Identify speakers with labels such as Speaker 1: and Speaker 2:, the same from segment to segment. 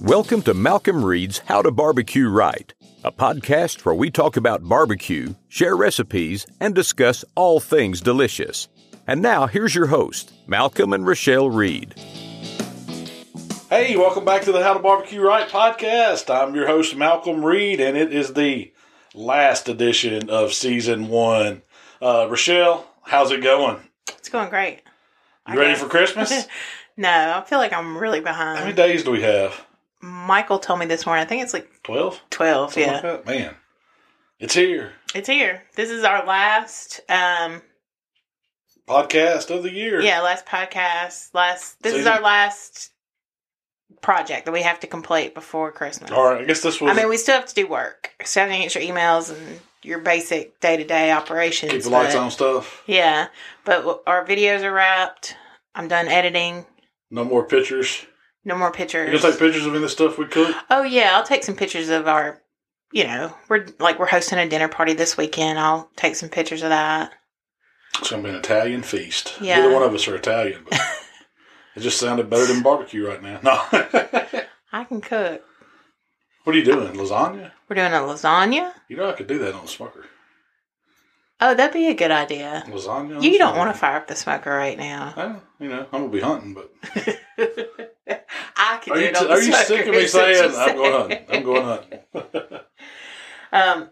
Speaker 1: Welcome to Malcolm Reed's How to Barbecue Right, a podcast where we talk about barbecue, share recipes, and discuss all things delicious. And now, here's your host, Malcolm and Rochelle Reed.
Speaker 2: Hey, welcome back to the How to Barbecue Right podcast. I'm your host, Malcolm Reed, and it is the last edition of season one. Uh, Rochelle, how's it going?
Speaker 3: It's going great. I
Speaker 2: You ready
Speaker 3: guess.
Speaker 2: for Christmas?
Speaker 3: no, I feel like I'm really
Speaker 2: How many
Speaker 3: behind.
Speaker 2: days do we have?
Speaker 3: Michael told me this morning. I think it's like
Speaker 2: 12?
Speaker 3: 12.
Speaker 2: Something
Speaker 3: yeah,
Speaker 2: like that? Man, it's here.
Speaker 3: it's here. This is our last. um
Speaker 2: Podcast of the year.
Speaker 3: Yeah, last podcast. Last. This is
Speaker 2: Season.
Speaker 3: our last project that we have to complete before Christmas.
Speaker 2: All right, I guess this was
Speaker 3: I mean, we still have to do work. Still have to answer emails and your basic day to day operations.
Speaker 2: keep the lights
Speaker 3: but-
Speaker 2: on stuff.
Speaker 3: Yeah, but w- our videos are wrapped. I'm done editing.
Speaker 2: No more pictures.
Speaker 3: No more
Speaker 2: You
Speaker 3: pictures.
Speaker 2: gonna take pictures of any of the stuff we cook?
Speaker 3: Oh yeah, I'll take some pictures of our. You know, we're like we're hosting a dinner party this weekend. I'll take some pictures of that.
Speaker 2: It's gonna be an Italian feast.
Speaker 3: Yeah.
Speaker 2: Neither one of us are Italian, but it just sounded better than barbecue right now. No. what
Speaker 3: I can cook.
Speaker 2: are you doing? Lasagna?
Speaker 3: We're doing a lasagna.
Speaker 2: You know I could do that on the smoker.
Speaker 3: Oh, that'd be a good idea.
Speaker 2: Lasagna. on
Speaker 3: You
Speaker 2: the
Speaker 3: don't
Speaker 2: smoker.
Speaker 3: want to fire up the smoker right now.
Speaker 2: I don't- you know, I'm gonna be hunting, but
Speaker 3: I can
Speaker 2: are
Speaker 3: do
Speaker 2: you,
Speaker 3: it on the
Speaker 2: are you
Speaker 3: smoker,
Speaker 2: sick of me
Speaker 3: is what
Speaker 2: saying
Speaker 3: you
Speaker 2: I'm going hunting?
Speaker 3: said.
Speaker 2: I'm going hunting.
Speaker 3: Um.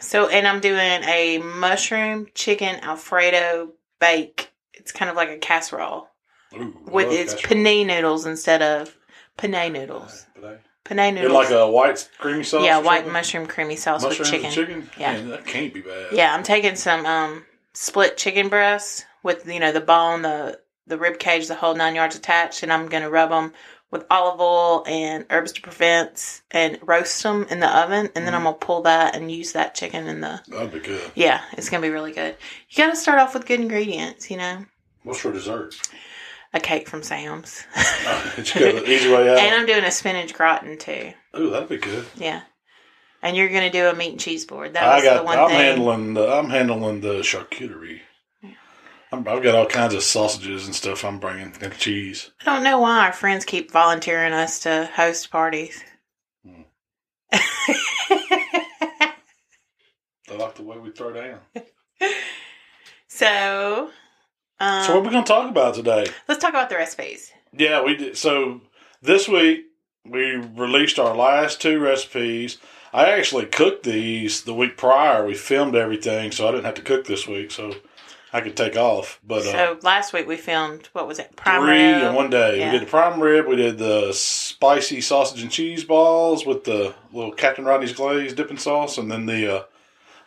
Speaker 3: So, and I'm doing a mushroom chicken alfredo bake. It's kind of like a casserole
Speaker 2: Ooh, I
Speaker 3: with
Speaker 2: love
Speaker 3: it's
Speaker 2: casserole.
Speaker 3: penne noodles instead of penne noodles.
Speaker 2: Today.
Speaker 3: Penne
Speaker 2: In
Speaker 3: noodles.
Speaker 2: like a white creamy sauce.
Speaker 3: yeah,
Speaker 2: or
Speaker 3: white
Speaker 2: something?
Speaker 3: mushroom creamy sauce
Speaker 2: Mushrooms
Speaker 3: with chicken.
Speaker 2: and chicken.
Speaker 3: Yeah.
Speaker 2: Man, that can't be bad.
Speaker 3: Yeah, I'm taking some um split chicken breasts with you know the bone, the the rib cage, the whole nine yards attached, and I'm gonna rub them with olive oil and herbs to prevent and roast them in the oven, and
Speaker 2: Mm-hmm.
Speaker 3: then I'm gonna pull that and use that chicken in the.
Speaker 2: that'd be good.
Speaker 3: Yeah, it's gonna be really good. You gotta start off with good ingredients, you know.
Speaker 2: What's for dessert?
Speaker 3: A cake from Sam's,
Speaker 2: it's got an easy way out.
Speaker 3: and I'm doing a spinach gratin too.
Speaker 2: Ooh, that'd be good.
Speaker 3: Yeah, and you're gonna do a meat and cheese board. That
Speaker 2: I
Speaker 3: was
Speaker 2: got.
Speaker 3: the one
Speaker 2: I'm
Speaker 3: thing.
Speaker 2: handling. The, I'm handling the charcuterie. I'm, I've got all kinds of sausages and stuff. I'm bringing and cheese.
Speaker 3: I don't know why our friends keep volunteering us to host parties.
Speaker 2: Hmm. I like the way we throw down.
Speaker 3: so, um,
Speaker 2: so what are we gonna talk about today?
Speaker 3: let's talk about the recipes.
Speaker 2: Yeah, we did. So this week we released our last two recipes. I actually cooked these the week prior. We filmed everything, so I didn't have to cook this week, so I could take off. But uh,
Speaker 3: so last week we filmed what was it? Prime
Speaker 2: three
Speaker 3: rib.
Speaker 2: in one day.
Speaker 3: Yeah.
Speaker 2: We did the prime rib. We did the spicy sausage and cheese balls with the little Captain Rodney's glaze dipping sauce, and then the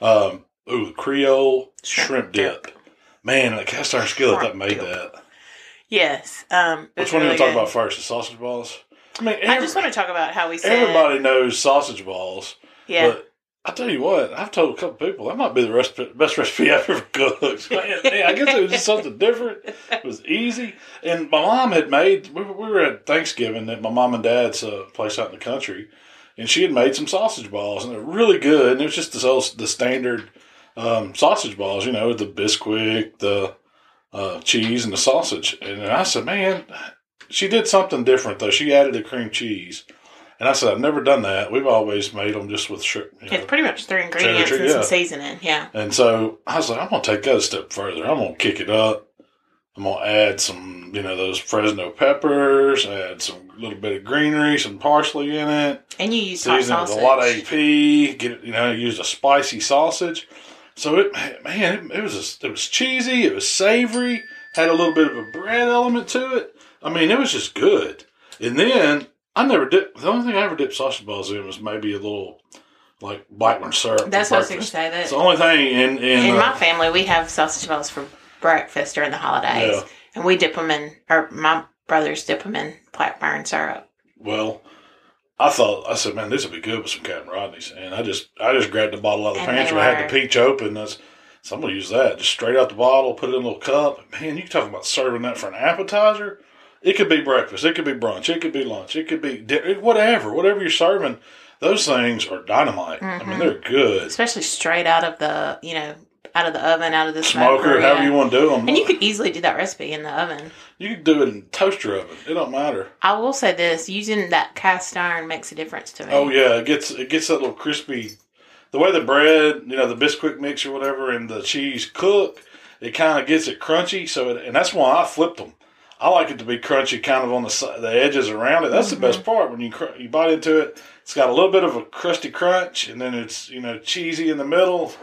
Speaker 2: uh, um, ooh Creole shrimp,
Speaker 3: Shrimp
Speaker 2: dip.
Speaker 3: dip.
Speaker 2: Man, that cast iron skillet
Speaker 3: Shrimp
Speaker 2: that made
Speaker 3: dip.
Speaker 2: that.
Speaker 3: Yes. Um, it was
Speaker 2: Which one do
Speaker 3: really
Speaker 2: you talk
Speaker 3: good.
Speaker 2: about first? The sausage balls. I mean,
Speaker 3: I just want to talk about how we said.
Speaker 2: Everybody knows sausage balls.
Speaker 3: Yeah.
Speaker 2: But I tell you what, I've told a couple people that might be the recipe, best recipe I've ever cooked. Man, man, I guess it was just something different. It was easy. And my mom had made, we, were- we were at Thanksgiving at my mom and dad's uh, place out in the country, and she had made some sausage balls, and they're really good. And it was just this old, the standard um, sausage balls, you know, with the Bisquick, the uh, cheese, and the sausage. And I said, man, she did something different, though. She added the cream cheese. And I said, I've never done that. We've always made them just with shrimp. You know,
Speaker 3: it's pretty much three ingredients
Speaker 2: cheese,
Speaker 3: and some
Speaker 2: yeah.
Speaker 3: seasoning. Yeah.
Speaker 2: and so I was like, I'm gonna take that a step further. I'm gonna kick it up. I'm gonna add some, you know, those Fresno peppers. Add some little bit of greenery, some parsley in it.
Speaker 3: And you used hot
Speaker 2: Season it
Speaker 3: sauce.
Speaker 2: with a lot of AP. Get it, you know, use a spicy sausage. So it, man, it, it was just- it was cheesy. It was savory. Had a little bit of a bread element to it. I mean, it was just good. And then I never dip. The only thing I ever dipped sausage balls in was maybe a little like blackburn syrup. for
Speaker 3: That's what I was going
Speaker 2: breakfast.
Speaker 3: to say. That
Speaker 2: It's the only thing in in,
Speaker 3: in
Speaker 2: uh,
Speaker 3: my family, we have sausage balls for breakfast during the holidays,
Speaker 2: Yeah.
Speaker 3: and we dip them in, or my brothers dip them in blackburn syrup.
Speaker 2: well, I thought I said, man, this would be good with some Captain Rodney's, and I just I just grabbed the bottle out of the
Speaker 3: And they
Speaker 2: pantry. I had the
Speaker 3: were-
Speaker 2: peach open. That's so I'm gonna use that just straight out the bottle, put it in a little cup. Man, you talking about serving that for an appetizer? It could be breakfast, it could be brunch, it could be lunch, it could be dinner, whatever, whatever you're serving.
Speaker 3: Mm-hmm.
Speaker 2: Those things are dynamite. I mean, they're good.
Speaker 3: especially straight out of the you know out of the oven, out of the
Speaker 2: Smoker,
Speaker 3: smoker.
Speaker 2: however
Speaker 3: yeah.
Speaker 2: you want to do them.
Speaker 3: And you could easily do that recipe in the oven.
Speaker 2: You could do it in toaster oven. It don't matter.
Speaker 3: I will say this: using that cast iron makes a difference to me.
Speaker 2: Oh yeah, it gets it gets that little crispy. The way the bread, you know, the Bisquick mix or whatever, and the cheese cook, it kind of gets it crunchy. So, it, and that's why I flipped them. I like it to be crunchy, kind of on the si- the edges around it. That's the best part when you cr- you bite into it. It's got a little bit of a crusty crunch, and then it's you know cheesy in the middle.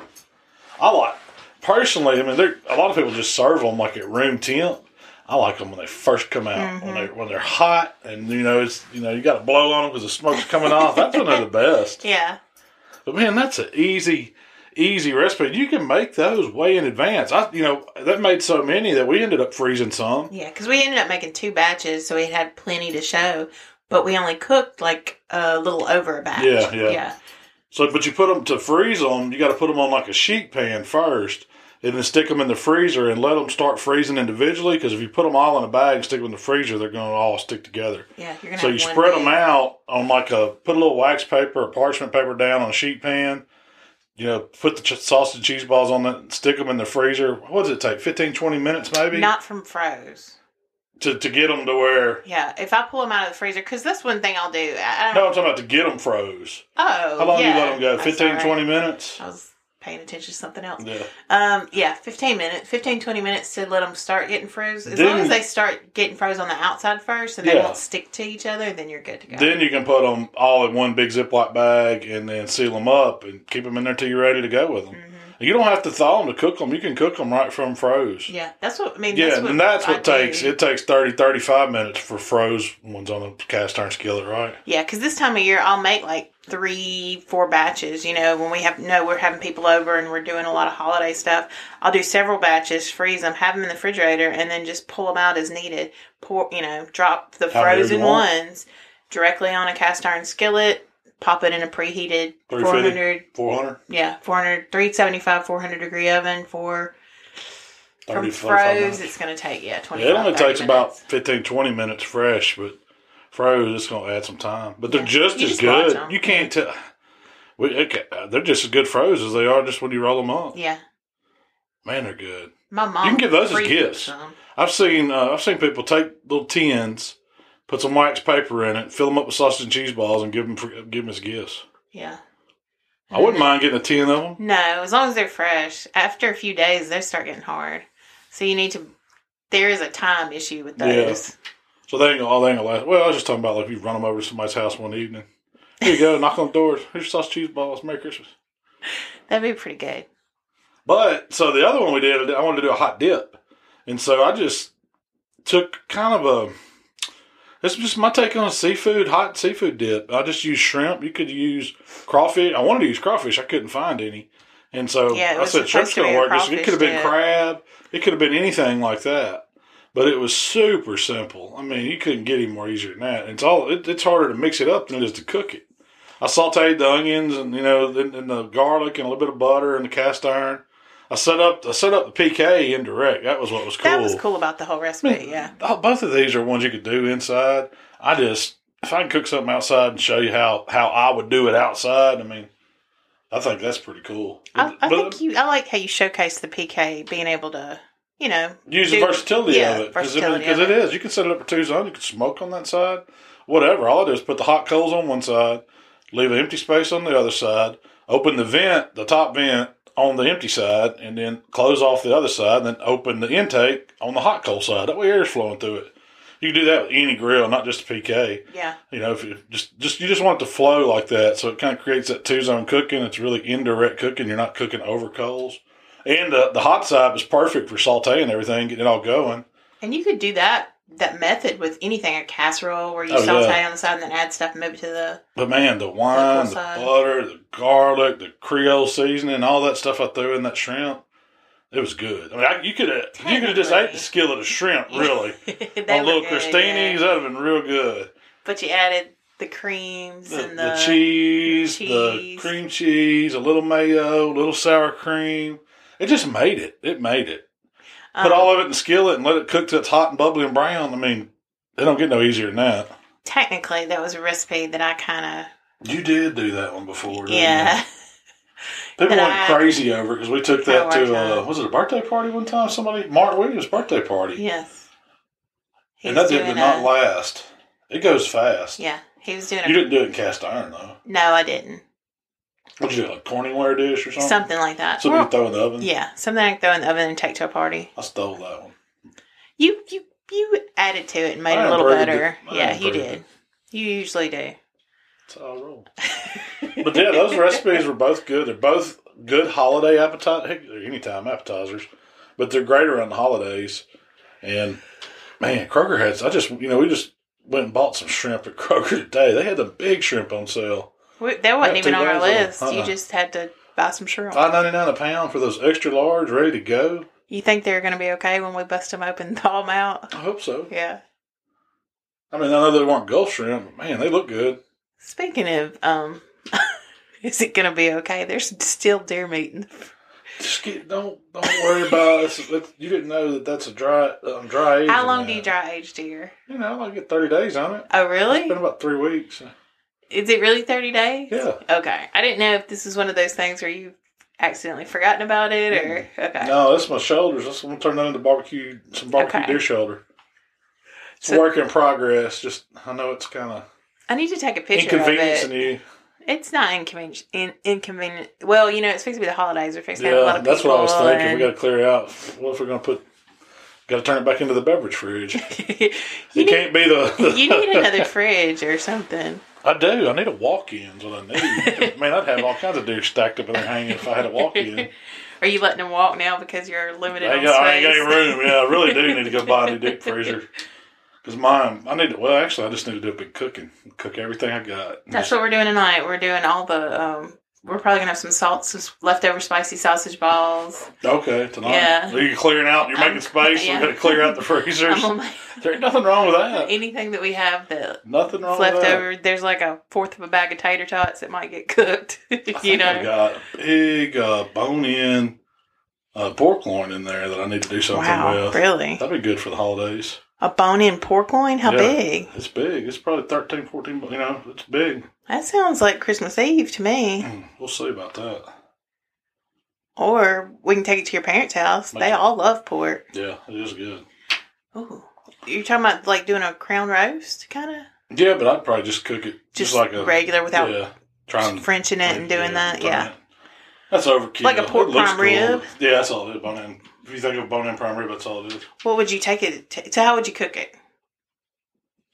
Speaker 2: I like personally. I mean, there a lot of people just serve them like at room temp. I like them when they first come out when they when they're hot and you know it's you know you got to blow on them because the smoke's coming off. That's when they're the best.
Speaker 3: Yeah.
Speaker 2: But man, that's an easy easy recipe. You can make those way in advance. I you know that made so many that we ended up freezing some.
Speaker 3: Yeah, because we ended up making two batches, so we had plenty to show, but we only cooked like a little over a batch.
Speaker 2: Yeah, yeah.
Speaker 3: yeah.
Speaker 2: So but you put them to freeze them. You got to put them on like a sheet pan first. And then stick them in the freezer and let them start freezing individually. Because if you put them all in a bag and stick them in the freezer, they're going to all stick together.
Speaker 3: Yeah, You're gonna
Speaker 2: So
Speaker 3: have
Speaker 2: you
Speaker 3: one
Speaker 2: spread them
Speaker 3: big-
Speaker 2: out on like a put a little wax paper or parchment paper down on a sheet pan. You know, put the ch- sausage cheese balls on that, stick them in the freezer. What does it take? 15, 20 minutes maybe
Speaker 3: Not from froze.
Speaker 2: to to get them to where.
Speaker 3: Yeah, if I pull them out of the freezer, because that's one thing I'll do. I, I
Speaker 2: No,
Speaker 3: don't,
Speaker 2: I'm talking about to get them froze.
Speaker 3: oh,
Speaker 2: How long
Speaker 3: yeah.
Speaker 2: do you let them go?
Speaker 3: I'm
Speaker 2: 15,
Speaker 3: sorry. Oh.
Speaker 2: 20 minutes.
Speaker 3: I was paying attention to something else.
Speaker 2: Yeah,
Speaker 3: Um, yeah, 15 minutes, 15, 20 minutes to let them start getting froze. As
Speaker 2: Then-
Speaker 3: long as they start getting froze on the outside first and they
Speaker 2: Yeah.
Speaker 3: won't stick to each other, then you're good to go.
Speaker 2: Then you can put them all in one big Ziploc bag and then seal them up and keep them in there till you're ready to go with them.
Speaker 3: Mm-hmm.
Speaker 2: You don't have to thaw them to cook them. You can cook them right from froze.
Speaker 3: yeah, that's what I mean.
Speaker 2: Yeah,
Speaker 3: that's what
Speaker 2: and that's what
Speaker 3: I do.
Speaker 2: takes it takes 30, 35 minutes for froze ones on the cast iron skillet, right?
Speaker 3: Yeah, because this time of year I'll make like three, four batches. You know, when we have no, we're having people over and we're doing a lot of holiday stuff. I'll do several batches, freeze them, have them in the refrigerator, and then just pull them out as needed. Pour, you know, drop the
Speaker 2: However you
Speaker 3: frozen
Speaker 2: want.
Speaker 3: ones directly on a cast iron skillet. Pop it in a preheated
Speaker 2: 350.
Speaker 3: 400,
Speaker 2: Four hundred,
Speaker 3: yeah, 400, 375, 400 degree oven for from
Speaker 2: thirty five
Speaker 3: froze.
Speaker 2: minutes.
Speaker 3: It's going to take yeah twenty.
Speaker 2: Yeah, it only takes about 15, 20 minutes fresh, but froze it's going to add some time. But they're
Speaker 3: Yeah.
Speaker 2: just
Speaker 3: You
Speaker 2: as
Speaker 3: just watch
Speaker 2: good.
Speaker 3: 'em.
Speaker 2: You can't tell. We, okay, uh, they're just as good froze as they are just when you roll them up.
Speaker 3: yeah.
Speaker 2: Man, they're good.
Speaker 3: My mom.
Speaker 2: can give those as
Speaker 3: pre-heats
Speaker 2: gifts.
Speaker 3: them.
Speaker 2: I've seen uh, I've seen people take little tins, put some wax paper in it, fill them up with sausage and cheese balls, and give them for, give them as gifts.
Speaker 3: Yeah.
Speaker 2: I wouldn't mind getting a tin of them.
Speaker 3: No, as long as they're fresh. After a few days, they start getting hard. So you need to. There is a time issue with
Speaker 2: Yeah.
Speaker 3: those.
Speaker 2: So they ain't gonna, oh, they ain't gonna last. Well, I was just talking about like if you run them over to somebody's house one evening. Here you go, knock on the doors. Here's your sausage cheese balls. Merry Christmas.
Speaker 3: That'd be pretty good.
Speaker 2: But so the other one we did, I wanted to do a hot dip, and so I just took kind of a. This is just my take on a seafood hot seafood dip. I just used shrimp. You could use crawfish. I wanted to use crawfish. I couldn't find any, and so
Speaker 3: Yeah, it
Speaker 2: I
Speaker 3: was
Speaker 2: said shrimp's
Speaker 3: supposed to be
Speaker 2: gonna
Speaker 3: a
Speaker 2: work. This- It
Speaker 3: crawfish
Speaker 2: could have been
Speaker 3: dip.
Speaker 2: crab. It could have been anything like that. But it was super simple. I mean, you couldn't get any more easier than that. It's all. It, it's harder to mix it up than it is to cook it. I sauteed the onions and you know and, and the garlic and a little bit of butter and the cast iron. I set up I set up the PK indirect. That was what was cool.
Speaker 3: That was cool about the whole recipe. Yeah.
Speaker 2: Oh, both of these are ones you could do inside. I just if I can cook something outside and show you how how I would do it outside. I mean, I think that's pretty cool.
Speaker 3: I, I
Speaker 2: But
Speaker 3: think you. I like how you showcase the PK being able to, you know,
Speaker 2: use the
Speaker 3: do-
Speaker 2: versatility
Speaker 3: yeah,
Speaker 2: of it because
Speaker 3: versatility of
Speaker 2: it is. You can set it up for two zones. You can smoke on that side, whatever. All I do is put the hot coals on one side, leave an empty space on the other side, open the vent, the top vent on the empty side, and then close off the other side, and then open the intake on the hot coal side. That way, air's flowing through it. You can do that with any grill, not just a PK.
Speaker 3: Yeah.
Speaker 2: You know, if you just just you just want it to flow like that, so it kind of creates that two zone cooking. It's really indirect cooking. You're not cooking over coals, and uh, the the hot side is perfect for sautéing everything, getting it all going.
Speaker 3: And you could do that that method with anything a casserole where you
Speaker 2: Oh, yeah.
Speaker 3: saute on the side and then add stuff and move it to the.
Speaker 2: But man, the wine, the
Speaker 3: side.
Speaker 2: butter, the garlic, the Creole seasoning, all that stuff I threw in that shrimp, it was good. I mean, I, you could have you could have just ate the
Speaker 3: Technically.
Speaker 2: skillet of shrimp, really. On
Speaker 3: they were
Speaker 2: little
Speaker 3: good,
Speaker 2: Christini's,
Speaker 3: yeah.
Speaker 2: that'd have been real good.
Speaker 3: But you added the creams
Speaker 2: The,
Speaker 3: and
Speaker 2: the cheese, the
Speaker 3: cheese.
Speaker 2: cream cheese, a little mayo, a little sour cream. It just made it. It made it. Put
Speaker 3: um,
Speaker 2: all of it in the skillet and let it cook till it's hot and bubbly and brown. I mean, it don't get no easier than that.
Speaker 3: technically that was a recipe that I kind
Speaker 2: You did do that one before.
Speaker 3: of
Speaker 2: didn't you?
Speaker 3: yeah
Speaker 2: People
Speaker 3: And
Speaker 2: went
Speaker 3: I-
Speaker 2: crazy over it because we took that
Speaker 3: How I
Speaker 2: to uh,
Speaker 3: tried.
Speaker 2: was it a birthday party one time? Somebody Mark Williams' birthday party,
Speaker 3: Yes. He
Speaker 2: and
Speaker 3: was
Speaker 2: that did
Speaker 3: doing
Speaker 2: not
Speaker 3: a-
Speaker 2: last. It goes fast.
Speaker 3: Yeah, he was doing
Speaker 2: You
Speaker 3: a.
Speaker 2: didn't do it in cast iron though.
Speaker 3: No, I didn't.
Speaker 2: What'd you do, like corningware dish or something?
Speaker 3: Something like that.
Speaker 2: Something Oh. you
Speaker 3: Well,
Speaker 2: throw in the oven.
Speaker 3: yeah, something I can throw in the oven and take to a party.
Speaker 2: I stole that one.
Speaker 3: You you you added to it and made
Speaker 2: I
Speaker 3: it a little
Speaker 2: improved it.
Speaker 3: better.
Speaker 2: I
Speaker 3: Yeah, you
Speaker 2: improved
Speaker 3: did.
Speaker 2: it.
Speaker 3: You usually do.
Speaker 2: That's how I roll. but yeah, those recipes were both good. They're both good holiday appetite, heck, they're anytime appetizers, but they're great around the holidays. And man, Kroger had. I just you know we just went and bought some shrimp at Kroger today. They had the big shrimp on sale.
Speaker 3: We, that wasn't
Speaker 2: Yeah,
Speaker 3: even
Speaker 2: two
Speaker 3: on our
Speaker 2: guys on-
Speaker 3: list. You
Speaker 2: uh-uh.
Speaker 3: just had to buy some shrimp.
Speaker 2: Five ninety nine a pound for those extra large, ready to go.
Speaker 3: you think they're going to be okay when we bust them open and thaw them out?
Speaker 2: I hope so.
Speaker 3: Yeah.
Speaker 2: I mean, I know they weren't Gulf shrimp, but man, they look good.
Speaker 3: Speaking of, um, is it going to be okay? There's still deer meat. In the,
Speaker 2: Just get, don't don't worry about it. It's- it's- you didn't know that that's a dry um, dry. age
Speaker 3: how
Speaker 2: on
Speaker 3: long
Speaker 2: that.
Speaker 3: do you dry age deer?
Speaker 2: You know, I get thirty days on it.
Speaker 3: Oh,
Speaker 2: It's
Speaker 3: really?
Speaker 2: been about three weeks.
Speaker 3: Is it really 30 days?
Speaker 2: Yeah.
Speaker 3: Okay. I didn't know if this was one of those things where you've accidentally forgotten about it or. Okay.
Speaker 2: Mm. No, that's my shoulders. That's I'm gonna turn that into barbecue, some barbecue
Speaker 3: Okay.
Speaker 2: deer shoulder. It's
Speaker 3: So-
Speaker 2: a work in progress. Just I know it's kind of
Speaker 3: I need to take a picture of it.
Speaker 2: inconveniencing you.
Speaker 3: It's not inconvenient. In, inconvenient. Well, you know, it's fixed to be the holidays. We're fixing to have a lot
Speaker 2: Yeah,
Speaker 3: of
Speaker 2: that's what I was
Speaker 3: people
Speaker 2: thinking. We
Speaker 3: and-
Speaker 2: got to clear out. What if we're gonna put? Got to turn it back into the beverage fridge. it
Speaker 3: you, need,
Speaker 2: can't be the. the-
Speaker 3: you need another fridge or something.
Speaker 2: I do. I need a walk-in. Is what I need. Man, I'd have all kinds of deer stacked up in there hanging if I had a walk-in.
Speaker 3: Are you letting them walk now because you're limited
Speaker 2: I
Speaker 3: on
Speaker 2: ain't, got, I ain't got any
Speaker 3: space?
Speaker 2: room. Yeah, I really do need to go buy a new deep freezer. Cause mine, I need to. Well, actually, I just need to do a big cooking. Cook everything I got.
Speaker 3: That's what we're doing tonight. We're doing all the. um We're probably gonna have some salt, some leftover spicy sausage balls.
Speaker 2: Okay, tonight.
Speaker 3: Yeah.
Speaker 2: Well, You're clearing out. You're making
Speaker 3: I'm-
Speaker 2: space.
Speaker 3: yeah.
Speaker 2: We got to clear out the freezers.
Speaker 3: I'm gonna make
Speaker 2: there ain't nothing wrong with that.
Speaker 3: anything that we have that
Speaker 2: Nothing wrong
Speaker 3: left
Speaker 2: with that.
Speaker 3: over. There's like a fourth of a bag of tater tots that might get cooked.
Speaker 2: I
Speaker 3: you
Speaker 2: think I
Speaker 3: know.
Speaker 2: got a big uh, bone-in uh, pork loin in there that I need to do something
Speaker 3: Wow,
Speaker 2: with.
Speaker 3: really?
Speaker 2: That'd be good for the holidays.
Speaker 3: A bone-in pork loin? How
Speaker 2: Yeah.
Speaker 3: big?
Speaker 2: It's big. It's probably 13, 14, you know, it's big. Hmm,
Speaker 3: That sounds like Christmas Eve to me.
Speaker 2: We'll see about that.
Speaker 3: Or we can take it to your parents' house. They all love pork.
Speaker 2: Yeah, it is good.
Speaker 3: Ooh. You're talking about like doing a crown roast kind of?
Speaker 2: Yeah, but I'd probably just cook it just,
Speaker 3: Just,
Speaker 2: like a
Speaker 3: regular without
Speaker 2: yeah, um, trying
Speaker 3: Frenching it and doing that.
Speaker 2: trying
Speaker 3: Yeah.
Speaker 2: it. That's overkill.
Speaker 3: Like a pork
Speaker 2: It looks
Speaker 3: prime rib?
Speaker 2: Yeah, that's all it is. Bone in. If you think of bone in prime rib, that's all it is.
Speaker 3: What would you take it to? So how would you cook it?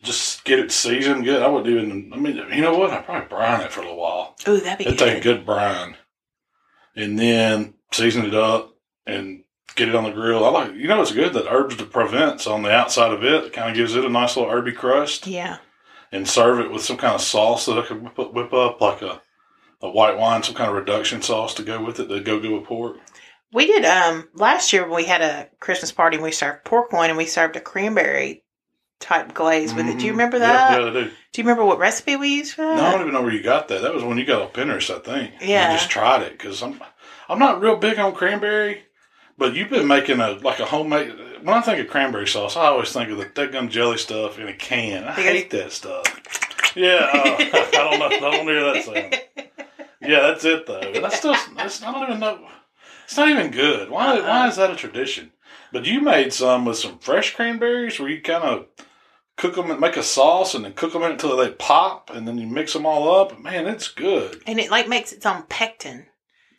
Speaker 2: Just get it seasoned good. I wouldn't even. I mean, you know what? I'd probably brine it for a little while.
Speaker 3: Ooh, that'd be
Speaker 2: It'd
Speaker 3: good.
Speaker 2: take a good brine, and then season it up and get it on the grill. I like. You know, it's good that herbs de Provence on the outside of it kind of gives it a nice little herby crust.
Speaker 3: Yeah.
Speaker 2: and serve it with some kind of sauce that I could whip up, whip up like a, a white wine, some kind of reduction sauce to go with it to go good with pork.
Speaker 3: We did um last year we had a Christmas party and we served pork loin and we served a cranberry type glaze with it. Do you
Speaker 2: Mhm.
Speaker 3: remember
Speaker 2: Yeah,
Speaker 3: that?
Speaker 2: Yeah, they do.
Speaker 3: Do you remember what recipe we used for that?
Speaker 2: No, I don't even know where you got that. That was when you got on Pinterest, I think. You
Speaker 3: Yeah.
Speaker 2: just tried it because I'm, I'm not real big on cranberry, but you've been making a like a homemade. When I think of cranberry sauce, I always think of the thick gum jelly stuff in a can. I
Speaker 3: Because-
Speaker 2: hate that stuff. Yeah, uh, I don't know. I don't hear that sound. Yeah, that's it though. And that's still that's, I don't even know. It's not even good. Why?
Speaker 3: Uh-uh.
Speaker 2: Why is that a tradition? But you made some with some fresh cranberries, where you kind of cook them and make a sauce, and then cook them until they pop, and then you mix them all up. Man, it's good
Speaker 3: and it like makes its own pectin.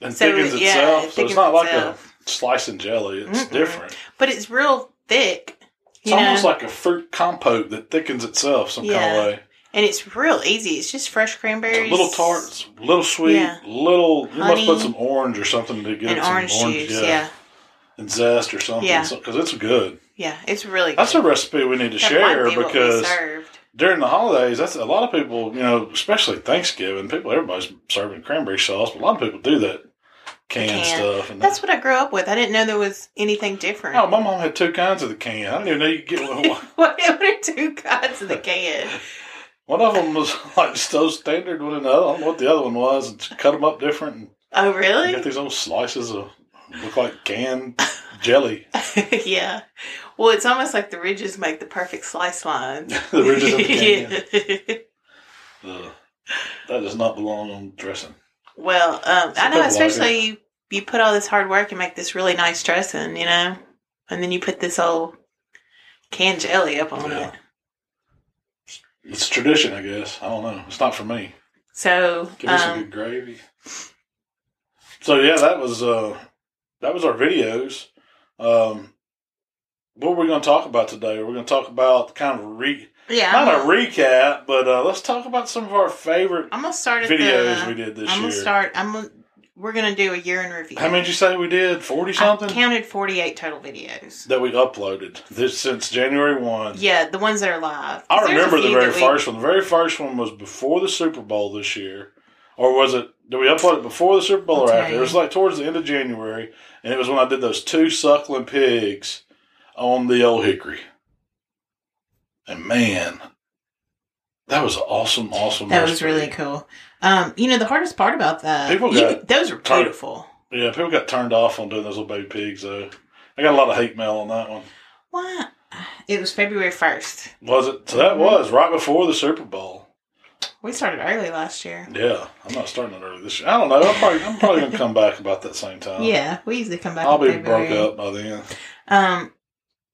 Speaker 2: and
Speaker 3: So,
Speaker 2: thickens
Speaker 3: yeah,
Speaker 2: itself.
Speaker 3: it
Speaker 2: so it's
Speaker 3: thickens
Speaker 2: not like
Speaker 3: itself.
Speaker 2: a slice and jelly. It's
Speaker 3: Mm-mm.
Speaker 2: different.
Speaker 3: But it's real thick.
Speaker 2: It's
Speaker 3: you
Speaker 2: almost
Speaker 3: know?
Speaker 2: like a fruit compote that thickens itself some kind
Speaker 3: Yeah.
Speaker 2: of way.
Speaker 3: and it's real easy. It's just fresh
Speaker 2: A
Speaker 3: cranberries.
Speaker 2: little tart, a little sweet,
Speaker 3: Yeah.
Speaker 2: little. You must
Speaker 3: Honey.
Speaker 2: put some orange or something to get
Speaker 3: and
Speaker 2: it some
Speaker 3: orange juice. Yeah. yeah.
Speaker 2: and zest or something.
Speaker 3: Yeah.
Speaker 2: because it's good.
Speaker 3: It's really good.
Speaker 2: That's a recipe we need to
Speaker 3: That
Speaker 2: share
Speaker 3: might be what we
Speaker 2: because
Speaker 3: served.
Speaker 2: during the holidays, that's a lot of people. You know, especially Thanksgiving, people everybody's serving cranberry sauce, but a lot of people do that canned
Speaker 3: Can.
Speaker 2: stuff. And
Speaker 3: That's what I grew up with. I didn't know there was anything different.
Speaker 2: Oh, my mom had two kinds of the can. I didn't even know you could get one. One-
Speaker 3: What are two kinds of the can?
Speaker 2: One of them was like so standard one, and the other, I don't know what the other one was, and she cut them up different. And
Speaker 3: Oh,
Speaker 2: you
Speaker 3: really?
Speaker 2: got these little slices of look like canned jelly.
Speaker 3: yeah. Well, it's almost like the ridges make the perfect slice line.
Speaker 2: the ridges of the can.
Speaker 3: Yeah.
Speaker 2: Ugh. that does not belong on dressing.
Speaker 3: Well, um, I
Speaker 2: Something
Speaker 3: know,
Speaker 2: like
Speaker 3: especially you, you put all this hard work and make this really nice dressing, you know, and then you put this old canned jelly up on
Speaker 2: Yeah.
Speaker 3: it.
Speaker 2: It's tradition, I guess. I don't know. It's not for me.
Speaker 3: So,
Speaker 2: Give me some
Speaker 3: um,
Speaker 2: good gravy. So yeah, that was uh that was our videos. Um what we're going to talk about today? We're going to talk about kind of a re
Speaker 3: yeah,
Speaker 2: not a
Speaker 3: I'm,
Speaker 2: recap, but uh, let's talk about some of our favorite
Speaker 3: I'm gonna start at
Speaker 2: videos
Speaker 3: the.
Speaker 2: we did this
Speaker 3: I'm
Speaker 2: year.
Speaker 3: gonna start. I'm gonna, we're gonna do a year in review.
Speaker 2: How many did you say we did? Forty
Speaker 3: I
Speaker 2: something
Speaker 3: counted 48 total videos.
Speaker 2: that we uploaded this since January one.
Speaker 3: Yeah, the ones that are live.
Speaker 2: I
Speaker 3: There's a
Speaker 2: remember the
Speaker 3: few
Speaker 2: very
Speaker 3: that we-
Speaker 2: first one. The very first one was before the Super Bowl this year, or was it? Did we upload it before the Super Bowl
Speaker 3: I'll
Speaker 2: or
Speaker 3: tell
Speaker 2: after? It was
Speaker 3: you.
Speaker 2: like towards the end of January, and it was when I did those two suckling pigs on the old hickory. And man, that was an awesome, awesome.
Speaker 3: That was
Speaker 2: recipe.
Speaker 3: really cool. Um, you know, the hardest part about that,
Speaker 2: People
Speaker 3: you-
Speaker 2: got
Speaker 3: those are
Speaker 2: tired.
Speaker 3: beautiful.
Speaker 2: Yeah, people got turned off on doing those little baby pigs. Though I got a lot of hate mail on that one.
Speaker 3: Why? It was February 1st.
Speaker 2: Was it? So
Speaker 3: Mm-hmm.
Speaker 2: that was right before the Super Bowl.
Speaker 3: We started early last year.
Speaker 2: Yeah, I'm not starting it early this year. I don't know. I'm probably, I'm probably gonna come back about that same time.
Speaker 3: yeah, we usually come back.
Speaker 2: Oh. I'll be
Speaker 3: in February.
Speaker 2: broke up by then.
Speaker 3: Um,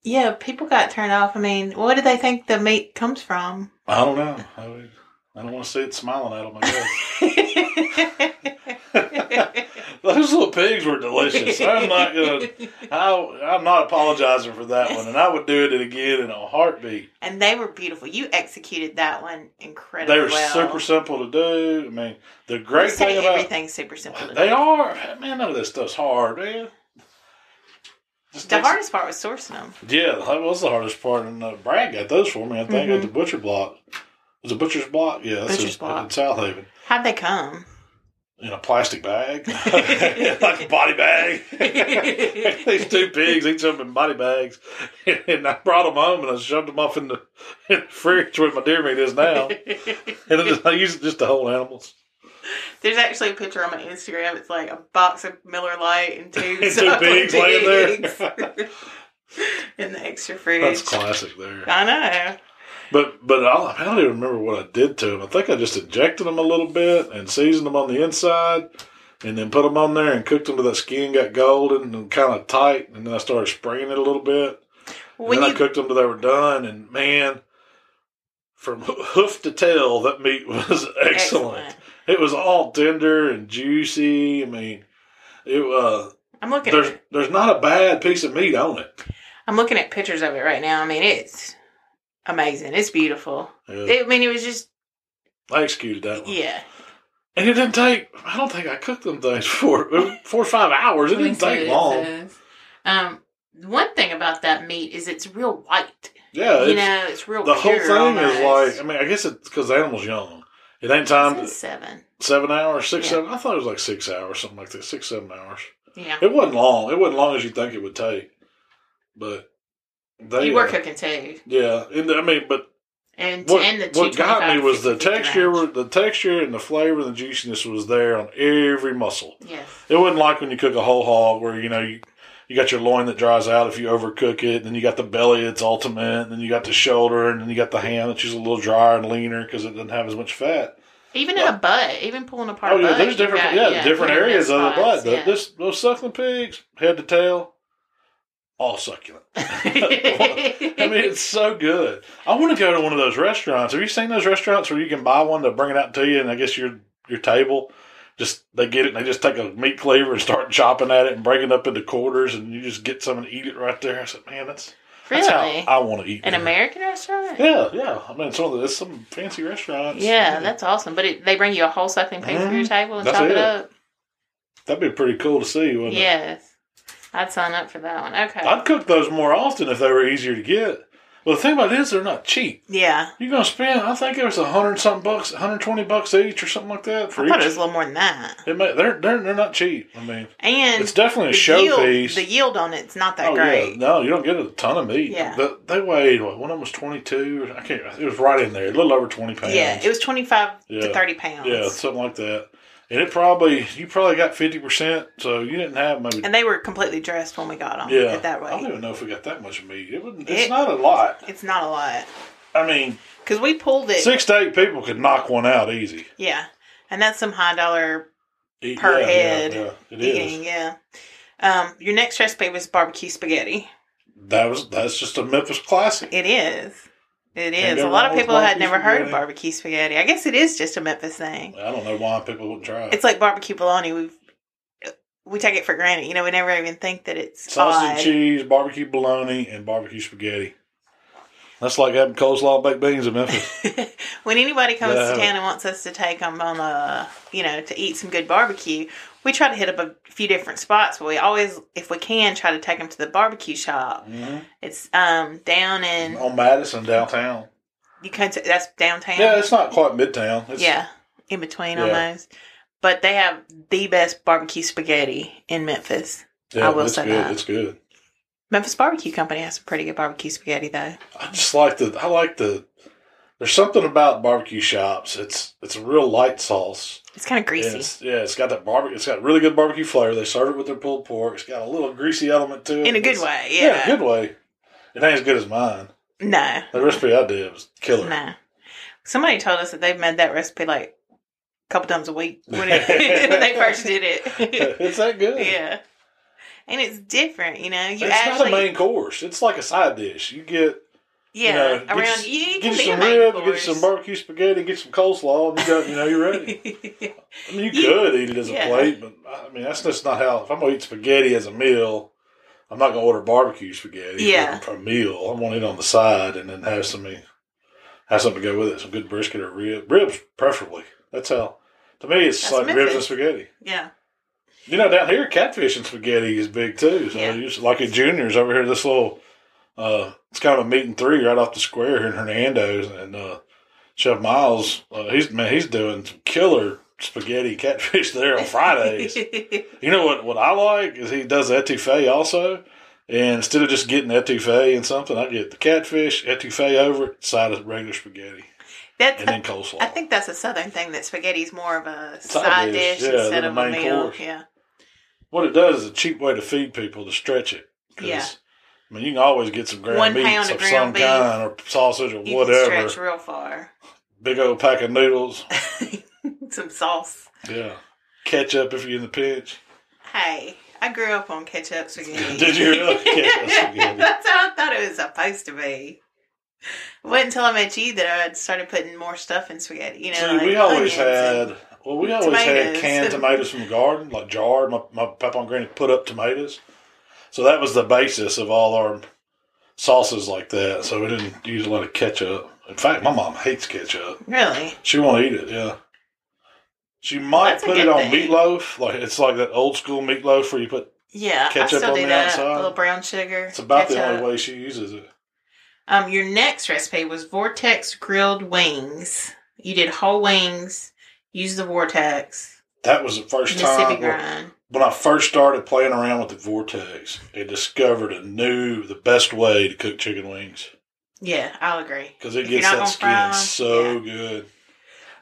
Speaker 3: yeah, people got turned off. I mean, what do they think the meat comes from?
Speaker 2: I don't know. I, don't- I don't want to see it smiling at them. I guess. Those little pigs were delicious. I'm not gonna. I, I'm not apologizing for that one, and I would do it again in a heartbeat.
Speaker 3: and they were beautiful. You executed that one incredibly.
Speaker 2: They were
Speaker 3: well.
Speaker 2: super simple to do. I mean, the
Speaker 3: You
Speaker 2: great
Speaker 3: say
Speaker 2: thing about
Speaker 3: everything's super simple. to
Speaker 2: they
Speaker 3: do.
Speaker 2: are man, none of this stuff's hard, man. Just
Speaker 3: The
Speaker 2: takes-
Speaker 3: hardest part was sourcing them.
Speaker 2: Yeah, that was the hardest part, and uh, Brad got those for me. I think at the butcher block. Was it butcher's block? Yeah, that's
Speaker 3: Mm-hmm. Butcher's
Speaker 2: just
Speaker 3: Block.
Speaker 2: in South Haven.
Speaker 3: How'd they come?
Speaker 2: in a plastic bag, like a body bag. These two pigs, each of them in body bags, and I brought them home and I shoved them off in the, in the fridge where my deer meat is now. And I just- I use it just to hold animals.
Speaker 3: There's actually a picture on my Instagram. It's like a box of Miller Lite and two,
Speaker 2: two
Speaker 3: suckling
Speaker 2: pigs laying there.
Speaker 3: pigs in the extra fridge.
Speaker 2: That's classic there.
Speaker 3: I know.
Speaker 2: But but I, I don't even remember what I did to them. I think I just injected them a little bit and seasoned them on the inside. And then put them on there and cooked them to that skin got golden and kind of tight. And then I started spraying it a little bit.
Speaker 3: When
Speaker 2: then
Speaker 3: you
Speaker 2: I cooked them till they were done, and man, from hoof to tail, that meat was excellent. It was all tender and juicy. I mean, it uh,
Speaker 3: I'm looking.
Speaker 2: there's
Speaker 3: At,
Speaker 2: there's not a bad piece of meat on it.
Speaker 3: I'm looking at pictures of it right now. I mean, it's amazing. It's beautiful.
Speaker 2: Yeah,
Speaker 3: It, I mean, it was just
Speaker 2: I executed that one,
Speaker 3: yeah.
Speaker 2: and it didn't take. I don't think I cooked them things for it was four or five hours. It
Speaker 3: Let me
Speaker 2: didn't
Speaker 3: see what
Speaker 2: take
Speaker 3: it
Speaker 2: long.
Speaker 3: says. Um, one thing about that meat is it's real white.
Speaker 2: Yeah,
Speaker 3: you
Speaker 2: it's,
Speaker 3: know, it's real.
Speaker 2: the whole
Speaker 3: pure
Speaker 2: thing
Speaker 3: almost.
Speaker 2: is like. I mean, I guess it's because the animal's young. It ain't
Speaker 3: It
Speaker 2: time.
Speaker 3: says
Speaker 2: to-
Speaker 3: seven.
Speaker 2: Seven hours, six,
Speaker 3: Yeah.
Speaker 2: seven. I thought it was like six hours, something like that. Six, seven hours.
Speaker 3: Yeah,
Speaker 2: It wasn't long. It wasn't long as you think it would take, but they
Speaker 3: you were
Speaker 2: uh,
Speaker 3: cooking too,
Speaker 2: Yeah, and I mean, but
Speaker 3: and
Speaker 2: what,
Speaker 3: and the
Speaker 2: what got me
Speaker 3: 225
Speaker 2: was the
Speaker 3: 50
Speaker 2: texture.
Speaker 3: grams.
Speaker 2: were- The texture and the flavor and the juiciness was there on every muscle.
Speaker 3: Yes.
Speaker 2: It wasn't like when you cook a whole hog, where you know you you got your loin that dries out if you overcook it, and then you got the belly that's ultimate, and then you got the shoulder, and then you got the ham that's just a little drier and leaner because it doesn't have as much fat.
Speaker 3: Even in a butt, even pulling apart.
Speaker 2: Oh
Speaker 3: a
Speaker 2: yeah,
Speaker 3: butt,
Speaker 2: there's
Speaker 3: you've
Speaker 2: different
Speaker 3: got-
Speaker 2: yeah, different
Speaker 3: different
Speaker 2: areas of the blood.
Speaker 3: spots,
Speaker 2: The- This those suckling pigs, head to tail, all succulent. I mean, it's so good. I want to go to one of those restaurants. Have you seen those restaurants where you can buy one to bring it out to you, and I guess your your table. Just they get it and they just take a meat cleaver and start chopping at it and breaking it up into quarters and you just get some and eat it right there. I said, man, that's that's how
Speaker 3: really,
Speaker 2: I want to eat.
Speaker 3: an
Speaker 2: meat."
Speaker 3: American restaurant.
Speaker 2: Yeah, yeah. I mean, it's one of the, it's some fancy restaurants.
Speaker 3: Yeah, that's awesome. But it, they bring you a whole sucking pig for your
Speaker 2: Mhm.
Speaker 3: table and
Speaker 2: That's
Speaker 3: chop it,
Speaker 2: it.
Speaker 3: up.
Speaker 2: that'd be pretty cool to see. Wouldn't it?
Speaker 3: Yes, I'd sign up for that one. Okay.
Speaker 2: I'd cook those more often if they were easier to get. Well, the thing about it is they're not cheap.
Speaker 3: yeah,
Speaker 2: You're gonna spend, I think it was a hundred something bucks, hundred twenty bucks each or something like that for
Speaker 3: I thought
Speaker 2: each.
Speaker 3: it was a little more than that.
Speaker 2: It may, they're they're they're not cheap. I mean,
Speaker 3: And
Speaker 2: it's definitely a
Speaker 3: yield,
Speaker 2: showpiece.
Speaker 3: The yield on it's not that
Speaker 2: oh yeah,
Speaker 3: great.
Speaker 2: no, you don't get a ton of meat.
Speaker 3: Yeah.
Speaker 2: But they weighed what, one of them was twenty two. I can't. It was right in there, a little over twenty pounds.
Speaker 3: Yeah, it was twenty five
Speaker 2: Yeah.
Speaker 3: to thirty pounds.
Speaker 2: yeah, something like that. And it probably you probably got fifty percent, so you didn't have maybe.
Speaker 3: and they were completely dressed when we got them.
Speaker 2: yeah,
Speaker 3: at that
Speaker 2: I don't
Speaker 3: way,
Speaker 2: even know if we got that much meat. It wouldn't. It's
Speaker 3: It-
Speaker 2: not a lot.
Speaker 3: it's not a lot
Speaker 2: I mean,
Speaker 3: because we pulled it.
Speaker 2: Six to eight people could knock one out easy.
Speaker 3: Yeah, and that's some high dollar
Speaker 2: Eat-
Speaker 3: per
Speaker 2: yeah, yeah,
Speaker 3: head
Speaker 2: Yeah, it is.
Speaker 3: eating. Yeah. Um, your next recipe was barbecue spaghetti.
Speaker 2: That was that's just a Memphis classic.
Speaker 3: It is.
Speaker 2: Ain't
Speaker 3: It is. A
Speaker 2: nothing
Speaker 3: lot of
Speaker 2: wrong with
Speaker 3: people had
Speaker 2: barbecue
Speaker 3: never heard of
Speaker 2: spaghetti.
Speaker 3: barbecue spaghetti. I guess it is just a Memphis thing.
Speaker 2: I don't know why people wouldn't try it.
Speaker 3: It's like barbecue bologna. We we take it for granted. You know, we never even think that it's
Speaker 2: Sausage,
Speaker 3: odd.
Speaker 2: cheese, barbecue bologna, and barbecue spaghetti. That's like having coleslaw baked beans in Memphis.
Speaker 3: when anybody comes
Speaker 2: Yeah.
Speaker 3: to town and wants us to take them on a, you know, to eat some good barbecue, we try to hit up a few different spots, but we always, if we can, try to take them to the barbecue shop.
Speaker 2: hmm
Speaker 3: It's um down in
Speaker 2: On Madison downtown.
Speaker 3: you come to that's downtown.
Speaker 2: Yeah, it's not quite midtown. It's,
Speaker 3: yeah, in between
Speaker 2: Yeah.
Speaker 3: almost. But they have the best barbecue spaghetti in Memphis.
Speaker 2: yeah,
Speaker 3: I will
Speaker 2: it's
Speaker 3: say
Speaker 2: good.
Speaker 3: that.
Speaker 2: It's good.
Speaker 3: Memphis Barbecue Company has some pretty good barbecue spaghetti though.
Speaker 2: I just like the. I like the. There's something about barbecue shops. It's it's a real light sauce.
Speaker 3: It's kind of
Speaker 2: And
Speaker 3: greasy.
Speaker 2: it's, yeah, it's got that barbecue. It's got really good barbecue flavor. They serve it with their pulled pork. It's got a little greasy element to it.
Speaker 3: in a good
Speaker 2: It's-
Speaker 3: way,
Speaker 2: Yeah,
Speaker 3: yeah.
Speaker 2: good way. It ain't as good as mine.
Speaker 3: No,
Speaker 2: The recipe I did was killer.
Speaker 3: no. Somebody told us that they've made that recipe like a couple times a week when, it, when they first did it.
Speaker 2: it's that good.
Speaker 3: yeah, and it's different, you know. You
Speaker 2: it's
Speaker 3: actually,
Speaker 2: not a main course. It's like a side dish. You get
Speaker 3: yeah,
Speaker 2: you know, get
Speaker 3: around
Speaker 2: you-
Speaker 3: you,
Speaker 2: get
Speaker 3: you can
Speaker 2: you
Speaker 3: be a
Speaker 2: some
Speaker 3: main
Speaker 2: rib, get you
Speaker 3: course.
Speaker 2: some barbecue spaghetti, get some coleslaw, and you got you know you're ready. I mean, you
Speaker 3: You-
Speaker 2: could eat it as a
Speaker 3: yeah.
Speaker 2: plate, but I mean that's just not how. If I'm gonna eat spaghetti as a meal, I'm not gonna order barbecue spaghetti
Speaker 3: Yeah.
Speaker 2: for, for a meal. I want it on the side and then have some have something to go with it, some good brisket or rib, ribs preferably. That's how. To me, it's
Speaker 3: That's
Speaker 2: like ribs and
Speaker 3: Memphis.
Speaker 2: spaghetti.
Speaker 3: yeah,
Speaker 2: You know, down here, catfish and spaghetti is big too. So
Speaker 3: Yeah.
Speaker 2: you just- like at Junior's over here, this little, uh, it's kind of a meet and three right off the square here in Hernando's, and uh, Chef Miles, uh, he's man, he's doing some killer spaghetti catfish there on Fridays. you know what? What I like is he does etouffee also, and instead of just getting etouffee and something, I get the catfish etouffee over it, side of regular spaghetti,
Speaker 3: that's.
Speaker 2: and then coleslaw.
Speaker 3: I think that's a southern thing that spaghetti's more of a
Speaker 2: Side
Speaker 3: side,
Speaker 2: dish,
Speaker 3: dish,
Speaker 2: yeah,
Speaker 3: instead
Speaker 2: than a
Speaker 3: of a
Speaker 2: main
Speaker 3: meal.
Speaker 2: course.
Speaker 3: Yeah,
Speaker 2: what it does is a cheap way to feed people to stretch it. 'Cause,
Speaker 3: Yeah.
Speaker 2: I mean, you can always get some ground
Speaker 3: One
Speaker 2: meats
Speaker 3: pound of
Speaker 2: of some
Speaker 3: ground beef.
Speaker 2: kind or sausage or
Speaker 3: you can stretch
Speaker 2: whatever.
Speaker 3: real far.
Speaker 2: Big old pack of noodles.
Speaker 3: some sauce.
Speaker 2: yeah. Ketchup if you're in the pinch.
Speaker 3: Hey, I grew up on ketchup spaghetti.
Speaker 2: Did you really? Ketchup spaghetti.
Speaker 3: That's how I thought it was supposed to be. It wasn't until I met you that I started putting more stuff in spaghetti. You know,
Speaker 2: See,
Speaker 3: like
Speaker 2: we always
Speaker 3: onions
Speaker 2: had.
Speaker 3: and-
Speaker 2: Well, we always had
Speaker 3: tomatoes.
Speaker 2: canned tomatoes from the garden, like jarred. My, my papa and granny put up tomatoes, so that was the basis of all our sauces like that. So we didn't use a lot of ketchup. In fact, my mom hates ketchup.
Speaker 3: really.
Speaker 2: She won't eat it. Yeah. She might
Speaker 3: That's a
Speaker 2: put it
Speaker 3: good
Speaker 2: on
Speaker 3: thing.
Speaker 2: meatloaf. Like it's like that old school meatloaf where you put.
Speaker 3: Yeah,
Speaker 2: Ketchup
Speaker 3: I still
Speaker 2: on
Speaker 3: do
Speaker 2: the
Speaker 3: that.
Speaker 2: outside.
Speaker 3: A little brown sugar.
Speaker 2: It's about the
Speaker 3: ketchup.
Speaker 2: only way she uses it.
Speaker 3: Um, your next recipe was vortex grilled wings. You did whole wings. Use the vortex.
Speaker 2: That was the first
Speaker 3: Mississippi
Speaker 2: time where-
Speaker 3: grind.
Speaker 2: when I first started playing around with the vortex and discovered a new, the best way to cook chicken wings
Speaker 3: Yeah, I'll agree.
Speaker 2: because it
Speaker 3: If you're
Speaker 2: gets that
Speaker 3: not
Speaker 2: skin
Speaker 3: gonna fry 'em,
Speaker 2: so
Speaker 3: yeah.
Speaker 2: good.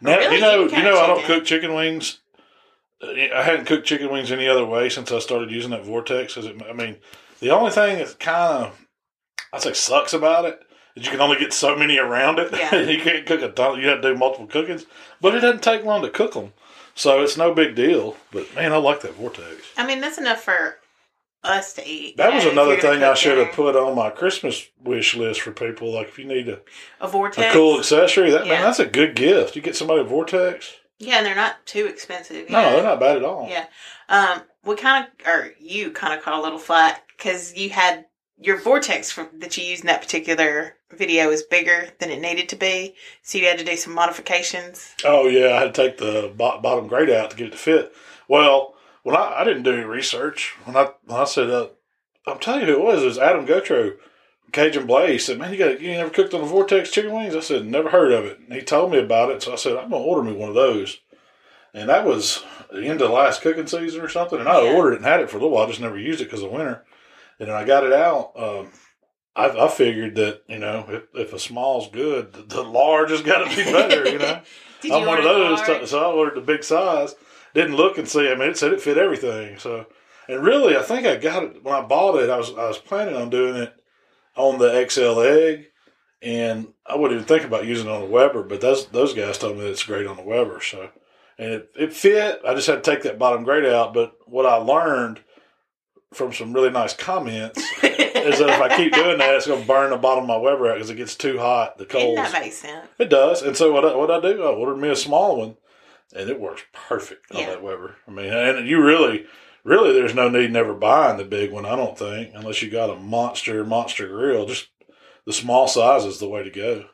Speaker 2: Now
Speaker 3: Really,
Speaker 2: you know,
Speaker 3: any
Speaker 2: you
Speaker 3: kind
Speaker 2: know,
Speaker 3: of
Speaker 2: I don't
Speaker 3: chicken.
Speaker 2: cook chicken wings. Uh, I hadn't cooked chicken wings any other way since I started using that vortex. 'cause it, I mean, the only thing that kind of I say sucks about it is you can only get so many around it.
Speaker 3: Yeah.
Speaker 2: you can't cook a ton. You have to do multiple cookings, but it doesn't take long to cook them, so it's no big deal. But man, I like that vortex.
Speaker 3: I mean, that's enough for us to eat.
Speaker 2: That
Speaker 3: you
Speaker 2: was
Speaker 3: know, if
Speaker 2: another
Speaker 3: you're gonna
Speaker 2: thing I
Speaker 3: cook
Speaker 2: should have
Speaker 3: dinner.
Speaker 2: put on my Christmas wish list for people. Like, if you need a,
Speaker 3: A
Speaker 2: a
Speaker 3: vortex.
Speaker 2: cool accessory, that man,
Speaker 3: Yeah.
Speaker 2: that's a good gift. You get somebody a Vortex.
Speaker 3: Yeah, and they're not too expensive.
Speaker 2: No,
Speaker 3: yeah.
Speaker 2: they're not bad at all.
Speaker 3: Yeah. Um, we kind of, or you kind of caught a little flat because you had your vortex from, that you used in that particular video was bigger than it needed to be, so you had to do some modifications.
Speaker 2: Oh yeah, I had to take the bo- bottom grate out to get it to fit. Well, when I, I didn't do any research when I when I said uh, I'm telling you who it was. It was Adam Gutro, Cajun Blaze. Said, man, you got you ain't never cooked on the Vortex chicken wings. I said, never heard of it. And he told me about it, so I said, I'm gonna order me one of those. And that was the end of last cooking season or something. And I
Speaker 3: Yeah.
Speaker 2: ordered it and had it for a little while. I just never used it because of winter. And then I got it out. Um, I, I figured that you know if, if a small's good, the, the large has got to be better. You know.
Speaker 3: Did
Speaker 2: I'm one of those.
Speaker 3: large?
Speaker 2: so I ordered the big size. Didn't look and see. I mean, it said it fit everything. So, and really, I think I got it when I bought it. I was I was planning on doing it on the XL egg, and I wouldn't even think about using it on the Weber. But those those guys told me that it's great on the Weber. So, and it, it fit. I just had to take that bottom grate out. But what I learned from some really nice comments is that if I keep doing that, it's going to burn the bottom of my Weber out because it gets too hot. The
Speaker 3: And
Speaker 2: coals.
Speaker 3: that makes sense.
Speaker 2: It does. And so what I, what I do, I ordered me a small one, and it works perfect on
Speaker 3: Yeah.
Speaker 2: that Weber. I mean, and you really, really, there's no need in ever buying the big one. I don't think unless you got a monster monster grill. Just the small size is the way to go.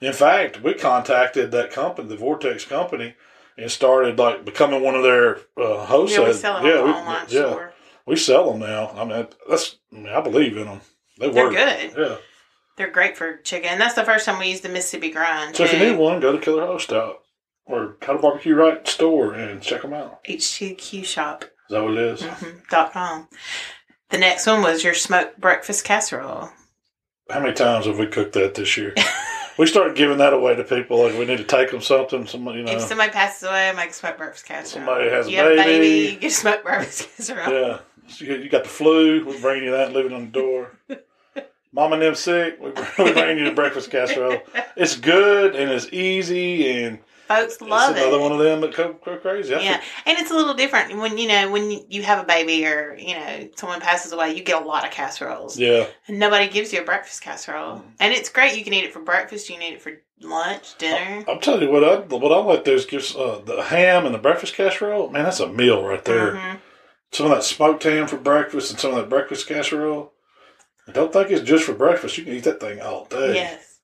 Speaker 2: In fact, we contacted that company, the Vortex company, and started like becoming one of their uh, hosts.
Speaker 3: yeah, we sell them
Speaker 2: yeah,
Speaker 3: on
Speaker 2: we,
Speaker 3: the online
Speaker 2: yeah,
Speaker 3: store.
Speaker 2: we sell them now. I mean, that's I, mean, I believe in them. They
Speaker 3: They're
Speaker 2: work.
Speaker 3: good.
Speaker 2: Yeah.
Speaker 3: They're great for chicken. That's the first time we used the Mississippi grind.
Speaker 2: So if you
Speaker 3: too.
Speaker 2: need one, go to Killer Host Out or How to Barbecue Right store and check them out.
Speaker 3: HTQ shop.
Speaker 2: Is that what it is?
Speaker 3: mhm, dot com. The next one was your smoked breakfast casserole.
Speaker 2: How many times have we cooked that this year? we started giving that away to people. Like we need to take them something. Somebody, you know.
Speaker 3: If somebody passes away, make smoked breakfast casserole.
Speaker 2: Uh, Somebody has a
Speaker 3: you have a
Speaker 2: baby.
Speaker 3: baby, you get smoked breakfast casserole.
Speaker 2: yeah. So you- you got the flu. We bring you that and leave it on the door. Mom and them sick. We bring, we bring you the breakfast casserole. It's good and it's easy and
Speaker 3: Folks love
Speaker 2: it's another
Speaker 3: it.
Speaker 2: one of them that go, go crazy. I
Speaker 3: yeah, and it's a little different when you know when you have a baby or you know someone passes away, you get a lot of casseroles.
Speaker 2: think- yeah. Mm.
Speaker 3: And nobody gives you a breakfast casserole, and it's great. You can eat it for breakfast. You can eat it for
Speaker 2: Oh,
Speaker 3: lunch, dinner.
Speaker 2: I'm telling you what I what I like those gives uh, the ham and the breakfast casserole. Man, that's a meal right there.
Speaker 3: Mhm.
Speaker 2: Some of that smoked ham for breakfast and some of that breakfast casserole. I don't think it's just for breakfast. You can eat that thing all day.
Speaker 3: Yes,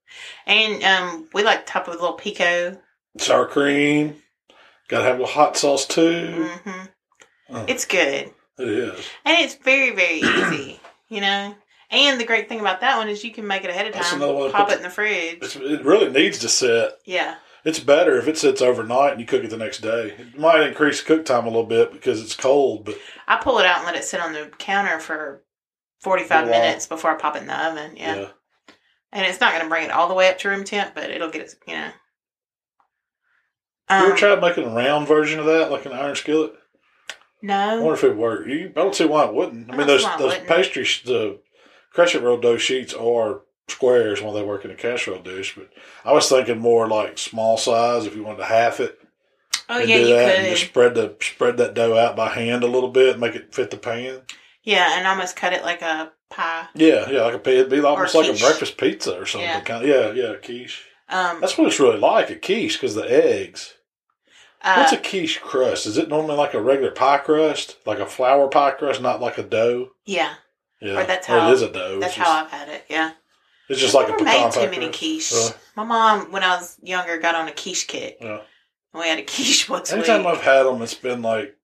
Speaker 3: and um, we like to top it with a little pico.
Speaker 2: Sour cream. Got to have a little hot sauce too.
Speaker 3: hmm
Speaker 2: Mm.
Speaker 3: It's good,
Speaker 2: It is.
Speaker 3: and it's very very easy. You know, and the great thing about that one is you can make it ahead of
Speaker 2: That's
Speaker 3: time.
Speaker 2: another one.
Speaker 3: Pop it in the fridge.
Speaker 2: It's, it really needs to sit.
Speaker 3: Yeah,
Speaker 2: It's better if it sits overnight and you cook it the next day. It might increase cook time a little bit because it's cold, but
Speaker 3: I pull it out and let it sit on the counter for forty five
Speaker 2: Wow.
Speaker 3: minutes before I pop it in the oven.
Speaker 2: yeah.
Speaker 3: Yeah. and it's not going to bring it all the way up to room temp, but it'll get it. You know.
Speaker 2: you
Speaker 3: Um,
Speaker 2: ever tried making a round version of that, like an iron skillet? I
Speaker 3: no.
Speaker 2: wonder if it worked. You, I don't see why it wouldn't. I,
Speaker 3: I
Speaker 2: mean,
Speaker 3: don't
Speaker 2: those
Speaker 3: see why it
Speaker 2: those
Speaker 3: wouldn't.
Speaker 2: pastry, sh- the crescent roll dough sheets are squares when they work in a casserole dish. But I was thinking more like small size. If you wanted to half it
Speaker 3: Oh
Speaker 2: and
Speaker 3: yeah,
Speaker 2: do
Speaker 3: you
Speaker 2: that, and
Speaker 3: could.
Speaker 2: just spread the spread that dough out by hand a little bit, make it fit the pan.
Speaker 3: Yeah, and almost cut it like a pie.
Speaker 2: Yeah, yeah, like a pi- it'd be almost like a
Speaker 3: quiche.
Speaker 2: breakfast pizza or something.
Speaker 3: Yeah.
Speaker 2: Kind of, yeah, yeah, quiche.
Speaker 3: Um,
Speaker 2: That's what it's really like a quiche because the eggs. What's
Speaker 3: uh,
Speaker 2: a quiche crust? Is it normally like a regular pie crust, like a flour pie crust, not like a dough?
Speaker 3: yeah,
Speaker 2: Yeah,
Speaker 3: Or that's
Speaker 2: Well,
Speaker 3: how-
Speaker 2: it is a dough.
Speaker 3: that's
Speaker 2: It's
Speaker 3: how I've had it. Yeah,
Speaker 2: It's just like a
Speaker 3: never
Speaker 2: pecan
Speaker 3: made
Speaker 2: pie
Speaker 3: too many
Speaker 2: crust.
Speaker 3: quiche.
Speaker 2: Really?
Speaker 3: My mom, when I was younger, got on a quiche kick.
Speaker 2: Yeah.
Speaker 3: And we had a quiche once a week.
Speaker 2: Anytime I've had them, it's been like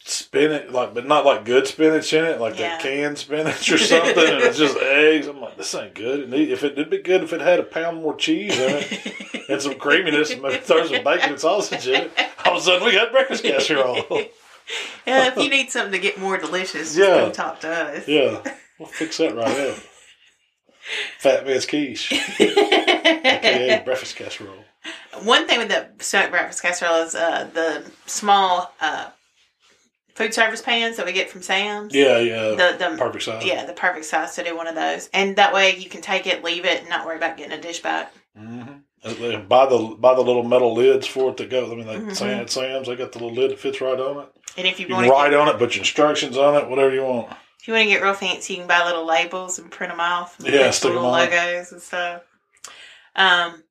Speaker 2: spinach, like but not like good spinach in it, like
Speaker 3: Yeah.
Speaker 2: that canned spinach or something, and it's just eggs. I'm like, this ain't good. And if it would be good if it had a pound more cheese in it and some creaminess, and maybe throw some bacon and sausage in it. All of a sudden, we got breakfast casserole.
Speaker 3: yeah, if you need something to get more delicious, just
Speaker 2: Yeah.
Speaker 3: come talk to us.
Speaker 2: yeah, we'll fix that right up. Fat man's quiche, aka breakfast casserole.
Speaker 3: One thing with the smoked breakfast casserole is uh, the small uh, food service pans that we get from Sam's.
Speaker 2: Yeah, yeah,
Speaker 3: The, the
Speaker 2: perfect size.
Speaker 3: Yeah, the perfect size to do one of those. And that way you can take it, leave it, and not worry about getting a dish back.
Speaker 2: Mm-hmm. Buy the buy the little metal lids for it to go. I mean, like
Speaker 3: Mhm.
Speaker 2: Sam, at Sam's, they got the little lid that fits right on it.
Speaker 3: And if you,
Speaker 2: You
Speaker 3: want
Speaker 2: can
Speaker 3: to
Speaker 2: write
Speaker 3: get,
Speaker 2: on it, put your instructions on it, whatever you want.
Speaker 3: if you want to get real fancy, you can buy little labels and print them off. And
Speaker 2: Yeah,
Speaker 3: put
Speaker 2: stick 'em
Speaker 3: little
Speaker 2: on.
Speaker 3: logos and stuff. Um,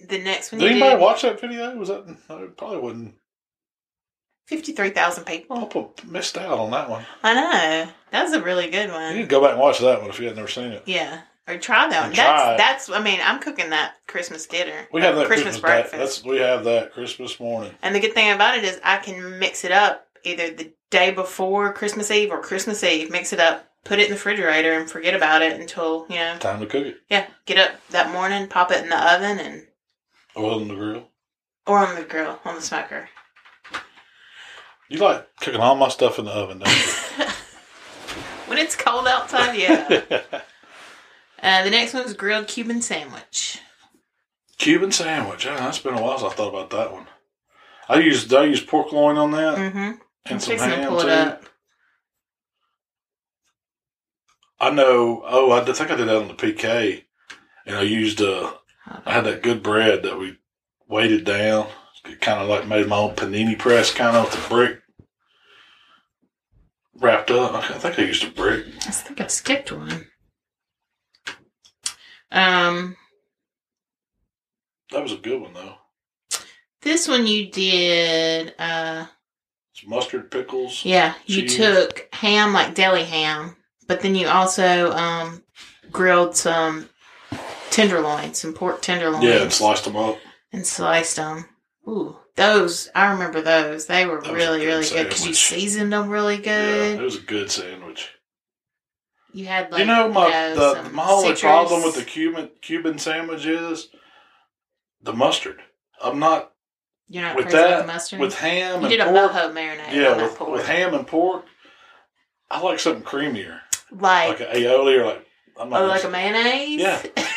Speaker 3: the next one
Speaker 2: Did
Speaker 3: you
Speaker 2: anybody
Speaker 3: did,
Speaker 2: watch that video? Was that no, it probably wasn't?
Speaker 3: fifty three thousand
Speaker 2: Well,
Speaker 3: people.
Speaker 2: people missed out on that one.
Speaker 3: I know that was a really good
Speaker 2: You
Speaker 3: one.
Speaker 2: need to go back and watch that one if you had never seen it.
Speaker 3: Yeah, or try that one.
Speaker 2: And try it.
Speaker 3: That's that's. Mm. I mean, I'm cooking that Christmas dinner.
Speaker 2: We
Speaker 3: uh,
Speaker 2: have that
Speaker 3: Christmas,
Speaker 2: Christmas,
Speaker 3: breakfast.
Speaker 2: Day. That's we have that Christmas morning.
Speaker 3: And the good thing about it is I can mix it up either the day before Christmas Eve or Christmas Eve. Mix it up, put it in the refrigerator, and forget about it until you know.
Speaker 2: Time to cook it.
Speaker 3: Yeah, get up that morning, pop it in the oven, and
Speaker 2: Oil in the grill.
Speaker 3: or on the grill on the smoker.
Speaker 2: You like cooking all my stuff in the oven, don't you?
Speaker 3: When it's cold outside, yeah. uh, the next one's grilled Cuban sandwich.
Speaker 2: Cuban sandwich. Yeah, that's been a while since I thought about that one. I used I used pork loin on that
Speaker 3: Mm-hmm. I'm
Speaker 2: and some
Speaker 3: fixing to
Speaker 2: ham
Speaker 3: pull it
Speaker 2: too.
Speaker 3: up.
Speaker 2: I know. Oh, I did- think I did that on the PK, and I used uh, I had that good bread that we weighted down. kind of like made my own panini press, kind of with the brick wrapped up. I think I used a brick.
Speaker 3: I think I skipped one. Um,
Speaker 2: That was a good one though.
Speaker 3: this one you did. Uh,
Speaker 2: It's mustard pickles.
Speaker 3: yeah, you
Speaker 2: Cheese.
Speaker 3: took ham like deli ham, but then you also um grilled some tenderloins, some pork tenderloins,
Speaker 2: Yeah, and sliced them up.
Speaker 3: and sliced them. Ooh, those I remember those. They were
Speaker 2: That was a
Speaker 3: really
Speaker 2: good
Speaker 3: really good because you
Speaker 2: sandwich.
Speaker 3: seasoned them really good.
Speaker 2: Yeah, it was a good sandwich.
Speaker 3: You had like
Speaker 2: you know my
Speaker 3: know,
Speaker 2: the,
Speaker 3: some
Speaker 2: my only
Speaker 3: citrus.
Speaker 2: problem with the Cuban Cuban sandwich is the mustard. I'm not
Speaker 3: You're not
Speaker 2: with
Speaker 3: crazy
Speaker 2: that,
Speaker 3: with mustard.
Speaker 2: with ham
Speaker 3: you
Speaker 2: and
Speaker 3: did a
Speaker 2: pork.
Speaker 3: boho marinade.
Speaker 2: yeah,
Speaker 3: on that
Speaker 2: with,
Speaker 3: pork.
Speaker 2: with ham and pork. I like something creamier, like
Speaker 3: like
Speaker 2: an aioli or like. I'm not
Speaker 3: oh,
Speaker 2: gonna
Speaker 3: like
Speaker 2: say-
Speaker 3: a mayonnaise.
Speaker 2: Yeah, uh,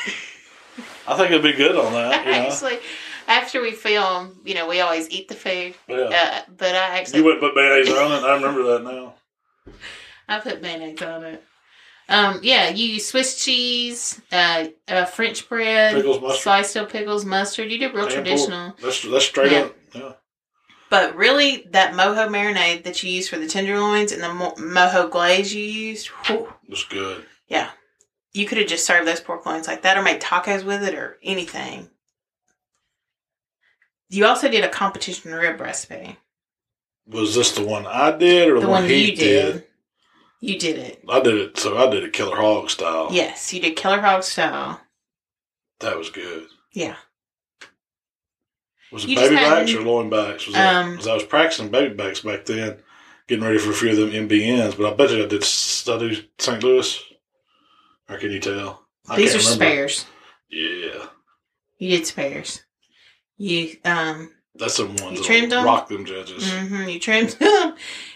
Speaker 2: I think it'd be good on that. You know?
Speaker 3: actually, after we film, you know, we always eat the food.
Speaker 2: yeah.
Speaker 3: Uh, but I
Speaker 2: Oh. you
Speaker 3: actually
Speaker 2: wouldn't put mayonnaise on it. I remember that now.
Speaker 3: I put mayonnaise on it. Um, yeah, you use Swiss cheese, uh, uh, French bread,
Speaker 2: Pickles, mustard.
Speaker 3: sliced up pickles, mustard. You did real
Speaker 2: Ham, pork.
Speaker 3: traditional,
Speaker 2: That's that's straight
Speaker 3: Yeah.
Speaker 2: up. Yeah.
Speaker 3: but really that mojo marinade that you use for the tenderloins and the mo- mojo glaze you used. whew,
Speaker 2: It's good.
Speaker 3: you could have just served those pork loins like that or made tacos with it or anything. You also did a competition rib recipe.
Speaker 2: Was this the one I did or the,
Speaker 3: The one
Speaker 2: he
Speaker 3: you did. You did it.
Speaker 2: I did it. So I did it killer hog style.
Speaker 3: Yes, you did Killer Hog style.
Speaker 2: That was good.
Speaker 3: Yeah.
Speaker 2: Was it
Speaker 3: You just
Speaker 2: baby
Speaker 3: had-
Speaker 2: backs or loin backs? Was that,
Speaker 3: Um,
Speaker 2: 'cause I was practicing baby backs back then, getting ready for a few of them MBNs. But I bet you I did study St. Louis. Or can you tell? I
Speaker 3: These are
Speaker 2: can't remember.
Speaker 3: spares.
Speaker 2: Yeah,
Speaker 3: You did spares. You um
Speaker 2: that's some ones
Speaker 3: You
Speaker 2: that'll
Speaker 3: trimmed 'em?
Speaker 2: rock them judges.
Speaker 3: hmm you trimmed them.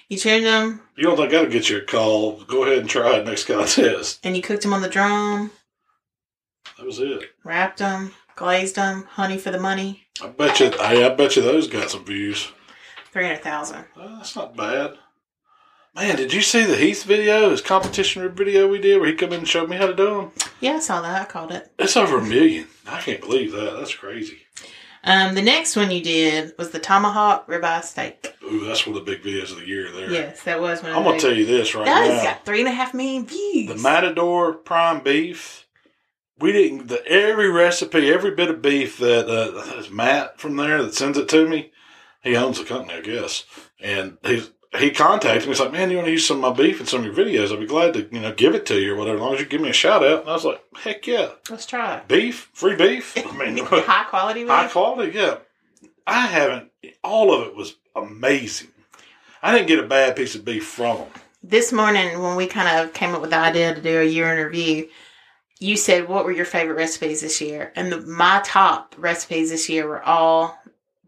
Speaker 3: You trimmed them
Speaker 2: You don't think I'll get you a call? Go ahead and try it next contest.
Speaker 3: and you cooked them on the drum,
Speaker 2: That was it.
Speaker 3: wrapped them, glazed them, honey for the money.
Speaker 2: I bet you. I, I bet you those got some views.
Speaker 3: 300,000.
Speaker 2: Uh, that's not bad. Man, did you see the Heath video, his competition video we did, where he come in and showed me how to do them?
Speaker 3: Yeah, I saw that. I called it.
Speaker 2: It's over a million. I can't believe that. That's crazy.
Speaker 3: Um, the next one you did was the tomahawk ribeye steak.
Speaker 2: Ooh, that's one of the big videos of the year there.
Speaker 3: Yes, that was one. Of
Speaker 2: I'm gonna
Speaker 3: those.
Speaker 2: tell you this right
Speaker 3: that has
Speaker 2: now.
Speaker 3: got three and a half million views.
Speaker 2: The Matador prime beef. We didn't the every recipe, every bit of beef that uh, I think it's Matt from there that sends it to me. He owns the company, I guess, and he he contacted me. He's like, "Man, you want to use some of my beef in some of your videos? I'd be glad to you know give it to you or whatever, as long as you give me a shout out." And I was like, "Heck yeah,
Speaker 3: Let's try it.
Speaker 2: beef, free beef. I mean,
Speaker 3: High quality.
Speaker 2: High
Speaker 3: rib.
Speaker 2: quality, yeah. I haven't. All of it was amazing. I didn't get a bad piece of beef from them.
Speaker 3: this morning when we kind of came up with the idea to do a year in review, you said what were your favorite recipes this year, and the, my top recipes this year were all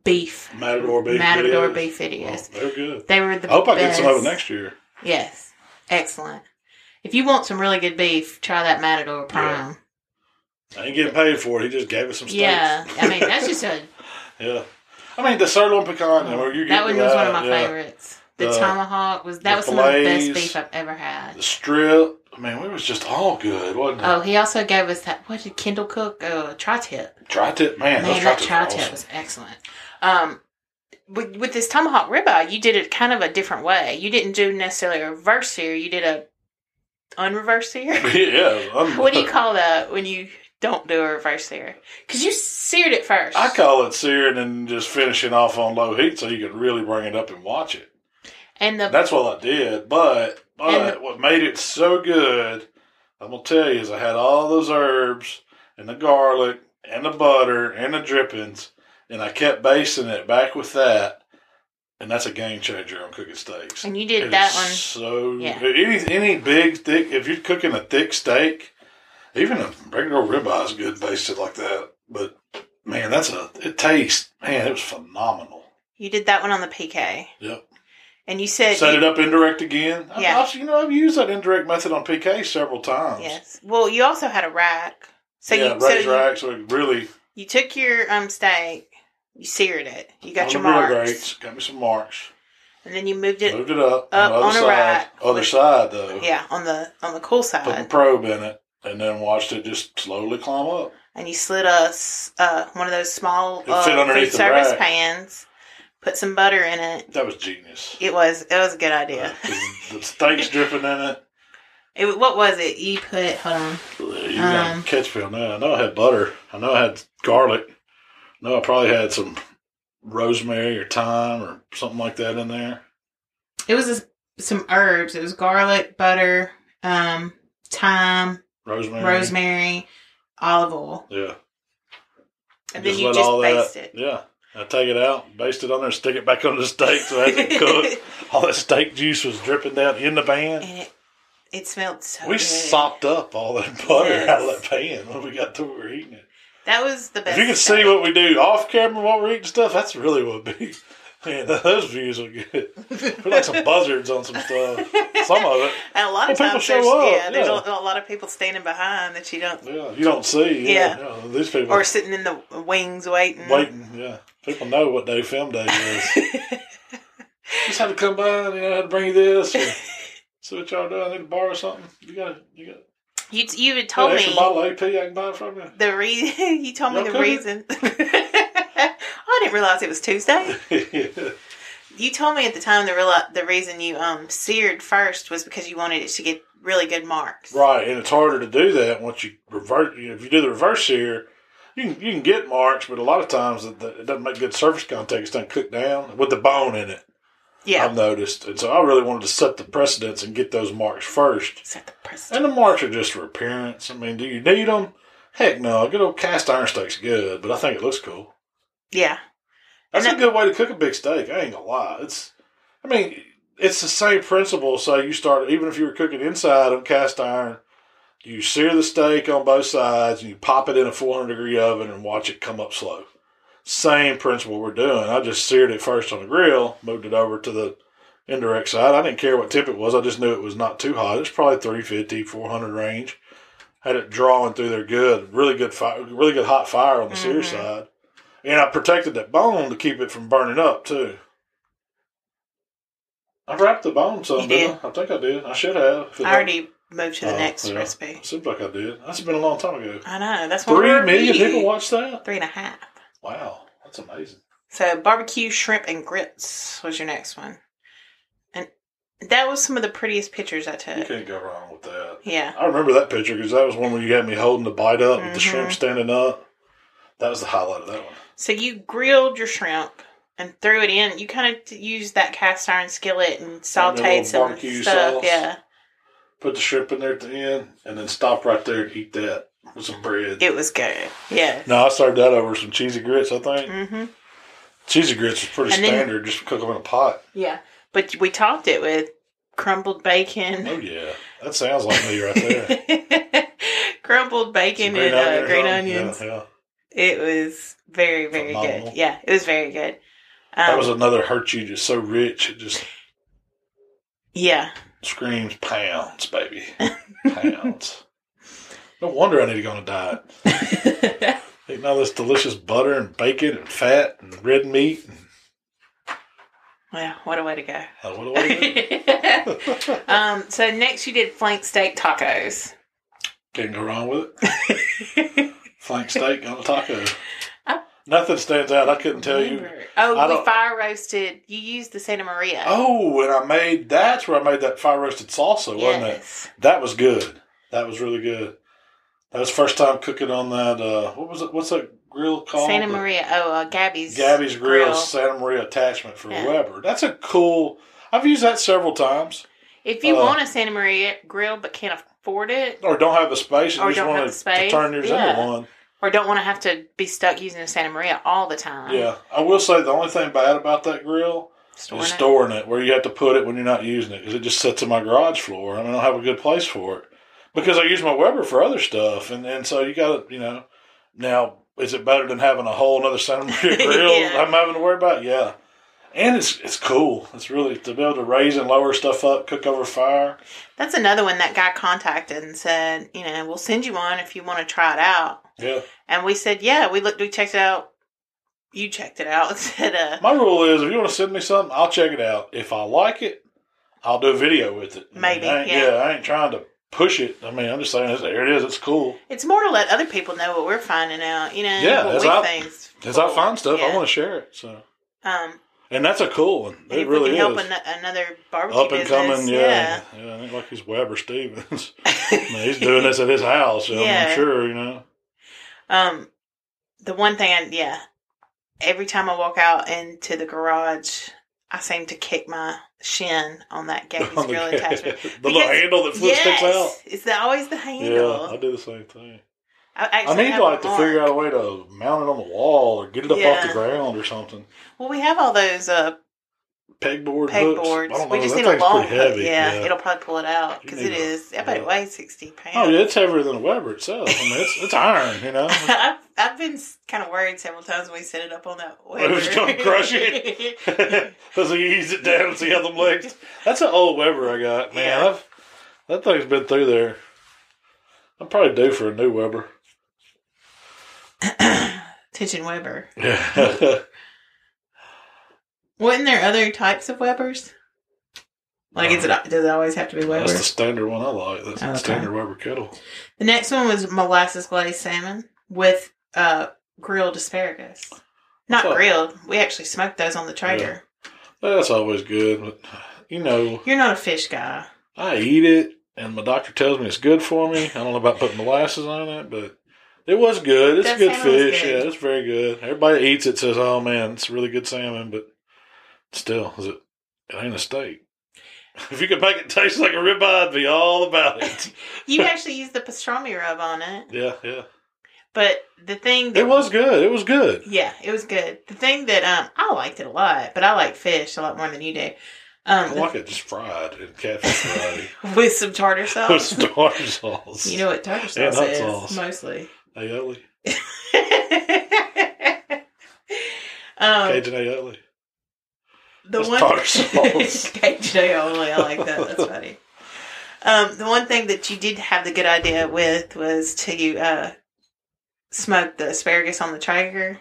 Speaker 3: beef,
Speaker 2: Matador beef.
Speaker 3: matador
Speaker 2: videos.
Speaker 3: beef
Speaker 2: Well,
Speaker 3: videos.
Speaker 2: they're good.
Speaker 3: They were the.
Speaker 2: I hope I
Speaker 3: best.
Speaker 2: get some of it next year.
Speaker 3: Yes, excellent. If you want some really good beef, try that matador prime.
Speaker 2: I ain't getting paid for it. He just gave us some steaks.
Speaker 3: Yeah, I mean that's just a
Speaker 2: yeah. I mean the sirloin pecan. you know, you're
Speaker 3: that one
Speaker 2: getting
Speaker 3: was one of my
Speaker 2: yeah.
Speaker 3: favorites. The,
Speaker 2: The-
Speaker 3: tomahawk was that
Speaker 2: the
Speaker 3: was some of the best
Speaker 2: fillets.
Speaker 3: beef I've ever had.
Speaker 2: The strip. I mean, it was just all good, wasn't it?
Speaker 3: Oh, he also gave us that. What did Kendall cook? Oh, tri-tip.
Speaker 2: Tri tip, man.
Speaker 3: Man,
Speaker 2: those
Speaker 3: that
Speaker 2: tri-tips are
Speaker 3: tri tip
Speaker 2: awesome.
Speaker 3: was excellent. Um, with, with this tomahawk ribeye, you did it kind of a different way. You didn't do necessarily a reverse sear. You did a unreverse sear.
Speaker 2: yeah. I'm-
Speaker 3: what do you call that when you don't do a reverse sear? Because you seared it first.
Speaker 2: I call it searing and just finishing off on low heat, so you can really bring it up and watch it.
Speaker 3: and the
Speaker 2: That's what I did, but but
Speaker 3: And-
Speaker 2: what made it so good, I'm gonna tell you, is I had all those herbs and the garlic and the butter and the drippings, and I kept basting it back with that, and that's a game changer on cooking steaks.
Speaker 3: and you
Speaker 2: It
Speaker 3: did
Speaker 2: is
Speaker 3: that one.
Speaker 2: So
Speaker 3: Yeah.
Speaker 2: any any big thick, if you're cooking a thick steak, even a regular ribeye is good basted like that. But man, that's a it tastes man, it was phenomenal.
Speaker 3: You did that one on the PK.
Speaker 2: Yep.
Speaker 3: And you said
Speaker 2: Set
Speaker 3: you-
Speaker 2: it up indirect again. I've-
Speaker 3: Yeah.
Speaker 2: I've, you know, I've used that indirect method on PK several times.
Speaker 3: Yes. Well, you also had a rack. So
Speaker 2: yeah,
Speaker 3: you
Speaker 2: raise
Speaker 3: so you,
Speaker 2: racks. So it really,
Speaker 3: you took your um steak, you seared it, you got
Speaker 2: on
Speaker 3: your
Speaker 2: the grill
Speaker 3: marks,
Speaker 2: grates, got me some marks.
Speaker 3: and then you moved it.
Speaker 2: Moved it up,
Speaker 3: up
Speaker 2: on the
Speaker 3: on a
Speaker 2: other side.
Speaker 3: rack.
Speaker 2: Other side though.
Speaker 3: Yeah, on the on the cool
Speaker 2: Put the
Speaker 3: side.
Speaker 2: probe in it, and then watched it just slowly climb up.
Speaker 3: and you slid us uh, one of those small
Speaker 2: It
Speaker 3: uh,
Speaker 2: fit underneath
Speaker 3: food
Speaker 2: the
Speaker 3: service
Speaker 2: rack.
Speaker 3: pans, put some butter in it.
Speaker 2: That was genius. Uh,
Speaker 3: It was it was a good idea.
Speaker 2: the steak's dripping in it.
Speaker 3: It, was- what was it? You put hold on.
Speaker 2: You gotta
Speaker 3: Um,
Speaker 2: catch me on that. I know I had butter. I know I had garlic. I know I probably had some rosemary or thyme or something like that in there.
Speaker 3: It was this, some herbs. It was garlic, butter, um, thyme,
Speaker 2: Rosemary.
Speaker 3: rosemary, olive oil,
Speaker 2: Yeah.
Speaker 3: and then you just baste
Speaker 2: that.
Speaker 3: it.
Speaker 2: Yeah. I take it out, baste it on there, stick it back under the steak so as it cooked. All that steak juice was dripping down in the pan.
Speaker 3: and it it smelled so.
Speaker 2: We
Speaker 3: good.
Speaker 2: sopped up all that butter out of
Speaker 3: Yes.
Speaker 2: that pan when we got to where we were eating it.
Speaker 3: That was the
Speaker 2: If
Speaker 3: best.
Speaker 2: you can
Speaker 3: stuff.
Speaker 2: see what we do off camera, what we're eating stuff, that's really what it be. Man, those views are good. We're like some buzzards on some stuff. Some of it,
Speaker 3: And a lot of
Speaker 2: Well, people
Speaker 3: times,
Speaker 2: show
Speaker 3: there's,
Speaker 2: up,
Speaker 3: yeah, there's a,
Speaker 2: yeah.
Speaker 3: a lot of people standing behind that you don't,
Speaker 2: yeah, you don't see. Yeah, yeah, these people
Speaker 3: or sitting in the wings waiting.
Speaker 2: waiting. Yeah, people know what day film day is. Just had to come by, and, you know, had to bring you this. Or see what y'all do. I need to borrow something. You got, you got,
Speaker 3: You you had
Speaker 2: got
Speaker 3: told
Speaker 2: an
Speaker 3: me
Speaker 2: extra bottle of AP I can buy from you.
Speaker 3: the reason. You told me
Speaker 2: Y'all
Speaker 3: the
Speaker 2: covered?
Speaker 3: reason. I didn't realize it was Tuesday. You told me at the time the real the reason you um seared first was because you wanted it to get really good marks.
Speaker 2: Right, and it's harder to do that once you revert. You know, if you do the reverse here, you can you can get marks, but a lot of times it, it doesn't make good surface contact. It's done cooked down with the bone in it.
Speaker 3: Yeah.
Speaker 2: I've noticed, and so I really wanted to set the precedence and get those marks first.
Speaker 3: Set the precedent.
Speaker 2: And the marks are just for appearance. I mean, do you need them? Heck no. A good old cast iron steak's good, but I think it looks cool.
Speaker 3: Yeah.
Speaker 2: That's
Speaker 3: And
Speaker 2: a good way to cook a big steak. I ain't gonna lie. It's, I mean, it's the same principle. So you start even if you were cooking inside on cast iron, you sear the steak on both sides and you pop it in a 400 degree oven and watch it come up slow. Same principle we're doing. I just seared it first on the grill, moved it over to the indirect side. I didn't care what temp it was. I just knew it was not too hot. It's probably 350, 400 range. Had it drawing through there good, really good fire, really good hot fire on the sear
Speaker 3: Mhm.
Speaker 2: side. And I protected that bone to keep it from burning up too. I wrapped the bone some,
Speaker 3: You
Speaker 2: didn't I? I think I did. I should have. If it
Speaker 3: I already moved to the
Speaker 2: Oh,
Speaker 3: next
Speaker 2: Uh, yeah.
Speaker 3: recipe.
Speaker 2: Seems like I did. That's been a long time ago.
Speaker 3: I know. That's what
Speaker 2: Three
Speaker 3: we're
Speaker 2: million
Speaker 3: reviewing.
Speaker 2: people watch that.
Speaker 3: Three and a half.
Speaker 2: Wow, that's amazing.
Speaker 3: So barbecue shrimp and grits was your next one, and that was some of the prettiest pictures I
Speaker 2: You
Speaker 3: took.
Speaker 2: can't go wrong with that.
Speaker 3: Yeah,
Speaker 2: I remember that picture because that was one where you had me holding the bite up with the
Speaker 3: Mhm.
Speaker 2: shrimp standing up. That was the highlight of that one.
Speaker 3: so you grilled your shrimp and threw it in. You kind of used that cast iron skillet and
Speaker 2: a little
Speaker 3: sautéed some of
Speaker 2: barbecue
Speaker 3: the stuff.
Speaker 2: sauce.
Speaker 3: Yeah,
Speaker 2: Put the shrimp in there at the end, and then stop right there and eat that with some bread.
Speaker 3: it was good. Yeah.
Speaker 2: no, I served that over some cheesy grits. I think
Speaker 3: Mm-hmm.
Speaker 2: cheesy grits is pretty
Speaker 3: And then-
Speaker 2: standard. just cook them in a pot.
Speaker 3: Yeah, but we topped it with crumbled
Speaker 2: Oh
Speaker 3: bacon.
Speaker 2: yeah, that sounds like me right there. Some
Speaker 3: crumbled bacon
Speaker 2: green
Speaker 3: and uh,
Speaker 2: onion or
Speaker 3: green
Speaker 2: something. Yeah,
Speaker 3: onions.
Speaker 2: yeah.
Speaker 3: It was very, very
Speaker 2: Phenomenal.
Speaker 3: good. Yeah, it was very good. Um,
Speaker 2: that was another hurt you just so rich it just
Speaker 3: yeah.
Speaker 2: screams pounds, baby. pounds. No wonder I need to go on a diet. Eating all this delicious butter and bacon and fat and red meat. And,
Speaker 3: well, what a way to go.
Speaker 2: uh, what do I do?
Speaker 3: um, so next you did flank steak tacos.
Speaker 2: Can't go wrong with it. Flank steak on a taco.
Speaker 3: I-
Speaker 2: Nothing stands out. I couldn't tell you.
Speaker 3: Remember-
Speaker 2: I
Speaker 3: Oh, we
Speaker 2: don't-
Speaker 3: fire roasted. You used the Santa Maria.
Speaker 2: Oh, and I made that's where I made that fire roasted salsa, wasn't it?
Speaker 3: yes.
Speaker 2: That was good. That was really good. That was first time cooking on that. Uh, what was it? What's that grill called?
Speaker 3: Santa
Speaker 2: The-
Speaker 3: Maria. Oh, uh, Gabby's.
Speaker 2: Gabby's Grill, Santa Maria attachment for
Speaker 3: Yeah.
Speaker 2: Weber. That's a cool. I've used that several times,
Speaker 3: If you
Speaker 2: uh,
Speaker 3: want a Santa Maria grill but can't afford it,
Speaker 2: or don't have the space, and
Speaker 3: Or
Speaker 2: you just
Speaker 3: don't have
Speaker 2: want
Speaker 3: the
Speaker 2: to,
Speaker 3: space.
Speaker 2: turn yours
Speaker 3: Yeah.
Speaker 2: into one.
Speaker 3: or don't want to have to be stuck using a Santa Maria all the time,
Speaker 2: Yeah, I will say the only thing bad about that grill
Speaker 3: storing
Speaker 2: is
Speaker 3: it.
Speaker 2: storing it where you have to put it when you're not using it because it just sits in my garage floor and I don't have a good place for it because I use my Weber for other stuff, and and so you got to you know now is it better than having a whole another Santa Maria grill
Speaker 3: Yeah.
Speaker 2: I'm having to worry about? Yeah. And it's it's cool. It's really to be able to raise and lower stuff up, cook over fire.
Speaker 3: That's another one that guy contacted and said, you know, we'll send you one if you want to try it out.
Speaker 2: Yeah.
Speaker 3: And we said, yeah, we looked, we checked it out. You checked it out. and said, uh,
Speaker 2: My rule is if you want to send me something, I'll check it out. If I like it, I'll do a video with it. I mean,
Speaker 3: Maybe,
Speaker 2: I ain't-
Speaker 3: yeah.
Speaker 2: I ain't trying to push it. I mean, I'm just saying, there it is. It's cool.
Speaker 3: It's more to let other people know what we're finding out, you know,
Speaker 2: Yeah,
Speaker 3: what
Speaker 2: as
Speaker 3: we
Speaker 2: I-
Speaker 3: think. is
Speaker 2: As I
Speaker 3: cool.
Speaker 2: find stuff,
Speaker 3: Yeah.
Speaker 2: I want to share it. So,
Speaker 3: Um,
Speaker 2: and that's a cool one.
Speaker 3: and
Speaker 2: It
Speaker 3: if
Speaker 2: really
Speaker 3: we can
Speaker 2: is.
Speaker 3: help an- another barbecue
Speaker 2: Up and
Speaker 3: business,
Speaker 2: coming, yeah.
Speaker 3: yeah.
Speaker 2: yeah. I think like he's Weber Stevens. I mean, he's doing this at his house. you know,
Speaker 3: Yeah.
Speaker 2: I'm sure, you know.
Speaker 3: Um, the one thing, I, yeah, every time I walk out into the garage, I seem to kick my shin on that Gaby's
Speaker 2: On the
Speaker 3: grill
Speaker 2: gas-
Speaker 3: attachment.
Speaker 2: the little
Speaker 3: Because-
Speaker 2: handle that flips sticks out.
Speaker 3: Yes, it's the, always the
Speaker 2: Yeah, I
Speaker 3: handle.
Speaker 2: do the same thing.
Speaker 3: I,
Speaker 2: I
Speaker 3: actually
Speaker 2: need
Speaker 3: have
Speaker 2: to like
Speaker 3: a
Speaker 2: to
Speaker 3: mark.
Speaker 2: figure out a way to mount it on the wall or get it up off
Speaker 3: Yeah.
Speaker 2: the ground or something.
Speaker 3: Well, we have all those uh,
Speaker 2: Pegboard hooks. I
Speaker 3: pegboards.
Speaker 2: don't
Speaker 3: We
Speaker 2: know,
Speaker 3: just
Speaker 2: that
Speaker 3: need a
Speaker 2: thing's
Speaker 3: long
Speaker 2: pretty
Speaker 3: hook.
Speaker 2: heavy,
Speaker 3: yeah,
Speaker 2: yeah.
Speaker 3: it'll probably pull it out
Speaker 2: You
Speaker 3: because
Speaker 2: need a-
Speaker 3: it is. I bet it
Speaker 2: yeah.
Speaker 3: weighs sixty pounds.
Speaker 2: Oh, yeah, it's heavier than a Weber itself. I mean, it's, it's iron, you know.
Speaker 3: I've, I've been kind of worried several times when we set it up on that.
Speaker 2: It was
Speaker 3: Weber.
Speaker 2: gonna crush it. Because he ease it down and see how them legs. That's an old Weber I got, man.
Speaker 3: Yeah.
Speaker 2: I've, that thing's been through there. I'm probably due for a new Weber.
Speaker 3: Attention Weber.
Speaker 2: Yeah.
Speaker 3: Wasn't there other types of Webers? Like, is it
Speaker 2: Uh,
Speaker 3: does it always have to be Weber?
Speaker 2: That's the standard one I like. That's the
Speaker 3: Okay.
Speaker 2: standard Weber kettle.
Speaker 3: The next one was molasses glazed salmon with uh, grilled asparagus. Not
Speaker 2: What's up?
Speaker 3: grilled. We actually smoked those on the trader.
Speaker 2: That's always good, but you know,
Speaker 3: You're not a fish guy.
Speaker 2: I eat it, and my doctor tells me it's good for me. I don't know about putting molasses on it, but it was good. It's
Speaker 3: That
Speaker 2: good
Speaker 3: salmon was
Speaker 2: fish.
Speaker 3: good.
Speaker 2: Yeah, it's very good. Everybody that eats it says, "Oh man, it's really good salmon," but still, is it? It ain't a steak. If you could make it taste like a ribeye, I'd be all about it.
Speaker 3: You actually used the pastrami rub on it,
Speaker 2: yeah, yeah.
Speaker 3: but the thing that
Speaker 2: It was good. It was good.
Speaker 3: Yeah, it was good. The thing that um I liked it a lot, but I like fish a lot more than you do. Um,
Speaker 2: I like it just fried in catfish variety
Speaker 3: with some tartar
Speaker 2: with
Speaker 3: sauce.
Speaker 2: some tartar sauce.
Speaker 3: Oh. you know what tartar
Speaker 2: And
Speaker 3: sauce
Speaker 2: hot
Speaker 3: is
Speaker 2: sauce.
Speaker 3: mostly.
Speaker 2: aioli,
Speaker 3: um,
Speaker 2: Cajun aioli.
Speaker 3: the
Speaker 2: That's
Speaker 3: one
Speaker 2: tartar sauce.
Speaker 3: Cajun aioli, I like that. That's funny. Um, the one thing that you did have the good idea with was to uh, smoke the asparagus on the Traeger.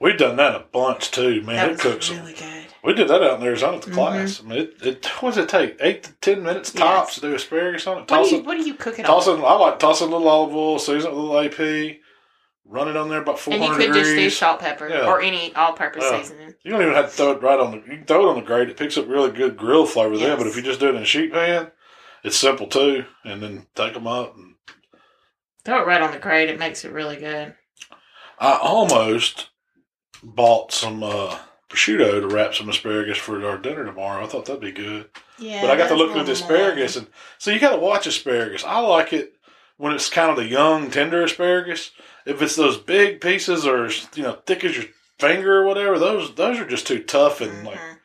Speaker 2: We've done that a bunch too, man.
Speaker 3: That
Speaker 2: it
Speaker 3: was
Speaker 2: cooks them.
Speaker 3: really good.
Speaker 2: We did that out in Arizona at the
Speaker 3: Mhm.
Speaker 2: class. I mean, it, it what does it take? Eight to ten minutes
Speaker 3: Yes.
Speaker 2: tops to do asparagus on it.
Speaker 3: What
Speaker 2: Toss
Speaker 3: do you
Speaker 2: it,
Speaker 3: What do you cook it
Speaker 2: toss
Speaker 3: on?
Speaker 2: it. I like tossing a little olive oil, season it with a little AP, run it on there about four
Speaker 3: And you
Speaker 2: hundred
Speaker 3: could just do
Speaker 2: degrees.
Speaker 3: salt, pepper,
Speaker 2: Yeah.
Speaker 3: or any all-purpose
Speaker 2: Yeah.
Speaker 3: seasoning.
Speaker 2: you don't even have to throw it right on the. You can throw it on the grate. It picks up really good grill flavor there.
Speaker 3: Yes.
Speaker 2: But if you just do it in a sheet pan, it's simple too. And then take them up. And
Speaker 3: Throw it right on the grate. It makes it really good.
Speaker 2: I almost bought some uh, prosciutto to wrap some asparagus for our dinner tomorrow. I thought that'd be good.
Speaker 3: Yeah.
Speaker 2: But I got to
Speaker 3: that's
Speaker 2: look
Speaker 3: a
Speaker 2: through the
Speaker 3: little more.
Speaker 2: asparagus, and so you got to watch asparagus. I like it when it's kind of the young, tender asparagus. If it's those big pieces or you know thick as your finger or whatever, those those are just too tough and like
Speaker 3: Mhm.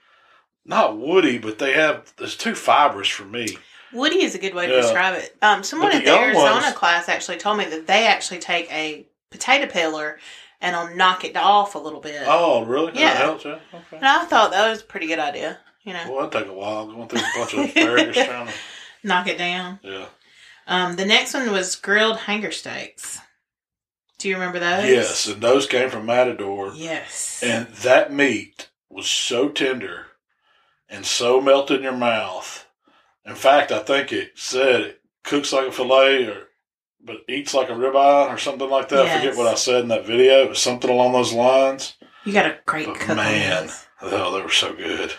Speaker 2: not woody, but they have it's too fibrous for me.
Speaker 3: Woody is a good way to
Speaker 2: Yeah.
Speaker 3: describe it. Um, someone
Speaker 2: But the
Speaker 3: at the
Speaker 2: young
Speaker 3: Arizona
Speaker 2: ones-
Speaker 3: class actually told me that they actually take a potato peeler and will knock it off a little bit.
Speaker 2: Oh, really? That
Speaker 3: Yeah.
Speaker 2: helps, yeah? Okay.
Speaker 3: And I thought that was a pretty good idea. You know,
Speaker 2: Well, that take a while going through a bunch of asparagus trying to.
Speaker 3: knock it down.
Speaker 2: Yeah.
Speaker 3: Um, the next one was grilled hanger steaks. Do you remember those?
Speaker 2: Yes, and those came from Matador.
Speaker 3: Yes.
Speaker 2: And that meat was so tender and so melted in your mouth. In fact, I think it said it cooks like a fillet or but eats like a ribeye or something like that. I
Speaker 3: Yes.
Speaker 2: forget what I said in that video. It was something along those lines.
Speaker 3: you got a great
Speaker 2: But
Speaker 3: cook on
Speaker 2: Oh, man.
Speaker 3: those.
Speaker 2: Oh, they were so good.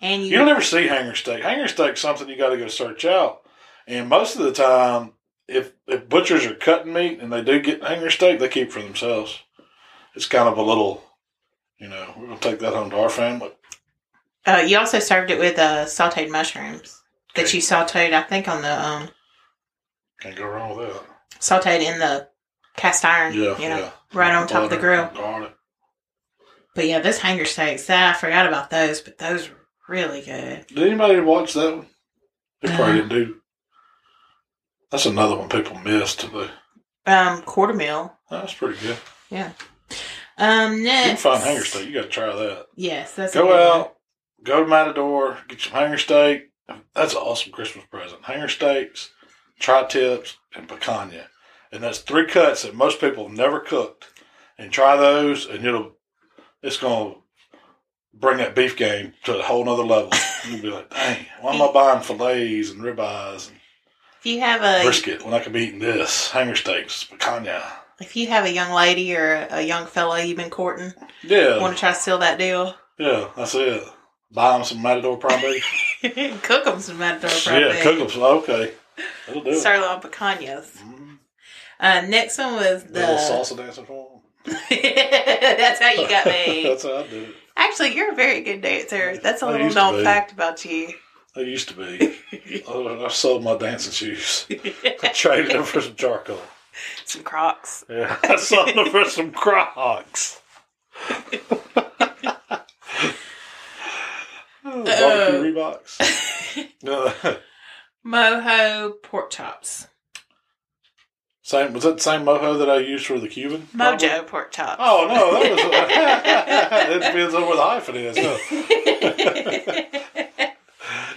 Speaker 3: And you,
Speaker 2: You don't ever see hanger steak. Hanger steak's something you got to go search out. And most of the time, if if butchers are cutting meat and they do get hanger steak, they keep it for themselves. It's kind of a little, you know, we're gonna take that home to our family.
Speaker 3: Uh, you also served it with uh, sauteed mushrooms that
Speaker 2: Okay.
Speaker 3: you sauteed, I think, on the um,
Speaker 2: Can't go wrong with that.
Speaker 3: sauteed in the cast iron.
Speaker 2: Yeah,
Speaker 3: you know,
Speaker 2: yeah.
Speaker 3: right on top of the grill.
Speaker 2: Garlic.
Speaker 3: But yeah, those hanger steaks. ah, I forgot about those, but those were really good.
Speaker 2: Did anybody watch that one? They probably
Speaker 3: No.
Speaker 2: didn't do. That's another one people missed. Today.
Speaker 3: Um, quarter meal.
Speaker 2: That's pretty good.
Speaker 3: Um,
Speaker 2: You
Speaker 3: next.
Speaker 2: can find hanger steak. You got to try that.
Speaker 3: Yes, that's a
Speaker 2: Go
Speaker 3: good one.
Speaker 2: out, go to Matador, get some hanger steak. That's an awesome Christmas present. Hanger steaks, tri tips, and picanha. And that's three cuts that most people have never cooked. And try those, and it'll, it's going to bring that beef game to a whole nother level. You'll be like, dang, why am I buying fillets and ribeyes? And
Speaker 3: If you have a
Speaker 2: brisket when I could be eating this hanger steaks, picanha.
Speaker 3: if you have a young lady or a young fella you've been courting, want
Speaker 2: Yeah,
Speaker 3: to try to seal that deal,
Speaker 2: yeah, that's it. Buy them some Matador prime beef.
Speaker 3: cook them some matador
Speaker 2: yeah, cook them. Okay, that'll do. it.
Speaker 3: sirloin picanas.
Speaker 2: Mm,
Speaker 3: Uh, next one was
Speaker 2: a little
Speaker 3: the.
Speaker 2: salsa dancing for
Speaker 3: That's how you
Speaker 2: them.
Speaker 3: got me.
Speaker 2: that's how I do it.
Speaker 3: Actually, you're a very good dancer. That's a
Speaker 2: I
Speaker 3: little
Speaker 2: used to
Speaker 3: known
Speaker 2: be.
Speaker 3: fact about you.
Speaker 2: I used to be. I, I sold my dancing shoes. I traded them for some charcoal.
Speaker 3: Some Crocs.
Speaker 2: Yeah, I sold them for some Crocs. Oh,
Speaker 3: Uh.
Speaker 2: barbecue Reeboks. No,
Speaker 3: Moho pork chops.
Speaker 2: same was that the same mojo that I used for the Cuban?
Speaker 3: Mojo pork chops.
Speaker 2: Oh no, that was. it depends on where the hyphen is. huh?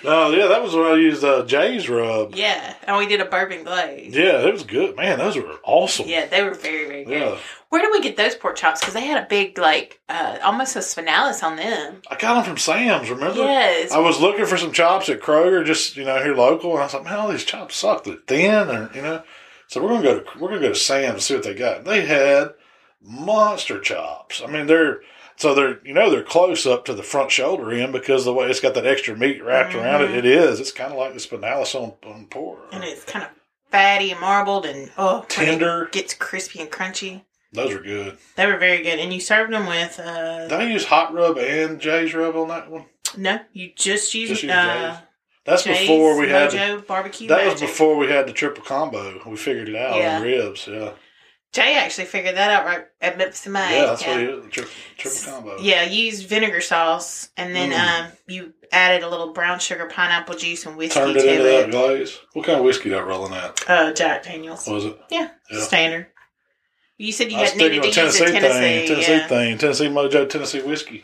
Speaker 2: No, yeah, that was when I used uh, Jay's rub.
Speaker 3: yeah, and we did a bourbon glaze. Yeah.
Speaker 2: Yeah, it was good, man. Those were awesome.
Speaker 3: they were very, very good.
Speaker 2: Yeah.
Speaker 3: Where did we get those pork chops? Because they had a big, like, uh, almost a spinalis on them.
Speaker 2: I got them from Sam's. Remember?
Speaker 3: Yes.
Speaker 2: I was looking for some chops at Kroger, just you know, here local, and I was like, man, all these chops suck. They're thin, or you know. So we're gonna go to we're gonna go to Sam's and see what they got. They had monster chops. I mean, they're so they're you know they're close up to the front shoulder end because the way it's got that extra meat wrapped around it. It is. It's kind of like the spinalis on, on pork.
Speaker 3: Mm-hmm. and it's kind of fatty and marbled and, oh, when it
Speaker 2: Tender.
Speaker 3: Gets crispy and crunchy.
Speaker 2: Those are good.
Speaker 3: They were very good. And you served them with, uh,
Speaker 2: Did I use hot rub and Jay's rub on that one?
Speaker 3: no, you just used,
Speaker 2: Just used
Speaker 3: uh,
Speaker 2: That's
Speaker 3: Jay's
Speaker 2: before we had.
Speaker 3: Mojo barbecue.
Speaker 2: that was
Speaker 3: Magic.
Speaker 2: before we had the triple combo. We figured it out
Speaker 3: Yeah.
Speaker 2: on ribs. Yeah,
Speaker 3: Jay actually figured that out right at Memphis and May.
Speaker 2: yeah, that's what it is. The triple, triple combo.
Speaker 3: Yeah, you used vinegar sauce, and then
Speaker 2: Oh. Mm.
Speaker 3: um, you added a little brown sugar, pineapple juice, and whiskey
Speaker 2: Turned it
Speaker 3: to
Speaker 2: into that
Speaker 3: it.
Speaker 2: glaze. What kind of whiskey that rolling at?
Speaker 3: Uh, Jack Daniels.
Speaker 2: Was it?
Speaker 3: Yeah,
Speaker 2: Yeah.
Speaker 3: standard. You said you
Speaker 2: I was
Speaker 3: had needed
Speaker 2: thinking
Speaker 3: to
Speaker 2: of
Speaker 3: use Tennessee in Tennessee.
Speaker 2: thing, Tennessee
Speaker 3: yeah.
Speaker 2: thing, Tennessee Mojo, Tennessee whiskey.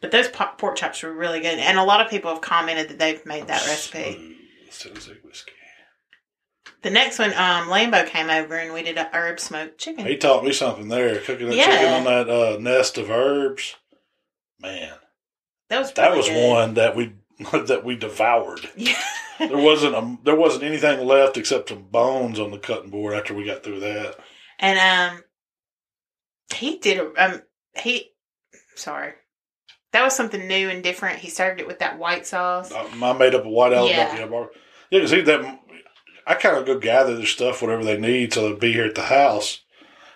Speaker 3: But those pop pork chops were really good, and a lot of people have commented that they've made that recipe.
Speaker 2: Smooth Tennessee whiskey.
Speaker 3: The next one, um, Lambo came over, and we did a herb smoked chicken.
Speaker 2: He taught me something there. Cooking that
Speaker 3: Yeah.
Speaker 2: chicken on that uh, nest of herbs. Man,
Speaker 3: That was
Speaker 2: that
Speaker 3: really
Speaker 2: was
Speaker 3: good.
Speaker 2: one that we that we devoured.
Speaker 3: Yeah.
Speaker 2: There wasn't a there wasn't anything left except some bones on the cutting board after we got through that.
Speaker 3: And um, he did a um he, sorry, that was something new and different. He served it with that white sauce.
Speaker 2: I, I made up a white
Speaker 3: Yeah.
Speaker 2: Alabama yeah. bar. Yeah, because that I kind of go gather their stuff, whatever they need, so they'll be here at the house.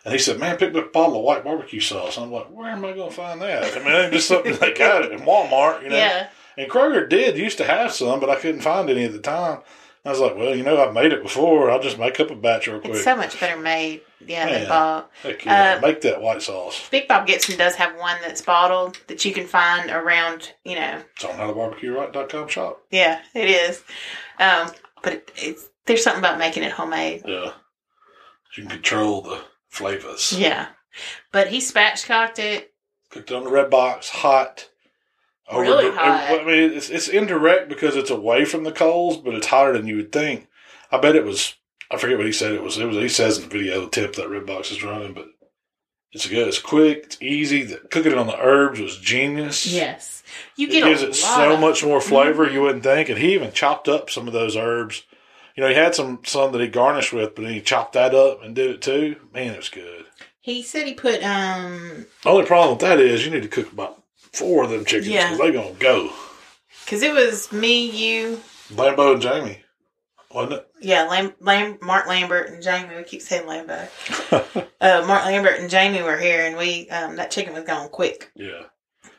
Speaker 2: And he said, "Man, pick up a bottle of white barbecue sauce." I'm like, "Where am I going to find that?" I mean, it ain't just something they got it at Walmart, you know.
Speaker 3: Yeah,
Speaker 2: And Kroger did used to have some, but I couldn't find any at the time. I was like, "Well, you know, I've made it before. I'll just make up a batch real quick."
Speaker 3: it's so much better made. Yeah, than
Speaker 2: Man.
Speaker 3: bottled.
Speaker 2: Heck yeah,
Speaker 3: uh,
Speaker 2: make that white sauce.
Speaker 3: Big Bob Gibson does have one that's bottled that you can find around. You know,
Speaker 2: It's on howtobarbecueright.com shop.
Speaker 3: yeah, it is. Um, but it, it's there's something about making it homemade.
Speaker 2: Yeah, you can control the flavors.
Speaker 3: Yeah, but he spatchcocked it.
Speaker 2: cooked it on the red box, hot.
Speaker 3: Really hot.
Speaker 2: I mean, it's, it's indirect because it's away from the coals, but it's hotter than you would think. I bet it was. I forget what he said it was. It was. He says in the video the tip that red box is running, but it's good. It's quick. It's easy. The, cooking it on the herbs was genius.
Speaker 3: Yes, you
Speaker 2: It
Speaker 3: get
Speaker 2: gives
Speaker 3: a
Speaker 2: it
Speaker 3: lot
Speaker 2: so
Speaker 3: of- Mhm.
Speaker 2: much more flavor you wouldn't think. And he even chopped up some of those herbs. You know, he had some some that he garnished with, but then he chopped that up and did it too. Man, it was good.
Speaker 3: He said he put um
Speaker 2: Only problem with that is you need to cook about four of them chickens
Speaker 3: Yeah.
Speaker 2: because they gonna go.
Speaker 3: because it was me, you,
Speaker 2: Lambo and Jamie, wasn't it?
Speaker 3: Yeah, Lam- Lam- Mark Lambert and Jamie. We keep saying Lambo. uh, Mark Lambert and Jamie were here, and we um, that chicken was gone quick.
Speaker 2: Yeah.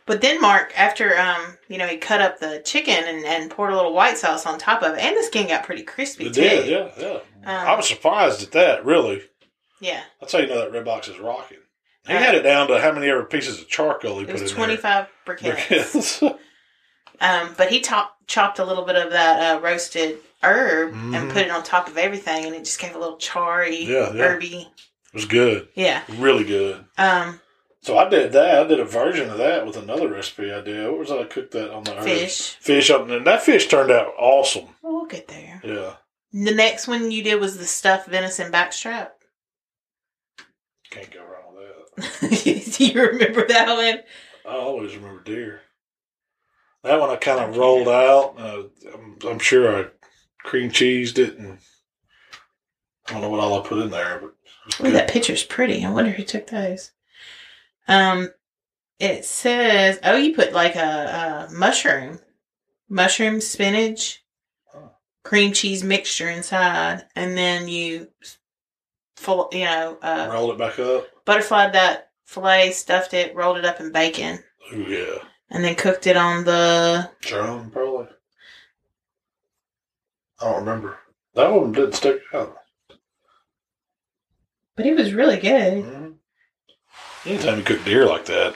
Speaker 3: But then Mark, after um, you know, he cut up the chicken and, and poured a little white sauce on top of it, and the skin got pretty crispy
Speaker 2: It
Speaker 3: too.
Speaker 2: did, yeah, yeah.
Speaker 3: Um,
Speaker 2: I was surprised at that, really.
Speaker 3: Yeah,
Speaker 2: That's how you know that red box is rocking. He
Speaker 3: Uh,
Speaker 2: had it down to how many ever pieces of charcoal he
Speaker 3: it
Speaker 2: put
Speaker 3: was
Speaker 2: in
Speaker 3: twenty five
Speaker 2: there.
Speaker 3: briquettes.
Speaker 2: Because-
Speaker 3: Um, but he top- chopped a little bit of that uh, roasted herb and
Speaker 2: Mhm.
Speaker 3: put it on top of everything, and it just gave a little charry,
Speaker 2: Yeah, yeah.
Speaker 3: herby.
Speaker 2: it was good.
Speaker 3: Yeah.
Speaker 2: Really good.
Speaker 3: Um,
Speaker 2: So I did that. I did a version of that with another recipe I did. What was that? I cooked that on the herbs.
Speaker 3: fish.
Speaker 2: Fish up and that fish turned out awesome.
Speaker 3: Oh, we'll get there.
Speaker 2: Yeah.
Speaker 3: The next one you did was the stuffed venison backstrap.
Speaker 2: Can't go wrong with that.
Speaker 3: Do you remember that one?
Speaker 2: I always remember deer. That one I kind of rolled out. Uh, I'm, I'm sure I cream cheesed it, and I don't know what all I put in there, but it's
Speaker 3: Ooh, that
Speaker 2: good.
Speaker 3: picture's pretty. I wonder who took those. Um, it says, oh, you put like a, a mushroom, mushroom spinach,
Speaker 2: Oh.
Speaker 3: cream cheese mixture inside, and then you, full, you know, uh,
Speaker 2: roll it back up.
Speaker 3: butterflied that fillet, stuffed it, rolled it up in bacon,
Speaker 2: Ooh, yeah,
Speaker 3: and then cooked it on the.
Speaker 2: drum probably. I don't remember. That one didn't stick out.
Speaker 3: But it was really good.
Speaker 2: Mhm. Anytime you cook deer like that,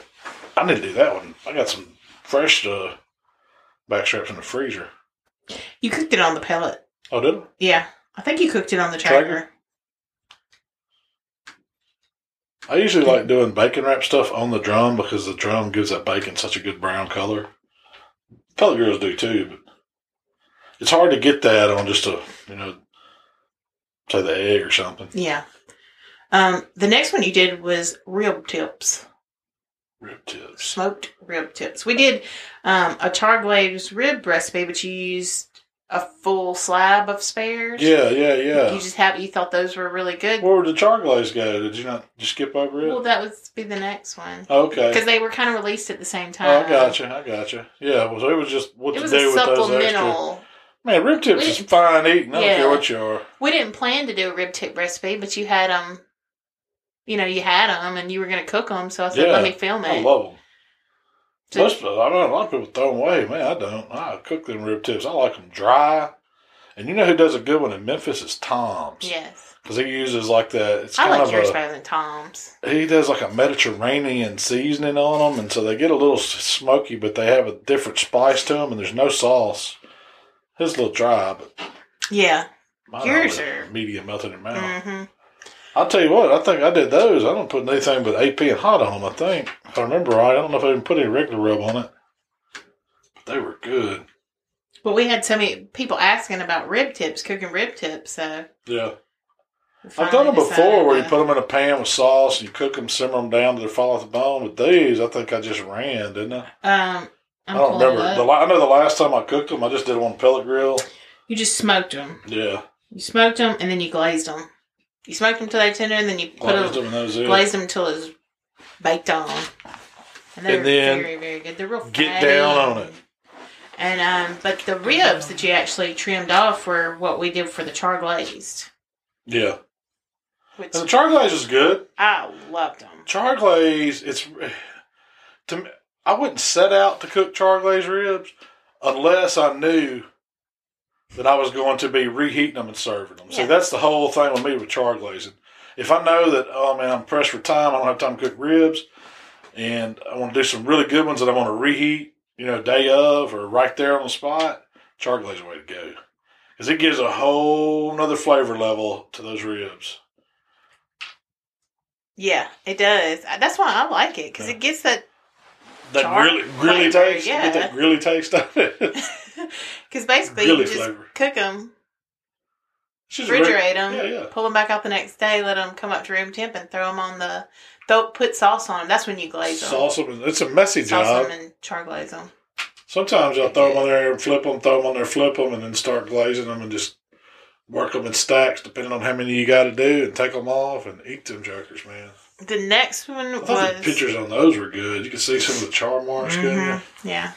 Speaker 2: I need to do that one. I got some fresh uh, back straps in the freezer.
Speaker 3: You cooked it on the pellet.
Speaker 2: Oh, did I?
Speaker 3: Yeah, I think you cooked it on the
Speaker 2: Traeger?
Speaker 3: tracker.
Speaker 2: I usually like doing bacon wrap stuff on the drum because the drum gives that bacon such a good brown color. Pellet girls do too, but it's hard to get that on just a you know, say the egg or something.
Speaker 3: Yeah. Um, the next one you did was rib tips.
Speaker 2: Rib tips.
Speaker 3: smoked rib tips. We did um, a char glazed rib recipe, but you used a full slab of spares.
Speaker 2: Yeah, yeah,
Speaker 3: You
Speaker 2: yeah.
Speaker 3: just have you thought those were really good.
Speaker 2: Where would the char glaze go? Did you not just skip over it?
Speaker 3: Well, that would be the next one
Speaker 2: okay.
Speaker 3: because they were kind of released at the same
Speaker 2: Oh,
Speaker 3: time.
Speaker 2: I gotcha. I gotcha. Yeah, well, so it was just what
Speaker 3: It
Speaker 2: to
Speaker 3: was a
Speaker 2: do with those extra.
Speaker 3: supplemental.
Speaker 2: Man, rib tips
Speaker 3: We-
Speaker 2: is fine eating. I don't
Speaker 3: Yeah.
Speaker 2: care what you are.
Speaker 3: We didn't plan to do a rib tip recipe, but you had them. You know, you had them, and you were going to cook them. So I said,
Speaker 2: Yeah.
Speaker 3: "Let me film
Speaker 2: I
Speaker 3: it."
Speaker 2: love them.
Speaker 3: So-
Speaker 2: Most, of- I know a lot of people throw them away. Man, I don't. I cook them rib tips. I like them dry. And you know who does a good one in Memphis is Tom's.
Speaker 3: yes,
Speaker 2: Because he uses like that. It's
Speaker 3: I
Speaker 2: kind
Speaker 3: like yours
Speaker 2: of a,
Speaker 3: better than Tom's.
Speaker 2: he does like a Mediterranean seasoning on them, and so they get a little s- smoky, but they have a different spice to them, and there's no sauce. His a little dry, but
Speaker 3: Yeah.
Speaker 2: mine
Speaker 3: Yours
Speaker 2: are always
Speaker 3: are-
Speaker 2: medium melted in your mouth.
Speaker 3: hmm
Speaker 2: I'll tell you what, I think I did those. I don't put anything but AP and hot on them, I think. If I remember right, I don't know if I even put any regular rub on it. But they were good.
Speaker 3: But we had so many people asking about rib tips, cooking rib tips. So
Speaker 2: Yeah.
Speaker 3: we
Speaker 2: I've done
Speaker 3: finally
Speaker 2: them before
Speaker 3: decided
Speaker 2: where you
Speaker 3: to-
Speaker 2: put them in a pan with sauce and you cook them, simmer them down to they fall off the bone. But these, I think I just ran, didn't I?
Speaker 3: Um,
Speaker 2: I'm I do not
Speaker 3: I'm pulling it
Speaker 2: remember.
Speaker 3: up.
Speaker 2: The, la- I know the last time I cooked them, I just did them on pellet grill.
Speaker 3: you just smoked them.
Speaker 2: Yeah.
Speaker 3: You smoked them and then you glazed them. You smoked them till they tender, and then you put
Speaker 2: Glazed them
Speaker 3: them,
Speaker 2: and that was it.
Speaker 3: glazed them till it's baked on. And they're
Speaker 2: And then
Speaker 3: very, very good. They're real.
Speaker 2: Get
Speaker 3: fatty.
Speaker 2: down on it.
Speaker 3: And um, but the ribs that you actually trimmed off were what we did for the char glazed,
Speaker 2: Yeah.
Speaker 3: which
Speaker 2: And the char glaze is good.
Speaker 3: I loved them.
Speaker 2: char glaze it's to me, i wouldn't set out to cook char glaze ribs unless i knew that i was going to be reheating them and serving them
Speaker 3: Yeah.
Speaker 2: see that's the whole thing with me with char glazing if i know that oh man i'm pressed for time i don't have time to cook ribs and i want to do some really good ones that i want to reheat you know day of or right there on the spot char glaze is the way to go because it gives a whole nother flavor level to those ribs
Speaker 3: Yeah, it does. That's why I like it because it gets that
Speaker 2: that
Speaker 3: Char-
Speaker 2: really really
Speaker 3: flavor,
Speaker 2: taste.
Speaker 3: yeah.
Speaker 2: Get that really taste out of it.
Speaker 3: Because basically,
Speaker 2: Really
Speaker 3: you just
Speaker 2: flavor.
Speaker 3: cook them,
Speaker 2: It's just
Speaker 3: refrigerate them,
Speaker 2: Yeah, yeah.
Speaker 3: pull them back out the next day, let them come up to room temp, and throw them on the. Throw, put sauce on them. That's when you glaze them.
Speaker 2: Sauce them. It's a messy
Speaker 3: sauce
Speaker 2: job.
Speaker 3: them and char glaze them.
Speaker 2: Sometimes I'll throw them on there and flip them, throw them on there, flip them, and then start glazing them and just work them in stacks depending on how many you got to do and take them off and eat them jokers, man.
Speaker 3: The next one
Speaker 2: I thought the
Speaker 3: was.
Speaker 2: pictures on those were good. You can see some of the char marks. good.
Speaker 3: Mhm, yeah.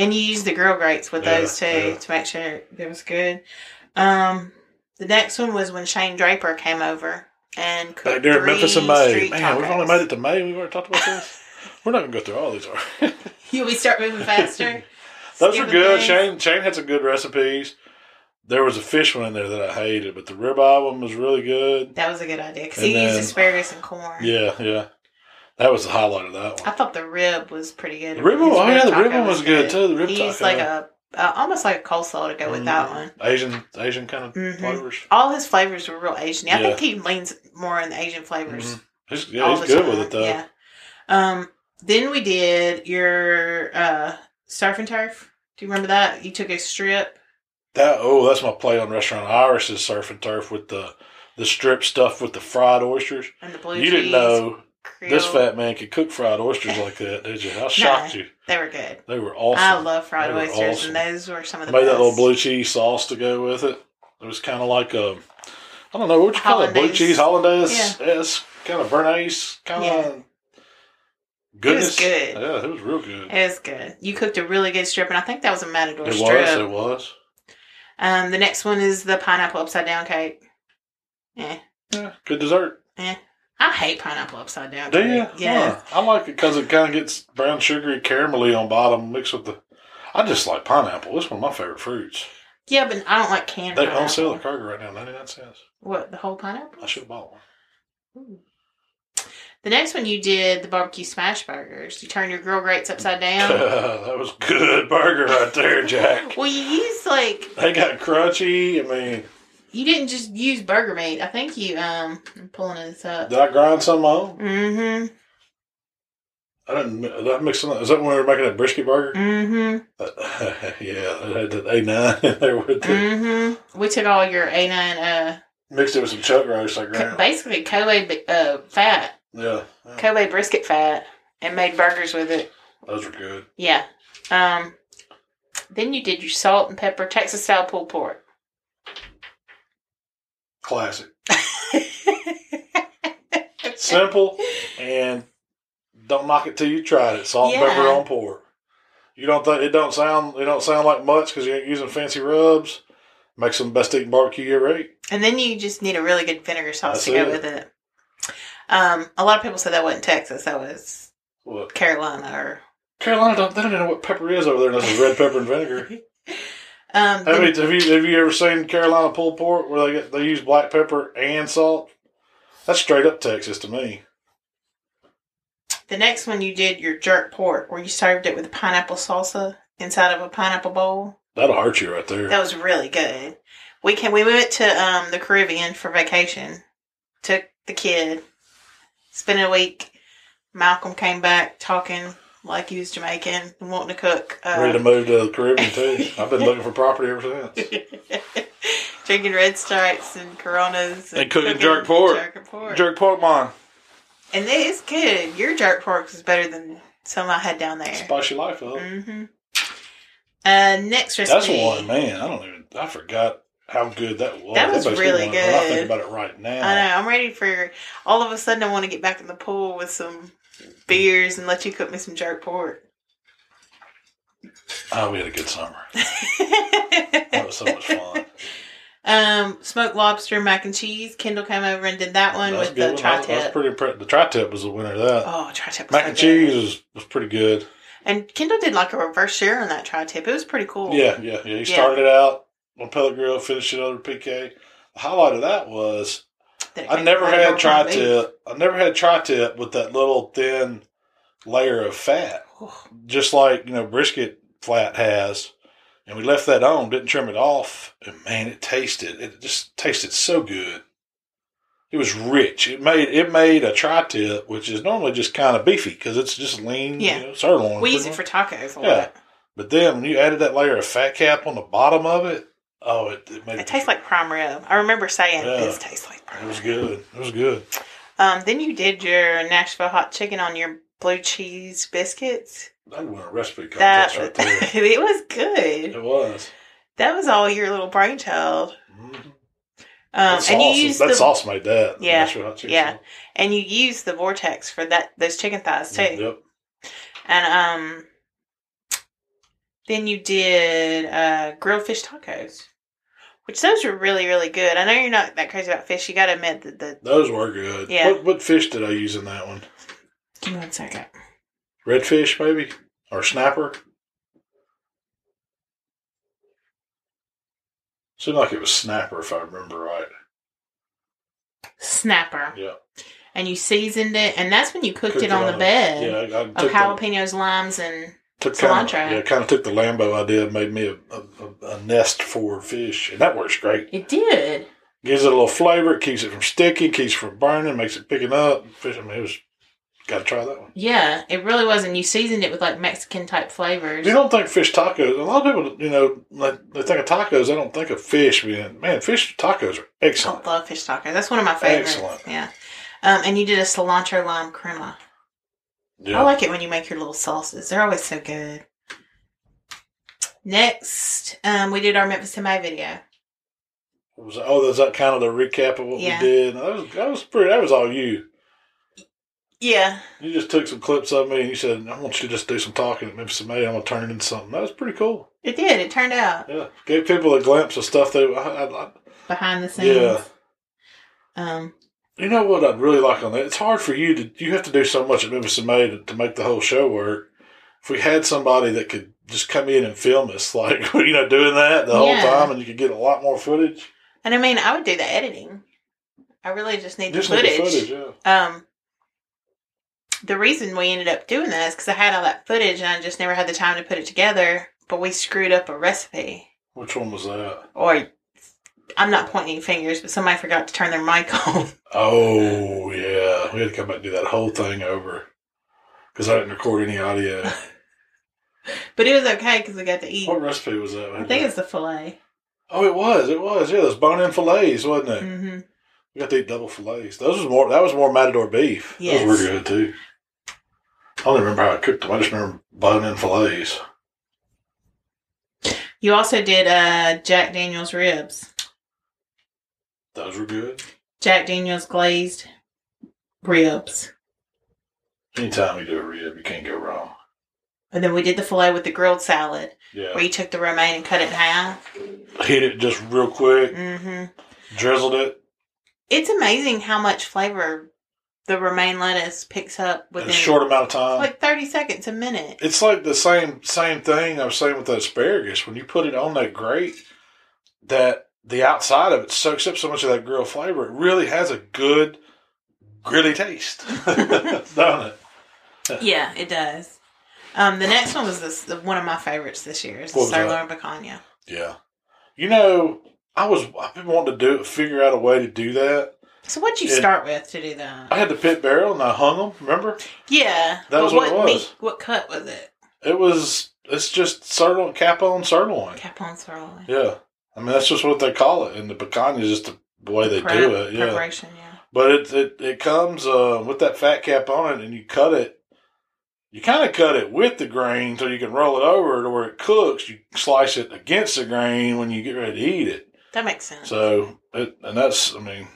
Speaker 3: And you use the grill grates with
Speaker 2: Yeah,
Speaker 3: those too
Speaker 2: yeah.
Speaker 3: to make sure that was good. Um, the next one was when Shane Draper came over and cooked
Speaker 2: Back there in
Speaker 3: three
Speaker 2: Memphis in May.
Speaker 3: street
Speaker 2: Man, we've
Speaker 3: tacos.
Speaker 2: only made it to May. We've already talked about this. We're not going to go through all these, are we?
Speaker 3: Yeah, we start moving faster.
Speaker 2: Those are
Speaker 3: Skipping
Speaker 2: good.
Speaker 3: things.
Speaker 2: Shane Shane had some good recipes. There was a fish one in there that I hated, but the ribeye one was really good.
Speaker 3: That was a good idea because
Speaker 2: And
Speaker 3: he used
Speaker 2: then-
Speaker 3: asparagus and corn.
Speaker 2: Yeah, yeah. That was the highlight of that
Speaker 3: I
Speaker 2: one.
Speaker 3: thought the rib was pretty good.
Speaker 2: The rib one-
Speaker 3: His
Speaker 2: oh, yeah, the
Speaker 3: taco
Speaker 2: rib one was good, too, the rib
Speaker 3: he used
Speaker 2: taco.
Speaker 3: like a uh, almost like a coleslaw to go with that
Speaker 2: Mhm.
Speaker 3: one.
Speaker 2: Asian Asian kind of
Speaker 3: Mhm.
Speaker 2: flavors.
Speaker 3: All his flavors were real Asian. I
Speaker 2: Yeah.
Speaker 3: think he leans more on the Asian flavors.
Speaker 2: Mhm. He's,
Speaker 3: all
Speaker 2: yeah, he's
Speaker 3: the
Speaker 2: good
Speaker 3: time.
Speaker 2: with it though.
Speaker 3: Yeah. Um. Then we did your uh, surf and turf. Do you remember that? You took a strip.
Speaker 2: That oh, that's my play on Restaurant Iris's surf and turf with the the strip stuff with the fried oysters.
Speaker 3: And the blue
Speaker 2: you didn't
Speaker 3: cheese,
Speaker 2: know this
Speaker 3: Creole.
Speaker 2: fat man could cook fried oysters like that, did you? I shocked you.
Speaker 3: They were good.
Speaker 2: They were awesome.
Speaker 3: I love fried
Speaker 2: They were
Speaker 3: oysters,
Speaker 2: awesome.
Speaker 3: and those were some of the
Speaker 2: Made
Speaker 3: best.
Speaker 2: that little blue cheese sauce to go with it. It was kind of like a, I don't know, what you call it? Blue
Speaker 3: Hollandaise.
Speaker 2: cheese, hollandaise, s kind of bernaise, kind of goodness.
Speaker 3: good.
Speaker 2: Yeah, it was real good.
Speaker 3: It was good. You cooked a really good strip, and I think that was a Matador
Speaker 2: It
Speaker 3: strip.
Speaker 2: was, it was.
Speaker 3: Um, the next one is the pineapple upside down cake. Eh.
Speaker 2: Yeah, good dessert.
Speaker 3: I hate pineapple upside down
Speaker 2: Do
Speaker 3: cake.
Speaker 2: you?
Speaker 3: Yeah.
Speaker 2: Huh. I like it because it kind of gets brown sugary caramelly on bottom mixed with the. I just like pineapple. It's one of my favorite fruits.
Speaker 3: Yeah, but I don't like canned
Speaker 2: They
Speaker 3: pineapple.
Speaker 2: on sale at Kroger right now, 99 cents.
Speaker 3: What, the whole pineapple?
Speaker 2: I should have bought one.
Speaker 3: Ooh. The next one you did the barbecue smash burgers. You turned your grill grates upside down.
Speaker 2: that was good burger right there, Jack.
Speaker 3: well, you used like
Speaker 2: They got crunchy. I mean,
Speaker 3: you didn't just use burger meat. I think you um I'm pulling this up.
Speaker 2: did I grind some on?
Speaker 3: Mm-hmm.
Speaker 2: I didn't. Did I mix some? Is that when we were making that brisket burger? Uh,
Speaker 3: Mm-hmm.
Speaker 2: yeah, they had that A nine in there with it.
Speaker 3: Mm-hmm. We took all your A9 uh
Speaker 2: Mixed it with some chuck roast. I
Speaker 3: co-
Speaker 2: ground.
Speaker 3: basically Kobe uh fat.
Speaker 2: Yeah, yeah,
Speaker 3: Kobe brisket fat and made burgers with it.
Speaker 2: those were good.
Speaker 3: Yeah. Um, then you did your salt and pepper Texas style pulled pork.
Speaker 2: Classic, simple, and don't knock it till you tried it. Salt and pepper
Speaker 3: Yeah.
Speaker 2: on pork. You don't think it don't sound it don't sound like much because you ain't using fancy rubs. Make some best eating barbecue you ever ate.
Speaker 3: and then you just need a really good vinegar
Speaker 2: That's
Speaker 3: sauce to go
Speaker 2: it.
Speaker 3: with it. Um, a lot of people said that wasn't Texas, that was
Speaker 2: What?
Speaker 3: Carolina or
Speaker 2: Carolina don't they don't even know what pepper is over there unless it's red pepper and vinegar. Have
Speaker 3: um then-
Speaker 2: you, have you have you ever seen Carolina pulled pork where they get, they use black pepper and salt? That's straight up Texas to me.
Speaker 3: the next one you did your jerk pork where you served it with pineapple salsa inside of a pineapple bowl.
Speaker 2: That'll hurt you right there.
Speaker 3: That was really good. We can we went to um the Caribbean for vacation. Took the kid. Spent a week. Malcolm came back talking like he was Jamaican and wanting to cook.
Speaker 2: Ready to
Speaker 3: Uh,
Speaker 2: move to the Caribbean too. I've been looking for property ever since.
Speaker 3: drinking red stripes and Coronas
Speaker 2: And cooking jerk pork.
Speaker 3: Jerk and pork.
Speaker 2: Jerk pork mine.
Speaker 3: And it's good. Your jerk pork is better than some I had down there.
Speaker 2: Spice your life up.
Speaker 3: Mm-hmm. Uh, next recipe.
Speaker 2: That's one, man. I don't even. I forgot how good that was.
Speaker 3: That was
Speaker 2: makes me
Speaker 3: really
Speaker 2: wanna- When I
Speaker 3: good.
Speaker 2: think about it right now,
Speaker 3: I know. I'm ready for. All of a sudden, I want to get back in the pool with some beers and let you cook me some jerk pork.
Speaker 2: Oh, we had a good summer. That was so much fun.
Speaker 3: um, smoked lobster mac and cheese. Kendall came over and did that one
Speaker 2: That was a
Speaker 3: with
Speaker 2: good one.
Speaker 3: the tri
Speaker 2: That was- that was
Speaker 3: tip.
Speaker 2: pretty impre- The tri tip was the winner of that.
Speaker 3: Oh, tri tip.
Speaker 2: Mac and cheese was, was pretty good.
Speaker 3: And Kendall did like a reverse share on that tri tip. It was pretty cool.
Speaker 2: Yeah, yeah, yeah. He started it out on pellet grill, finished it over PK. The highlight of that was
Speaker 3: That it
Speaker 2: I
Speaker 3: came
Speaker 2: never
Speaker 3: right
Speaker 2: had
Speaker 3: over
Speaker 2: tri
Speaker 3: my beef.
Speaker 2: tip. I never had tri tip with that little thin layer of fat.
Speaker 3: Oh,
Speaker 2: just like you know brisket flat has and we left that on didn't trim it off and man it tasted it just tasted so good it was rich it made it made a tri-tip which is normally just kind of beefy because it's just lean
Speaker 3: Yeah.
Speaker 2: you know, sirloin
Speaker 3: We
Speaker 2: pretty
Speaker 3: use it
Speaker 2: much.
Speaker 3: for tacos a lot.
Speaker 2: Yeah. but then when you added that layer of fat cap on the bottom of it oh it, it made
Speaker 3: It tastes like prime rib. I remember saying
Speaker 2: Yeah.
Speaker 3: this tastes like prime
Speaker 2: it was
Speaker 3: rib.
Speaker 2: good it was good
Speaker 3: Um, then you did your Nashville hot chicken on your blue cheese biscuits.
Speaker 2: that was a recipe
Speaker 3: That
Speaker 2: contest right there
Speaker 3: it was good.
Speaker 2: it was
Speaker 3: That was all your little brainchild.
Speaker 2: Mhm.
Speaker 3: Um,
Speaker 2: that,
Speaker 3: and
Speaker 2: sauce,
Speaker 3: you used
Speaker 2: that
Speaker 3: the
Speaker 2: sauce made that
Speaker 3: Yeah,
Speaker 2: That's what I choose.
Speaker 3: yeah. and you used the vortex for that those chicken thighs too.
Speaker 2: Mm, yep
Speaker 3: And um, then you did uh, grilled fish tacos, which those were really really good. I know you're not that crazy about fish. You got to admit that the.
Speaker 2: Those were good.
Speaker 3: Yeah.
Speaker 2: What, what fish did I use in that one?
Speaker 3: Give me one second.
Speaker 2: Redfish, maybe? Or snapper? Seemed like it was snapper, if I remember right.
Speaker 3: Snapper,
Speaker 2: Yeah.
Speaker 3: and you seasoned it, and that's when you cooked,
Speaker 2: Cooked
Speaker 3: it on the bed
Speaker 2: Yeah, I, I
Speaker 3: of
Speaker 2: took the,
Speaker 3: jalapenos, limes, and
Speaker 2: took
Speaker 3: cilantro.
Speaker 2: Kinda, yeah, kind of took the Lambo idea, and made me a, a, a- a nest for fish, and that works great.
Speaker 3: it did.
Speaker 2: Gives it a little flavor, it keeps it from sticking, keeps it from burning, makes it picking up. Fish, I mean, it was. Got to try that one.
Speaker 3: Yeah, it really was, and you seasoned it with like Mexican type flavors.
Speaker 2: You don't think fish tacos. A lot of people, you know, like, they think of tacos. They don't think of fish. Man, man, fish tacos are
Speaker 3: I
Speaker 2: excellent.
Speaker 3: love fish tacos. That's one of my favorites.
Speaker 2: Excellent.
Speaker 3: Yeah, um, and you did a cilantro lime crema.
Speaker 2: Yeah.
Speaker 3: I like it when you make your little sauces. They're always so good. Next, um, we did our Memphis to May video.
Speaker 2: was oh, was that kind of the recap of what
Speaker 3: Yeah.
Speaker 2: we did? That was that was pretty. That was all you.
Speaker 3: Yeah.
Speaker 2: You just took some clips of me and you said, "I want you to just do some talking at Memphis May. I'm gonna turn it into something." That was pretty cool.
Speaker 3: It did. It turned out
Speaker 2: Yeah, gave people a glimpse of stuff they. I, I, I-
Speaker 3: behind the scenes.
Speaker 2: Yeah.
Speaker 3: Um,
Speaker 2: you know what I'd really like on that? It's hard for you to. You have to do so much at Memphis May to, to make the whole show work. If we had somebody that could just come in and film us, like you know, doing that the
Speaker 3: Yeah.
Speaker 2: whole time, and you could get a lot more footage.
Speaker 3: and I mean, I would do the editing. I really just need
Speaker 2: Just
Speaker 3: the
Speaker 2: need
Speaker 3: footage.
Speaker 2: the footage, yeah.
Speaker 3: Um, the reason we ended up doing that is because I had all that footage and I just never had the time to put it together. But we screwed up a recipe,
Speaker 2: Which one was that?
Speaker 3: or I'm not pointing fingers, but somebody forgot to turn their mic on.
Speaker 2: Oh yeah, we had to come back and do that whole thing over because I didn't record any audio.
Speaker 3: but it was okay because we got to eat.
Speaker 2: what recipe was that?
Speaker 3: I think it's the filet.
Speaker 2: Oh, it was. It was. Yeah, those bone-in fillets, wasn't it?
Speaker 3: hmm
Speaker 2: We got to eat double fillets. Those was more. That was more matador beef.
Speaker 3: Yes.
Speaker 2: Those were good too. I don't remember how I cooked them. I just remember bone-in fillets.
Speaker 3: You also did uh, Jack Daniel's ribs,
Speaker 2: Those were good.
Speaker 3: Jack Daniel's glazed ribs,
Speaker 2: Anytime you do a rib, you can't go wrong.
Speaker 3: and then we did the filet with the grilled salad, where
Speaker 2: Yeah,
Speaker 3: you took the romaine and cut it in half.
Speaker 2: hit it just real quick,
Speaker 3: hmm
Speaker 2: drizzled it,
Speaker 3: It's amazing how much flavor the romaine lettuce picks up
Speaker 2: in
Speaker 3: within
Speaker 2: a short amount of time.
Speaker 3: like 30 seconds a minute.
Speaker 2: It's like the same same thing I was saying with the asparagus. When you put it on that grate, that the outside of it soaks up so much of that grill flavor. It really has a good grilly taste, doesn't it?
Speaker 3: Yeah, it does. Um, the next one was this the, one of my favorites this year is the
Speaker 2: What was
Speaker 3: sirloin picanha.
Speaker 2: Yeah. You know, I was I've been wanting to do figure out a way to do that.
Speaker 3: So what'd you
Speaker 2: Yeah.
Speaker 3: start with to do that?
Speaker 2: I had the pit barrel and I hung them. Remember?
Speaker 3: Yeah.
Speaker 2: That was
Speaker 3: But
Speaker 2: what it was.
Speaker 3: what cut was it?
Speaker 2: It was it's just sirloin cap on sirloin.
Speaker 3: Capon sirloin.
Speaker 2: Yeah. I mean that's just what they call it, and the pecan is just the, the way they
Speaker 3: Prep-
Speaker 2: do it. Yeah.
Speaker 3: Preparation, yeah.
Speaker 2: But it it, it comes uh, with that fat cap on it, and you cut it. You kind of cut it with the grain, so you can roll it over to where it cooks. You slice it against the grain when you get ready to eat it.
Speaker 3: That makes sense.
Speaker 2: So, it, and that's I mean,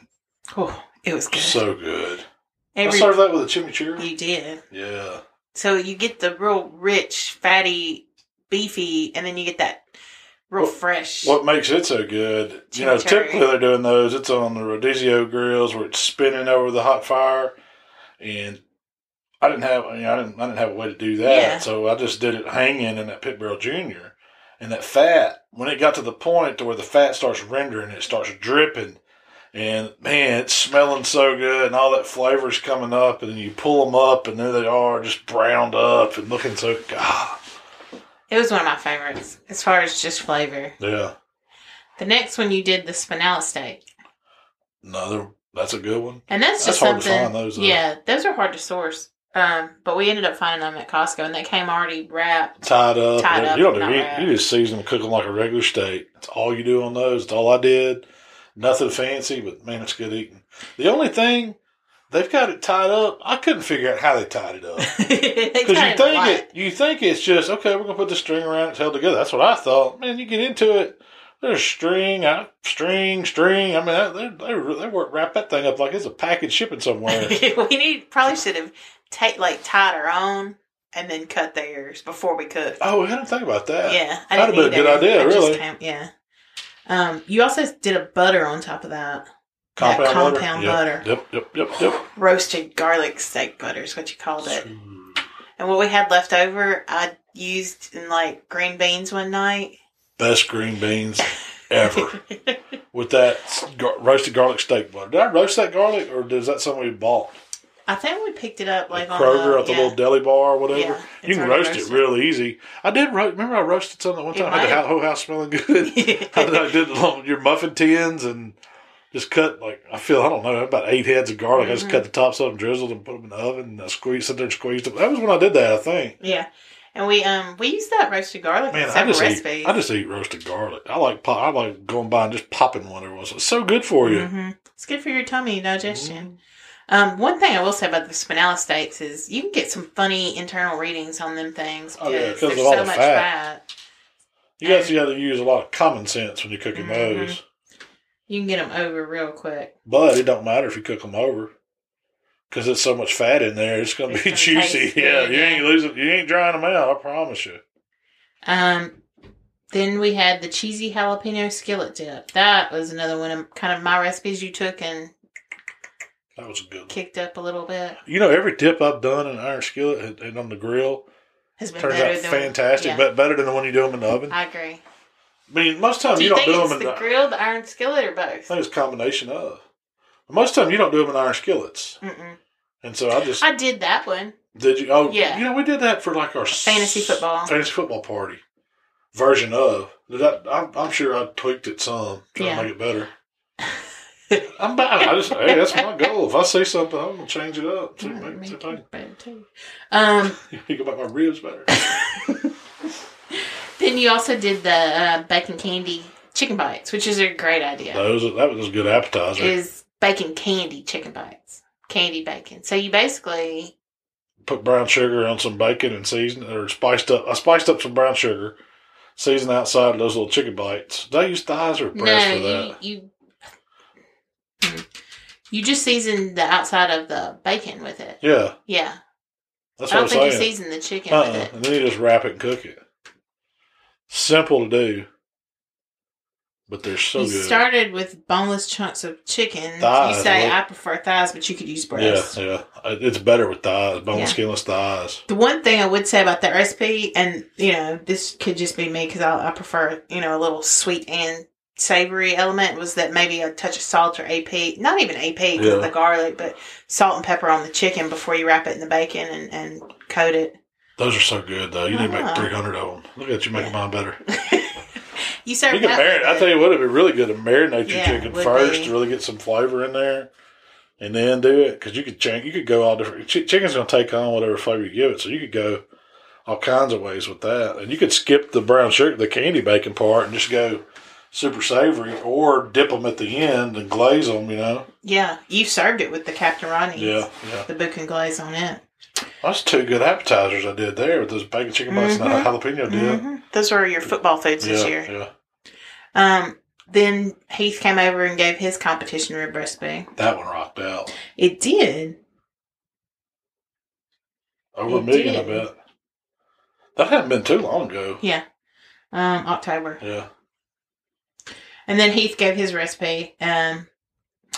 Speaker 3: oh, it was good.
Speaker 2: so good.
Speaker 3: Every,
Speaker 2: I serve that with a chimichurri.
Speaker 3: you did.
Speaker 2: Yeah,
Speaker 3: So you get the real rich, fatty, beefy, and then you get that real
Speaker 2: What-
Speaker 3: fresh.
Speaker 2: what makes it so good? You know,
Speaker 3: Chimichurri.
Speaker 2: typically they're doing those. It's on the rodizio grills where it's spinning over the hot fire, and I didn't have I, mean, I didn't I didn't have a way to do that,
Speaker 3: Yeah.
Speaker 2: so I just did it hanging in that pit barrel junior, and that fat when it got to the point to where the fat starts rendering, it starts dripping. And man, it's smelling so good, and all that flavor's coming up, and then you pull them up, and there they are, just browned up and looking so ah, god,
Speaker 3: It was one of my favorites as far as just flavor.
Speaker 2: yeah.
Speaker 3: The next one you did the spinella steak.
Speaker 2: Another that's a good one.
Speaker 3: And that's
Speaker 2: That's
Speaker 3: just
Speaker 2: hard to
Speaker 3: something.
Speaker 2: find those, uh, though.
Speaker 3: yeah, those are hard to source. Um, but we ended up finding them at Costco, and they came already wrapped.
Speaker 2: Tied up.
Speaker 3: Tied up,
Speaker 2: you don't do
Speaker 3: not
Speaker 2: any,
Speaker 3: wrapped.
Speaker 2: you just season them, cook them like a regular steak. That's all you do on those. That's all I did. Nothing fancy, but man, it's good eating. The only thing they've got it tied up. I couldn't figure out how they tied it up because
Speaker 3: Because
Speaker 2: you think it you think it's just okay. We're gonna put the string around it's held together. That's what I thought. Man, you get into it. There's string, I, string, string. I mean, they they they work wrap that thing up like it's a package shipping somewhere.
Speaker 3: we need probably should have ta- like tied our own and then cut theirs before we cooked.
Speaker 2: oh, I didn't think about that.
Speaker 3: yeah, I
Speaker 2: that'd
Speaker 3: didn't
Speaker 2: have been a
Speaker 3: either.
Speaker 2: good idea,
Speaker 3: I just
Speaker 2: really.
Speaker 3: came- yeah. Um, you also did a butter on top of that.
Speaker 2: Compound,
Speaker 3: that compound
Speaker 2: butter.
Speaker 3: butter.
Speaker 2: Yep, yep, yep, yep. yep.
Speaker 3: Roasted garlic steak butter is what you called it. And what we had left over, I used in like green beans one night.
Speaker 2: Best green beans ever with that s- gar- roasted garlic steak butter. Did I roast that garlic, or is that something we bought?
Speaker 3: I think we picked it up like
Speaker 2: Like
Speaker 3: on
Speaker 2: Kroger
Speaker 3: the,
Speaker 2: at the
Speaker 3: yeah.
Speaker 2: little deli bar or whatever.
Speaker 3: Yeah,
Speaker 2: you
Speaker 3: it's
Speaker 2: can
Speaker 3: already
Speaker 2: roast it
Speaker 3: roasted.
Speaker 2: real easy. I did roast. Remember, I roasted something one
Speaker 3: It
Speaker 2: time. I had the
Speaker 3: might.
Speaker 2: hou- whole house smelling good. I did- I did little- your muffin tins and just cut like I feel I don't know about eight heads of garlic. I just
Speaker 3: Mhm.
Speaker 2: cut the tops up and drizzled and put them in the oven and I squeezed sit there and squeezed them. That was when I did that. I think.
Speaker 3: yeah, and we um we used that roasted garlic
Speaker 2: Man,
Speaker 3: in
Speaker 2: I
Speaker 3: several
Speaker 2: just
Speaker 3: recipes.
Speaker 2: eat. I just eat roasted garlic. I like pop, I like going by and just popping one every once. in a while. It's so good for you. Mm-hmm.
Speaker 3: hmm It's good for your tummy digestion. Um, one thing I will say about the spinella steaks is you can get some funny internal readings on them things
Speaker 2: Oh,
Speaker 3: because
Speaker 2: yeah, 'cause
Speaker 3: there's
Speaker 2: of all
Speaker 3: so
Speaker 2: the
Speaker 3: much
Speaker 2: fat.
Speaker 3: fat.
Speaker 2: You guys got to use a lot of common sense when you're cooking
Speaker 3: Mhm.
Speaker 2: those.
Speaker 3: You can get them over real quick.
Speaker 2: But it don't matter if you cook them over, because there's so much fat in there. It's gonna
Speaker 3: It's
Speaker 2: be
Speaker 3: gonna
Speaker 2: juicy.
Speaker 3: taste
Speaker 2: Yeah,
Speaker 3: good,
Speaker 2: you
Speaker 3: yeah.
Speaker 2: ain't losing. You ain't drying them out. I promise you.
Speaker 3: Um, then we had the cheesy jalapeno skillet dip. That was another one of kind of my recipes you took and
Speaker 2: That was a good. One.
Speaker 3: kicked up a little bit.
Speaker 2: You know, every dip I've done in an iron skillet and- and on the grill
Speaker 3: Has been
Speaker 2: turns
Speaker 3: better
Speaker 2: out
Speaker 3: than
Speaker 2: fantastic,
Speaker 3: yeah,
Speaker 2: but better than the one you do them in the oven. I,
Speaker 3: I agree.
Speaker 2: mean, most time
Speaker 3: Do
Speaker 2: you,
Speaker 3: you,
Speaker 2: don't
Speaker 3: think
Speaker 2: do
Speaker 3: it's
Speaker 2: them in
Speaker 3: the
Speaker 2: the.
Speaker 3: grill, the iron skillet, or
Speaker 2: I
Speaker 3: both?
Speaker 2: think it's a combination of. Most time you don't do them in iron skillets,
Speaker 3: Mm-mm.
Speaker 2: and so I just
Speaker 3: I did that one.
Speaker 2: did you. Oh,
Speaker 3: Yeah.
Speaker 2: You know, we did that for like our s-
Speaker 3: Fantasy football.
Speaker 2: fantasy football party version of. Did I, I'm, I'm sure I tweaked it some trying
Speaker 3: Yeah.
Speaker 2: to make it better. I'm bad. I just hey, that's my goal. If I see something, I'm gonna change it up. See,
Speaker 3: Mm,
Speaker 2: make, see if
Speaker 3: make
Speaker 2: I
Speaker 3: it better too. Um,
Speaker 2: can think about my ribs better.
Speaker 3: then you also did the uh, bacon candy chicken bites, which is a great idea.
Speaker 2: Those that was a good appetizer.
Speaker 3: Is bacon candy chicken bites, candy bacon. So you basically
Speaker 2: put brown sugar on some bacon and season or spiced up. I spiced up some brown sugar, seasoned outside of those little chicken bites. Did I use thighs or
Speaker 3: no,
Speaker 2: breast for that?
Speaker 3: you you you just season the outside of the bacon with it.
Speaker 2: yeah,
Speaker 3: Yeah,
Speaker 2: that's what
Speaker 3: I don't
Speaker 2: I'm
Speaker 3: think you
Speaker 2: saying.
Speaker 3: season the chicken
Speaker 2: Uh-uh.
Speaker 3: with it.
Speaker 2: And then you just wrap it and cook it. Simple to do, but they're so
Speaker 3: you
Speaker 2: good.
Speaker 3: started with boneless chunks of chicken.
Speaker 2: Thighs,
Speaker 3: you say
Speaker 2: look.
Speaker 3: I prefer thighs, but you could use
Speaker 2: yeah,
Speaker 3: breasts.
Speaker 2: yeah, It- it's better with thighs, bone
Speaker 3: Yeah.
Speaker 2: skinless thighs.
Speaker 3: The one thing I would say about that recipe, and you know, this could just be me because I, I prefer you know a little sweet and savory element, was that maybe a touch of salt or AP, not even AP because of
Speaker 2: Yeah.
Speaker 3: the garlic, but salt and pepper on the chicken before you wrap it in the bacon and, and coat it.
Speaker 2: Those are so good though. You need to make
Speaker 3: Ah.
Speaker 2: three hundred of them. Look at you making mine better.
Speaker 3: You serve
Speaker 2: You can
Speaker 3: that
Speaker 2: marinate.
Speaker 3: with
Speaker 2: I
Speaker 3: the-
Speaker 2: tell you what, it'd be really good to marinate your
Speaker 3: Yeah,
Speaker 2: chicken
Speaker 3: it would
Speaker 2: first
Speaker 3: be.
Speaker 2: to really get some flavor in there, and then do it because you could change. You could go all different. Ch- chicken's gonna take on whatever flavor you give it, so you could go all kinds of ways with that, and you could skip the brown sugar, the candy bacon part, and just go super savory, or dip them at the end and glaze them. You know,
Speaker 3: yeah, you served it with the Captain Ronnie's,
Speaker 2: yeah, yeah.
Speaker 3: the book and glaze on it.
Speaker 2: That's two good appetizers I did there with those bacon chicken bites and
Speaker 3: Mhm.
Speaker 2: that jalapeno dip.
Speaker 3: hmm Those were your football foods this
Speaker 2: Yeah,
Speaker 3: year.
Speaker 2: yeah.
Speaker 3: Um, then Heath came over and gave his competition rib recipe.
Speaker 2: That one rocked out
Speaker 3: It did.
Speaker 2: over a
Speaker 3: It
Speaker 2: million. I
Speaker 3: did.
Speaker 2: bet that hadn't been too long ago.
Speaker 3: Yeah. Um, October.
Speaker 2: Yeah.
Speaker 3: And then Heath gave his recipe. Um,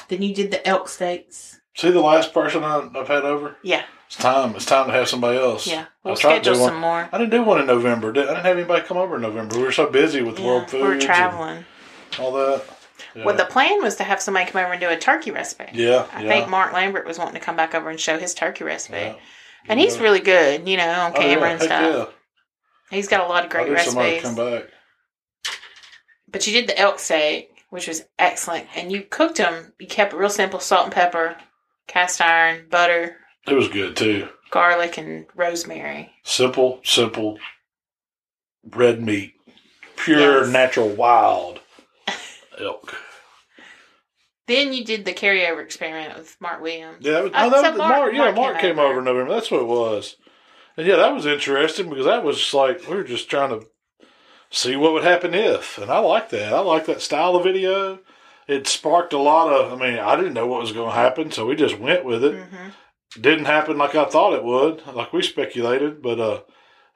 Speaker 3: then you did the elk steaks.
Speaker 2: See the last person I, I've had over.
Speaker 3: Yeah.
Speaker 2: It's time. It's time to have somebody else.
Speaker 3: Yeah.
Speaker 2: I
Speaker 3: We'll
Speaker 2: was trying to
Speaker 3: schedule
Speaker 2: do one-
Speaker 3: some more.
Speaker 2: I didn't do one in November. Did, I didn't have anybody come over in November. We were so busy with
Speaker 3: Yeah,
Speaker 2: world food.
Speaker 3: we're traveling.
Speaker 2: All that. Yeah.
Speaker 3: Well, the plan was to have somebody come over and do a turkey recipe.
Speaker 2: yeah.
Speaker 3: I
Speaker 2: yeah,
Speaker 3: think Mark Lambert was wanting to come back over and show his turkey recipe.
Speaker 2: yeah.
Speaker 3: And he's
Speaker 2: Yeah.
Speaker 3: really good, you know, on
Speaker 2: Oh, yeah,
Speaker 3: camera and
Speaker 2: heck
Speaker 3: stuff.
Speaker 2: Yeah.
Speaker 3: He's got a lot of
Speaker 2: I
Speaker 3: great
Speaker 2: need somebody to
Speaker 3: recipes.
Speaker 2: come back.
Speaker 3: But you did the elk steak, which was excellent, and you cooked them. You kept it real simple: salt and pepper, cast iron, butter,
Speaker 2: It was good too.
Speaker 3: garlic, and rosemary.
Speaker 2: Simple, simple. Red meat, pure,
Speaker 3: Yes.
Speaker 2: natural, wild elk.
Speaker 3: Then you did the carryover experiment with Mark Williams.
Speaker 2: Yeah, that was,
Speaker 3: Uh,
Speaker 2: oh, that
Speaker 3: so
Speaker 2: was-
Speaker 3: Mark-
Speaker 2: Mark, yeah,
Speaker 3: Mark
Speaker 2: Mark,
Speaker 3: came
Speaker 2: came,
Speaker 3: over.
Speaker 2: over. in November. That's what it was. And yeah, that was interesting because that was like we were just trying to see what would happen if, and I like that. I like that style of video. It sparked a lot of. I mean, I didn't know what was going to happen, so we just went with it.
Speaker 3: hmm
Speaker 2: Didn't happen like I thought it would, like we speculated, but uh,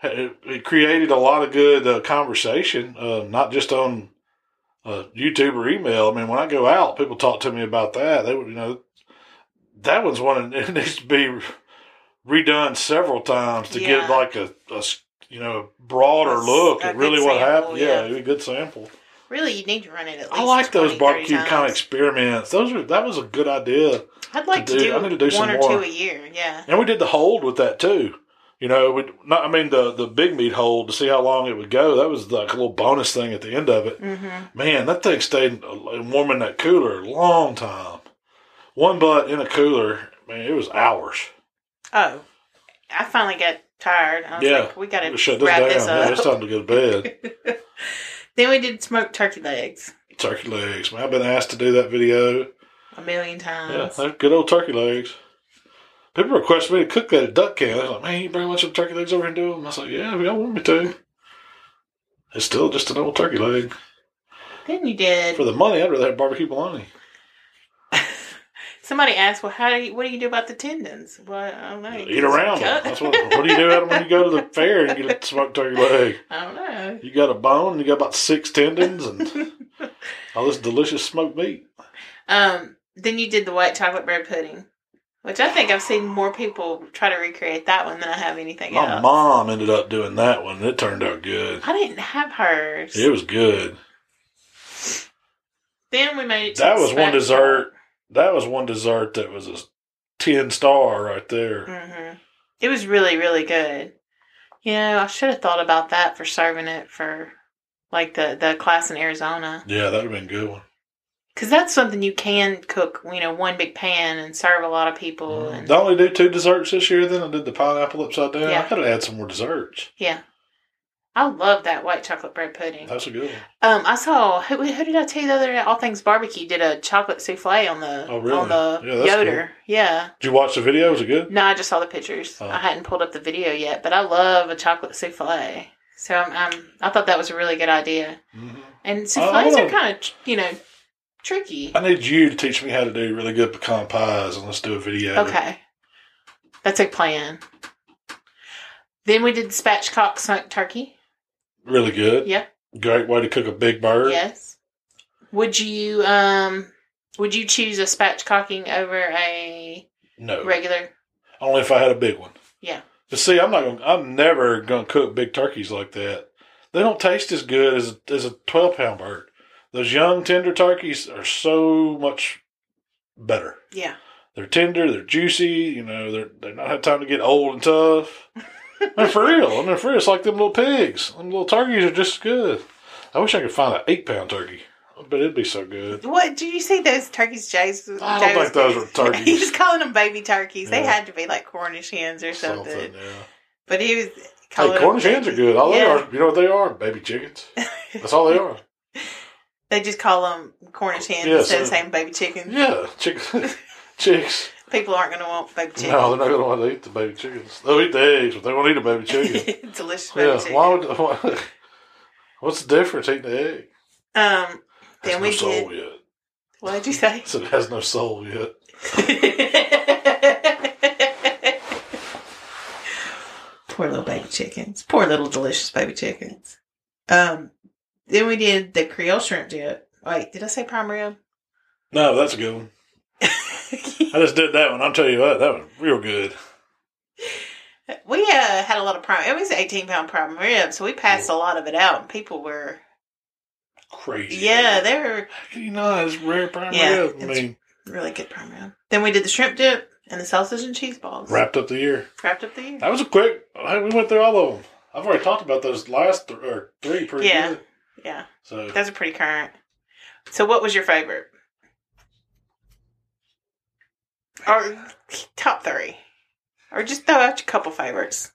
Speaker 2: it, it created a lot of good uh, conversation, uh, not just on uh, YouTube or email. I mean, when I go out, people talk to me about that. They would, you know, that one's one that needs to be redone several times to get
Speaker 3: Yeah.
Speaker 2: like a, a s- you know broader
Speaker 3: A s-
Speaker 2: look
Speaker 3: a
Speaker 2: at
Speaker 3: good
Speaker 2: really what
Speaker 3: sample,
Speaker 2: happened.
Speaker 3: yeah.
Speaker 2: Yeah, it'd be a good sample.
Speaker 3: Really, you need to run it at least.
Speaker 2: I like those
Speaker 3: 20, 30
Speaker 2: barbecue kind of
Speaker 3: times.
Speaker 2: experiments. Those are that was a good idea.
Speaker 3: I'd like
Speaker 2: to
Speaker 3: to
Speaker 2: do.
Speaker 3: do,
Speaker 2: I need to do
Speaker 3: one
Speaker 2: some
Speaker 3: or
Speaker 2: more.
Speaker 3: two a year. Yeah.
Speaker 2: And we did the hold with that too. You know, we not I mean the the big meat hold to see how long it would go. That was like a little bonus thing at the end of it.
Speaker 3: Mm-hmm.
Speaker 2: Man, that thing stayed uh, warm in that cooler a long time. One butt in a cooler, man, it was hours.
Speaker 3: Oh, I finally got tired. I was
Speaker 2: Yeah.
Speaker 3: like, we got to
Speaker 2: We shut this
Speaker 3: wrap
Speaker 2: down.
Speaker 3: this
Speaker 2: Yeah, it's
Speaker 3: up.
Speaker 2: time to go to bed.
Speaker 3: then we did smoked turkey legs
Speaker 2: turkey legs, man. I've been asked to do that video.
Speaker 3: a million
Speaker 2: Yeah,
Speaker 3: times.
Speaker 2: they're good old turkey legs. People request me to cook that at duck can. They're like, man, you better watch some turkey legs over and do them. I was like, yeah, if y'all want me to. It's still just an old turkey leg.
Speaker 3: Then you did.
Speaker 2: For the money, I'd rather have barbecue bologna.
Speaker 3: Somebody asked, "Well, how do you, what do you do about the tendons?" Well, I don't know. You
Speaker 2: Eat
Speaker 3: just
Speaker 2: around them.
Speaker 3: cut.
Speaker 2: That's what, what do you do when you go to the fair and get smoked on your leg?
Speaker 3: I don't know.
Speaker 2: You got a bone, you got about six tendons, and all this delicious smoked meat.
Speaker 3: Um, then you did the white chocolate bread pudding, which I think I've seen more people try to recreate that one than I have anything
Speaker 2: My
Speaker 3: else.
Speaker 2: mom ended up doing that one, and it turned out good.
Speaker 3: I didn't have hers.
Speaker 2: It was good.
Speaker 3: Then we made it. To
Speaker 2: That
Speaker 3: the
Speaker 2: was one
Speaker 3: special.
Speaker 2: dessert. That was one dessert that was a 10 star right there.
Speaker 3: hmm It was really, really good. You know, I should have thought about that for serving it for like the the class in Arizona,
Speaker 2: Yeah, that would have been a good one.
Speaker 3: because that's something you can cook. You know, one big pan and serve a lot of people. And
Speaker 2: Did I only do two desserts this year, then I did the pineapple upside down.
Speaker 3: Yeah.
Speaker 2: I could have had some more desserts.
Speaker 3: yeah, I love that white chocolate bread pudding.
Speaker 2: That's a good one.
Speaker 3: Um, I saw who, who did I tell you the other day? All Things Barbecue did a chocolate souffle on the
Speaker 2: Oh, really?
Speaker 3: on the
Speaker 2: Yeah, that's
Speaker 3: Yoder. Yeah.
Speaker 2: Did you watch the video? Was it good?
Speaker 3: No, I just saw the pictures.
Speaker 2: Oh.
Speaker 3: I hadn't pulled up the video yet, but I love a chocolate souffle. So I'm, I'm, I thought that was a really good idea.
Speaker 2: Mm-hmm.
Speaker 3: And souffles
Speaker 2: wanna-
Speaker 3: are kind of you know tricky.
Speaker 2: I need you to teach me how to do really good pecan pies, and let's do a video.
Speaker 3: Okay, that's a plan. Then we did spatchcock smoked turkey.
Speaker 2: Really good.
Speaker 3: Yeah.
Speaker 2: Great way to cook a big bird.
Speaker 3: Yes. Would you um would you choose a spatchcocking over a
Speaker 2: No.
Speaker 3: regular?
Speaker 2: Only if I had a big one.
Speaker 3: Yeah.
Speaker 2: But see, I'm not. Gonna, I'm never going to cook big turkeys like that. They don't taste as good as as a 12 pound bird. Those young tender turkeys are so much better.
Speaker 3: Yeah.
Speaker 2: They're tender. They're juicy. You know, they're they're not had time to get old and tough. I mean, for real. I mean, for real. It's like them little pigs. Them little turkeys are just as good. I wish I could find an eight pound turkey, but it'd be so good.
Speaker 3: What do you see those turkeys, Jay's?
Speaker 2: I don't think those are turkeys.
Speaker 3: He's calling them baby turkeys. They
Speaker 2: Yeah.
Speaker 3: had to be like Cornish hens or something.
Speaker 2: yeah.
Speaker 3: But he was calling
Speaker 2: Hey,
Speaker 3: them
Speaker 2: Cornish hens are
Speaker 3: baby-
Speaker 2: good. All
Speaker 3: Yeah.
Speaker 2: they are, you know what they are? Baby chickens. That's all they are.
Speaker 3: They just call them Cornish hens
Speaker 2: Yeah,
Speaker 3: instead of
Speaker 2: so-
Speaker 3: saying baby chickens.
Speaker 2: Yeah, chicks. chicks.
Speaker 3: People aren't going to want baby chickens.
Speaker 2: No, they're not going to want to eat the baby chickens. They'll eat the eggs, but they won't eat a baby chicken.
Speaker 3: Delicious baby
Speaker 2: yeah,
Speaker 3: chicken.
Speaker 2: why would. Why, what's the difference eating the egg?
Speaker 3: Um,
Speaker 2: It
Speaker 3: then
Speaker 2: has
Speaker 3: we
Speaker 2: no soul
Speaker 3: did.
Speaker 2: yet.
Speaker 3: What did you say?
Speaker 2: So it has no soul yet.
Speaker 3: Poor little baby chickens. Poor little delicious baby chickens. Um, then we did the Creole shrimp dip. Wait, did I say prime rib?
Speaker 2: No, that's a good one. I just did that one. I'll tell you what, that was real good.
Speaker 3: we uh, had a lot of prime. It was eighteen pound prime rib, so we passed a lot of it out, and people were
Speaker 2: Crazy.
Speaker 3: yeah, they were
Speaker 2: How can you know it's rare prime
Speaker 3: Yeah,
Speaker 2: rib? I
Speaker 3: it's-
Speaker 2: mean,
Speaker 3: really good prime rib. Then we did the shrimp dip and the sausage and cheese balls
Speaker 2: wrapped up the year.
Speaker 3: wrapped up the year.
Speaker 2: That was a quick. hey, We went through all of them. I've already talked about those last th- or three pretty
Speaker 3: Yeah.
Speaker 2: good.
Speaker 3: Yeah,
Speaker 2: So
Speaker 3: those are pretty current. So, what was your favorite? Or top three, or just throw out a couple favorites.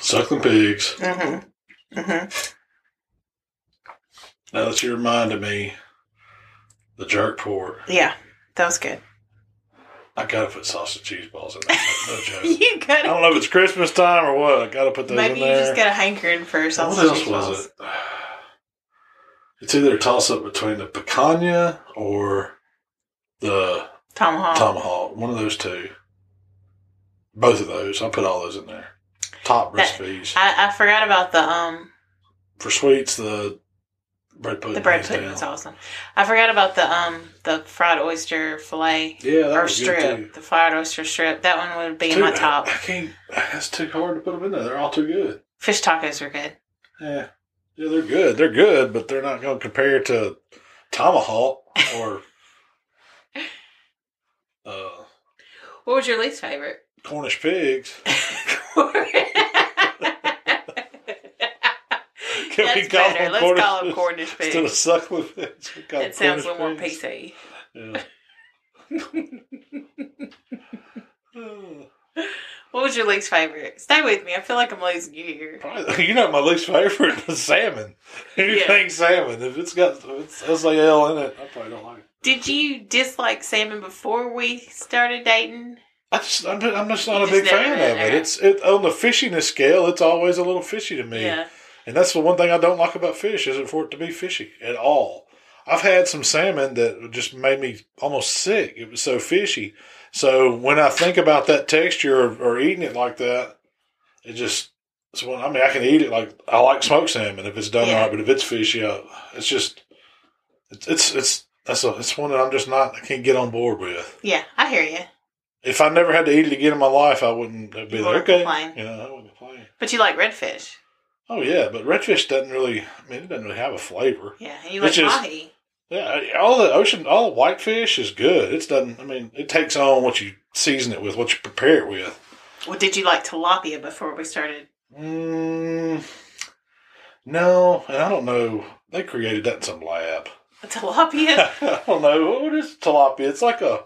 Speaker 2: suckling pigs.
Speaker 3: Mm-hmm. Mm-hmm.
Speaker 2: Now that you reminded me, the jerk pork.
Speaker 3: Yeah, that was good.
Speaker 2: I gotta put sausage cheese balls in there. No joke.
Speaker 3: You
Speaker 2: I
Speaker 3: gotta
Speaker 2: don't know if it's Christmas time or what. I gotta put those
Speaker 3: maybe
Speaker 2: in
Speaker 3: you
Speaker 2: there.
Speaker 3: just got a hankering for sausage
Speaker 2: what else
Speaker 3: cheese
Speaker 2: was
Speaker 3: balls.
Speaker 2: it? It's either a toss up between the picanha or the
Speaker 3: Tomahawk.
Speaker 2: tomahawk. One of those two. Both of those. I put all those in there. Top
Speaker 3: That-
Speaker 2: recipes.
Speaker 3: I, I forgot about the um
Speaker 2: For sweets, the bread pudding.
Speaker 3: the bread
Speaker 2: hands
Speaker 3: pudding
Speaker 2: down.
Speaker 3: was awesome. I forgot about the um the fried oyster fillet
Speaker 2: Yeah, that
Speaker 3: or
Speaker 2: was good too.
Speaker 3: strip, the fried oyster strip. That one would be in
Speaker 2: Too-
Speaker 3: my top.
Speaker 2: I, I can't. That's too hard to put them in there. They're all too good.
Speaker 3: Fish tacos are good.
Speaker 2: Yeah, yeah, they're good. They're good, but they're not going to compare to tomahawk or uh,
Speaker 3: What was your least favorite?
Speaker 2: Cornish pigs. Can we
Speaker 3: That's
Speaker 2: call
Speaker 3: better.
Speaker 2: them
Speaker 3: Let's
Speaker 2: Cornish
Speaker 3: call them
Speaker 2: pigs?
Speaker 3: Cornish
Speaker 2: Instead of
Speaker 3: pigs.
Speaker 2: suckling pigs, we call
Speaker 3: It
Speaker 2: them
Speaker 3: sounds a
Speaker 2: Cornish
Speaker 3: little more
Speaker 2: pigs.
Speaker 3: PC.
Speaker 2: Yeah.
Speaker 3: What was your least favorite? Stay with me. I feel like I'm losing you here.
Speaker 2: Probably, you know my least favorite is salmon. Anything salmon. If it's got if it's SAL in it, I probably don't like it.
Speaker 3: Did you dislike salmon before we started dating?
Speaker 2: I just, I'm, I'm just not
Speaker 3: You
Speaker 2: a
Speaker 3: just
Speaker 2: big
Speaker 3: never
Speaker 2: fan
Speaker 3: been
Speaker 2: of
Speaker 3: there.
Speaker 2: it. It's it on the fishiness scale. It's always a little fishy to me. And that's the one thing I don't like about fish isn't for it to be fishy at all. I've had some salmon that just made me almost sick. It was so fishy. So when I think about that texture or, or eating it like that, it just it's one. I mean, I can eat it like I like smoked salmon if it's done
Speaker 3: Yeah.
Speaker 2: right, but if it's fishy, I, it's just it's it's it's that's a, it's one that I'm just not I can't get on board with
Speaker 3: Yeah, I hear you.
Speaker 2: if I never had to eat it again in my life, I wouldn't I'd be
Speaker 3: You
Speaker 2: like,
Speaker 3: wouldn't
Speaker 2: okay,
Speaker 3: complain.
Speaker 2: you know, I wouldn't complain.
Speaker 3: But you like redfish.
Speaker 2: Oh yeah, but redfish doesn't really. I mean, it doesn't really have a flavor.
Speaker 3: Yeah, and you like
Speaker 2: It's just-
Speaker 3: mahi.
Speaker 2: Yeah, all the ocean, all whitefish is good. It's doesn't. I mean, it takes on what you season it with, what you prepare it with.
Speaker 3: Well, did you like tilapia before we started?
Speaker 2: Mm, no, and I don't know. They created that in some lab.
Speaker 3: Tilapia?
Speaker 2: I don't know what is tilapia. It's like a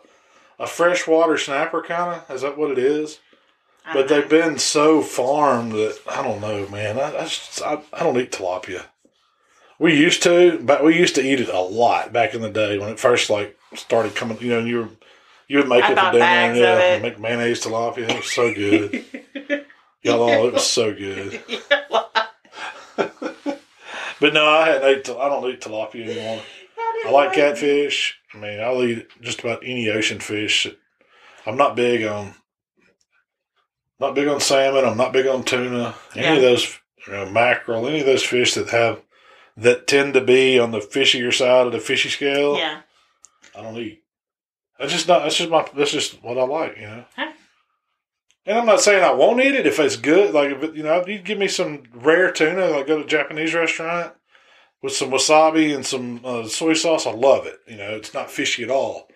Speaker 2: a freshwater snapper kind of. Is that what it is?
Speaker 3: I
Speaker 2: But
Speaker 3: don't know.
Speaker 2: they've been so farmed that I don't know, man. I I, just, I, I don't eat tilapia. We used to, but we used to eat it a lot back in the day when it first like started coming. You know, and you were you would make
Speaker 3: I
Speaker 2: it for
Speaker 3: bought
Speaker 2: dinner,
Speaker 3: bags
Speaker 2: yeah,
Speaker 3: of it.
Speaker 2: make mayonnaise tilapia. It was so good. Y'all, oh, it was so good. But no, I hadn't ate. til- I don't eat tilapia anymore. I like catfish. I mean, I'll eat just about any ocean fish. I'm not big on, not big on salmon. I'm not big on tuna. Any
Speaker 3: Yeah.
Speaker 2: of those you know, mackerel, any of those fish that have that tend to be on the fishier side of the fishy scale.
Speaker 3: Yeah.
Speaker 2: I don't eat. That's just not. That's just my. That's just what I like. You know.
Speaker 3: Huh.
Speaker 2: And I'm not saying I won't eat it if it's good. Like if it, you know, if you give me some rare tuna, like go to a Japanese restaurant with some wasabi and some uh, soy sauce, I love it. You know, it's not fishy at all.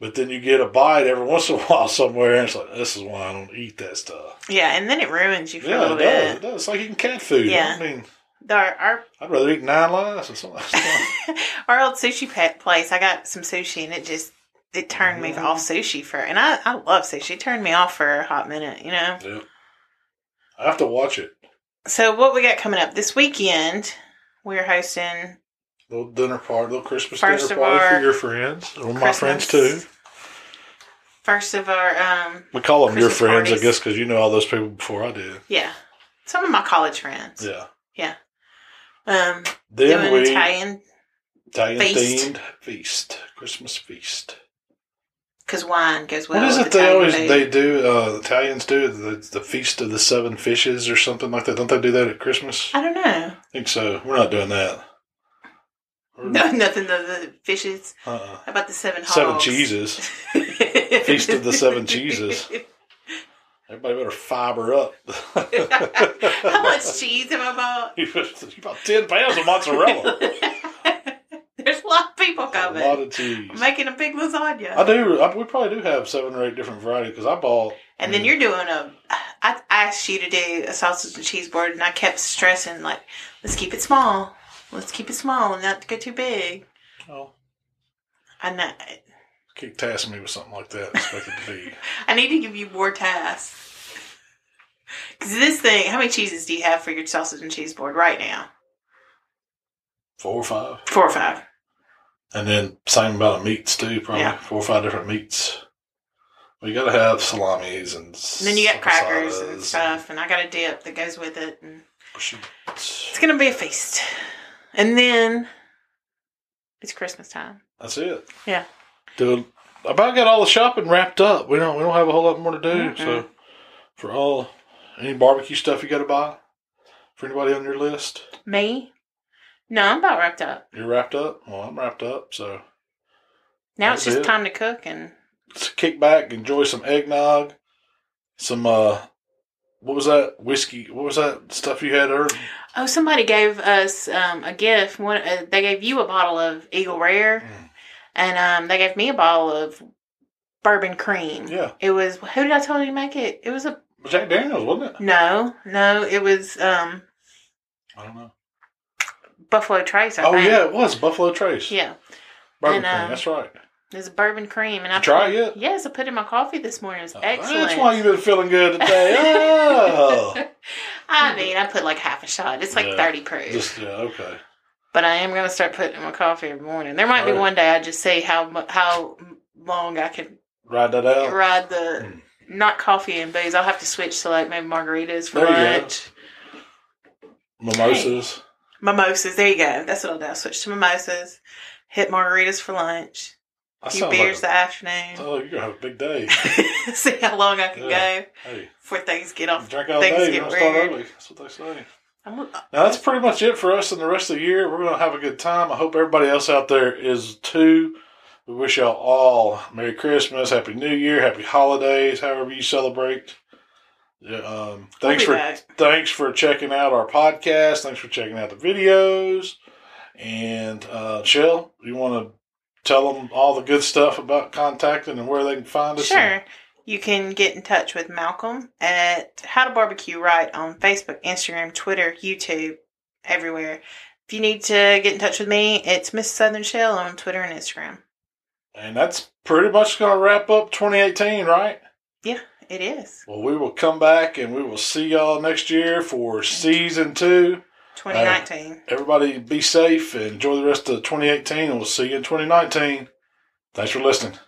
Speaker 2: But then you get a bite every once in a while somewhere, and it's like this is why I don't eat that stuff.
Speaker 3: Yeah, and then it ruins you for a
Speaker 2: Yeah,
Speaker 3: little
Speaker 2: it does. It
Speaker 3: bit.
Speaker 2: does. It's like eating cat food.
Speaker 3: Oh, Yeah.
Speaker 2: I mean,
Speaker 3: Our, our
Speaker 2: I'd rather eat nine lives or something.
Speaker 3: our old sushi pet place, I got some sushi and it just it turned me
Speaker 2: Mhm.
Speaker 3: off sushi for and I, I love sushi. It turned me off for a hot minute, you know.
Speaker 2: yep. I have to watch it.
Speaker 3: So what we got coming up this weekend, we're hosting
Speaker 2: little dinner party, little Christmas
Speaker 3: First
Speaker 2: dinner
Speaker 3: of
Speaker 2: party
Speaker 3: our
Speaker 2: for your friends, or my
Speaker 3: Christmas-
Speaker 2: friends too.
Speaker 3: First of our um
Speaker 2: We call them your
Speaker 3: Christmas
Speaker 2: friends,
Speaker 3: parties.
Speaker 2: I guess, because you know all those people before I did.
Speaker 3: yeah. Some of my college friends.
Speaker 2: Yeah.
Speaker 3: Um
Speaker 2: Then
Speaker 3: doing
Speaker 2: we
Speaker 3: Italian
Speaker 2: Italian
Speaker 3: feast.
Speaker 2: themed feast, Christmas feast.
Speaker 3: because wine goes well.
Speaker 2: what is
Speaker 3: with
Speaker 2: it they
Speaker 3: Italian
Speaker 2: always
Speaker 3: food.
Speaker 2: they do? Uh, Italians do the, the feast of the seven fishes or something like that. Don't they do that at Christmas? I
Speaker 3: I don't know.
Speaker 2: think so. We're not doing that. We're-
Speaker 3: No, nothing of the fishes.
Speaker 2: Uh-uh.
Speaker 3: How about the seven hogs?
Speaker 2: Seven cheeses. Feast of the Seven Cheeses. Everybody better fiber up.
Speaker 3: How much cheese have I bought?
Speaker 2: You put- you bought ten pounds of mozzarella.
Speaker 3: There's a lot of people
Speaker 2: a
Speaker 3: coming.
Speaker 2: lot of cheese.
Speaker 3: I'm making a big lasagna.
Speaker 2: I do. I, we probably do have seven or eight different varieties because I bought.
Speaker 3: and then you're doing a. I I asked you to do a sausage and cheese board, and I kept stressing like, let's keep it small, let's keep it small, and not go too big.
Speaker 2: Well,
Speaker 3: I know.
Speaker 2: keep tasking me with something like that. Expect it to be.
Speaker 3: I need to give you more tasks. Cause this thing, how many cheeses do you have for your sausage and cheese board right now?
Speaker 2: Four or five.
Speaker 3: Four or five.
Speaker 2: And then same amount of meats too, probably.
Speaker 3: Yeah.
Speaker 2: Four or five different meats. We gotta have salamis and,
Speaker 3: And then you got crackers and
Speaker 2: saladas
Speaker 3: stuff, and I got a dip that goes with it. And
Speaker 2: prosciutto.
Speaker 3: it's gonna be a feast. And then it's Christmas time.
Speaker 2: That's it.
Speaker 3: Yeah.
Speaker 2: Dude, I about got all the shopping wrapped up. We don't we don't have a whole lot more to do.
Speaker 3: Mm-mm.
Speaker 2: So for all any barbecue stuff you gotta buy for anybody on your list.
Speaker 3: Me? No, I'm about wrapped up.
Speaker 2: You're wrapped up? Well, I'm wrapped up, so
Speaker 3: Now it's
Speaker 2: That's
Speaker 3: just
Speaker 2: it.
Speaker 3: time to cook and
Speaker 2: let's kick back, enjoy some eggnog, some uh what was that? Whiskey what was that stuff you had earlier?
Speaker 3: oh, somebody gave us um, a gift. One, uh, they gave you a bottle of Eagle Rare,
Speaker 2: Mm.
Speaker 3: and um, they gave me a bottle of bourbon cream.
Speaker 2: Yeah.
Speaker 3: It was who did I tell you to make it? It was a
Speaker 2: Jack Daniels, wasn't it?
Speaker 3: no, no. It was um,
Speaker 2: I don't know.
Speaker 3: Buffalo Trace. I
Speaker 2: oh
Speaker 3: think.
Speaker 2: yeah, it was Buffalo Trace.
Speaker 3: yeah.
Speaker 2: Bourbon
Speaker 3: and,
Speaker 2: cream,
Speaker 3: um,
Speaker 2: that's right.
Speaker 3: It was bourbon cream, and I
Speaker 2: You try it yet?
Speaker 3: Yes, I put it in my coffee this morning. It was excellent.
Speaker 2: That's why you've been feeling good today. Oh.
Speaker 3: I mean, I put like half a shot. It's like
Speaker 2: Yeah.
Speaker 3: 30 proof.
Speaker 2: Just yeah, okay.
Speaker 3: but I am going to start putting it in my coffee every morning. There might be
Speaker 2: Right.
Speaker 3: one day I just see how mu- how long I can
Speaker 2: Ride that out.
Speaker 3: ride the
Speaker 2: Hmm.
Speaker 3: not coffee and booze. I'll have to switch to like maybe margaritas for
Speaker 2: There you go.
Speaker 3: lunch.
Speaker 2: mimosas.
Speaker 3: Mimosas. There you go. That's what I'll do. I'll switch to mimosas. Hit margaritas for lunch. A
Speaker 2: I
Speaker 3: few
Speaker 2: sound like
Speaker 3: beers the
Speaker 2: a-
Speaker 3: afternoon.
Speaker 2: sound like you're gonna have a big day.
Speaker 3: See how long I can
Speaker 2: Yeah.
Speaker 3: go
Speaker 2: Hey,
Speaker 3: before things get off.
Speaker 2: drink all
Speaker 3: Things
Speaker 2: day.
Speaker 3: get
Speaker 2: Don't start
Speaker 3: weird.
Speaker 2: early. That's what they say.
Speaker 3: I'm,
Speaker 2: Now that's pretty much it for us in the rest of the year. We're gonna have a good time. I hope everybody else out there is too. We wish y'all all Merry Christmas, Happy New Year, Happy Holidays, however you celebrate. Yeah, um, thanks
Speaker 3: be
Speaker 2: for
Speaker 3: back.
Speaker 2: thanks for checking out our podcast. Thanks for checking out the videos. And uh, Shell, you want to tell them all the good stuff about contacting and where they can find us?
Speaker 3: Sure. You can get in touch with Malcolm at How to Barbecue Right on Facebook, Instagram, Twitter, YouTube, everywhere. If you need to get in touch with me, it's Miss Southern Shell on Twitter and Instagram.
Speaker 2: And that's pretty much going to wrap up 2018, right?
Speaker 3: It is
Speaker 2: Well, we will come back and we will see y'all next year for season two.
Speaker 3: 2019.
Speaker 2: Everybody be safe and enjoy the rest of 2018, and we'll see you in 2019. Thanks for listening.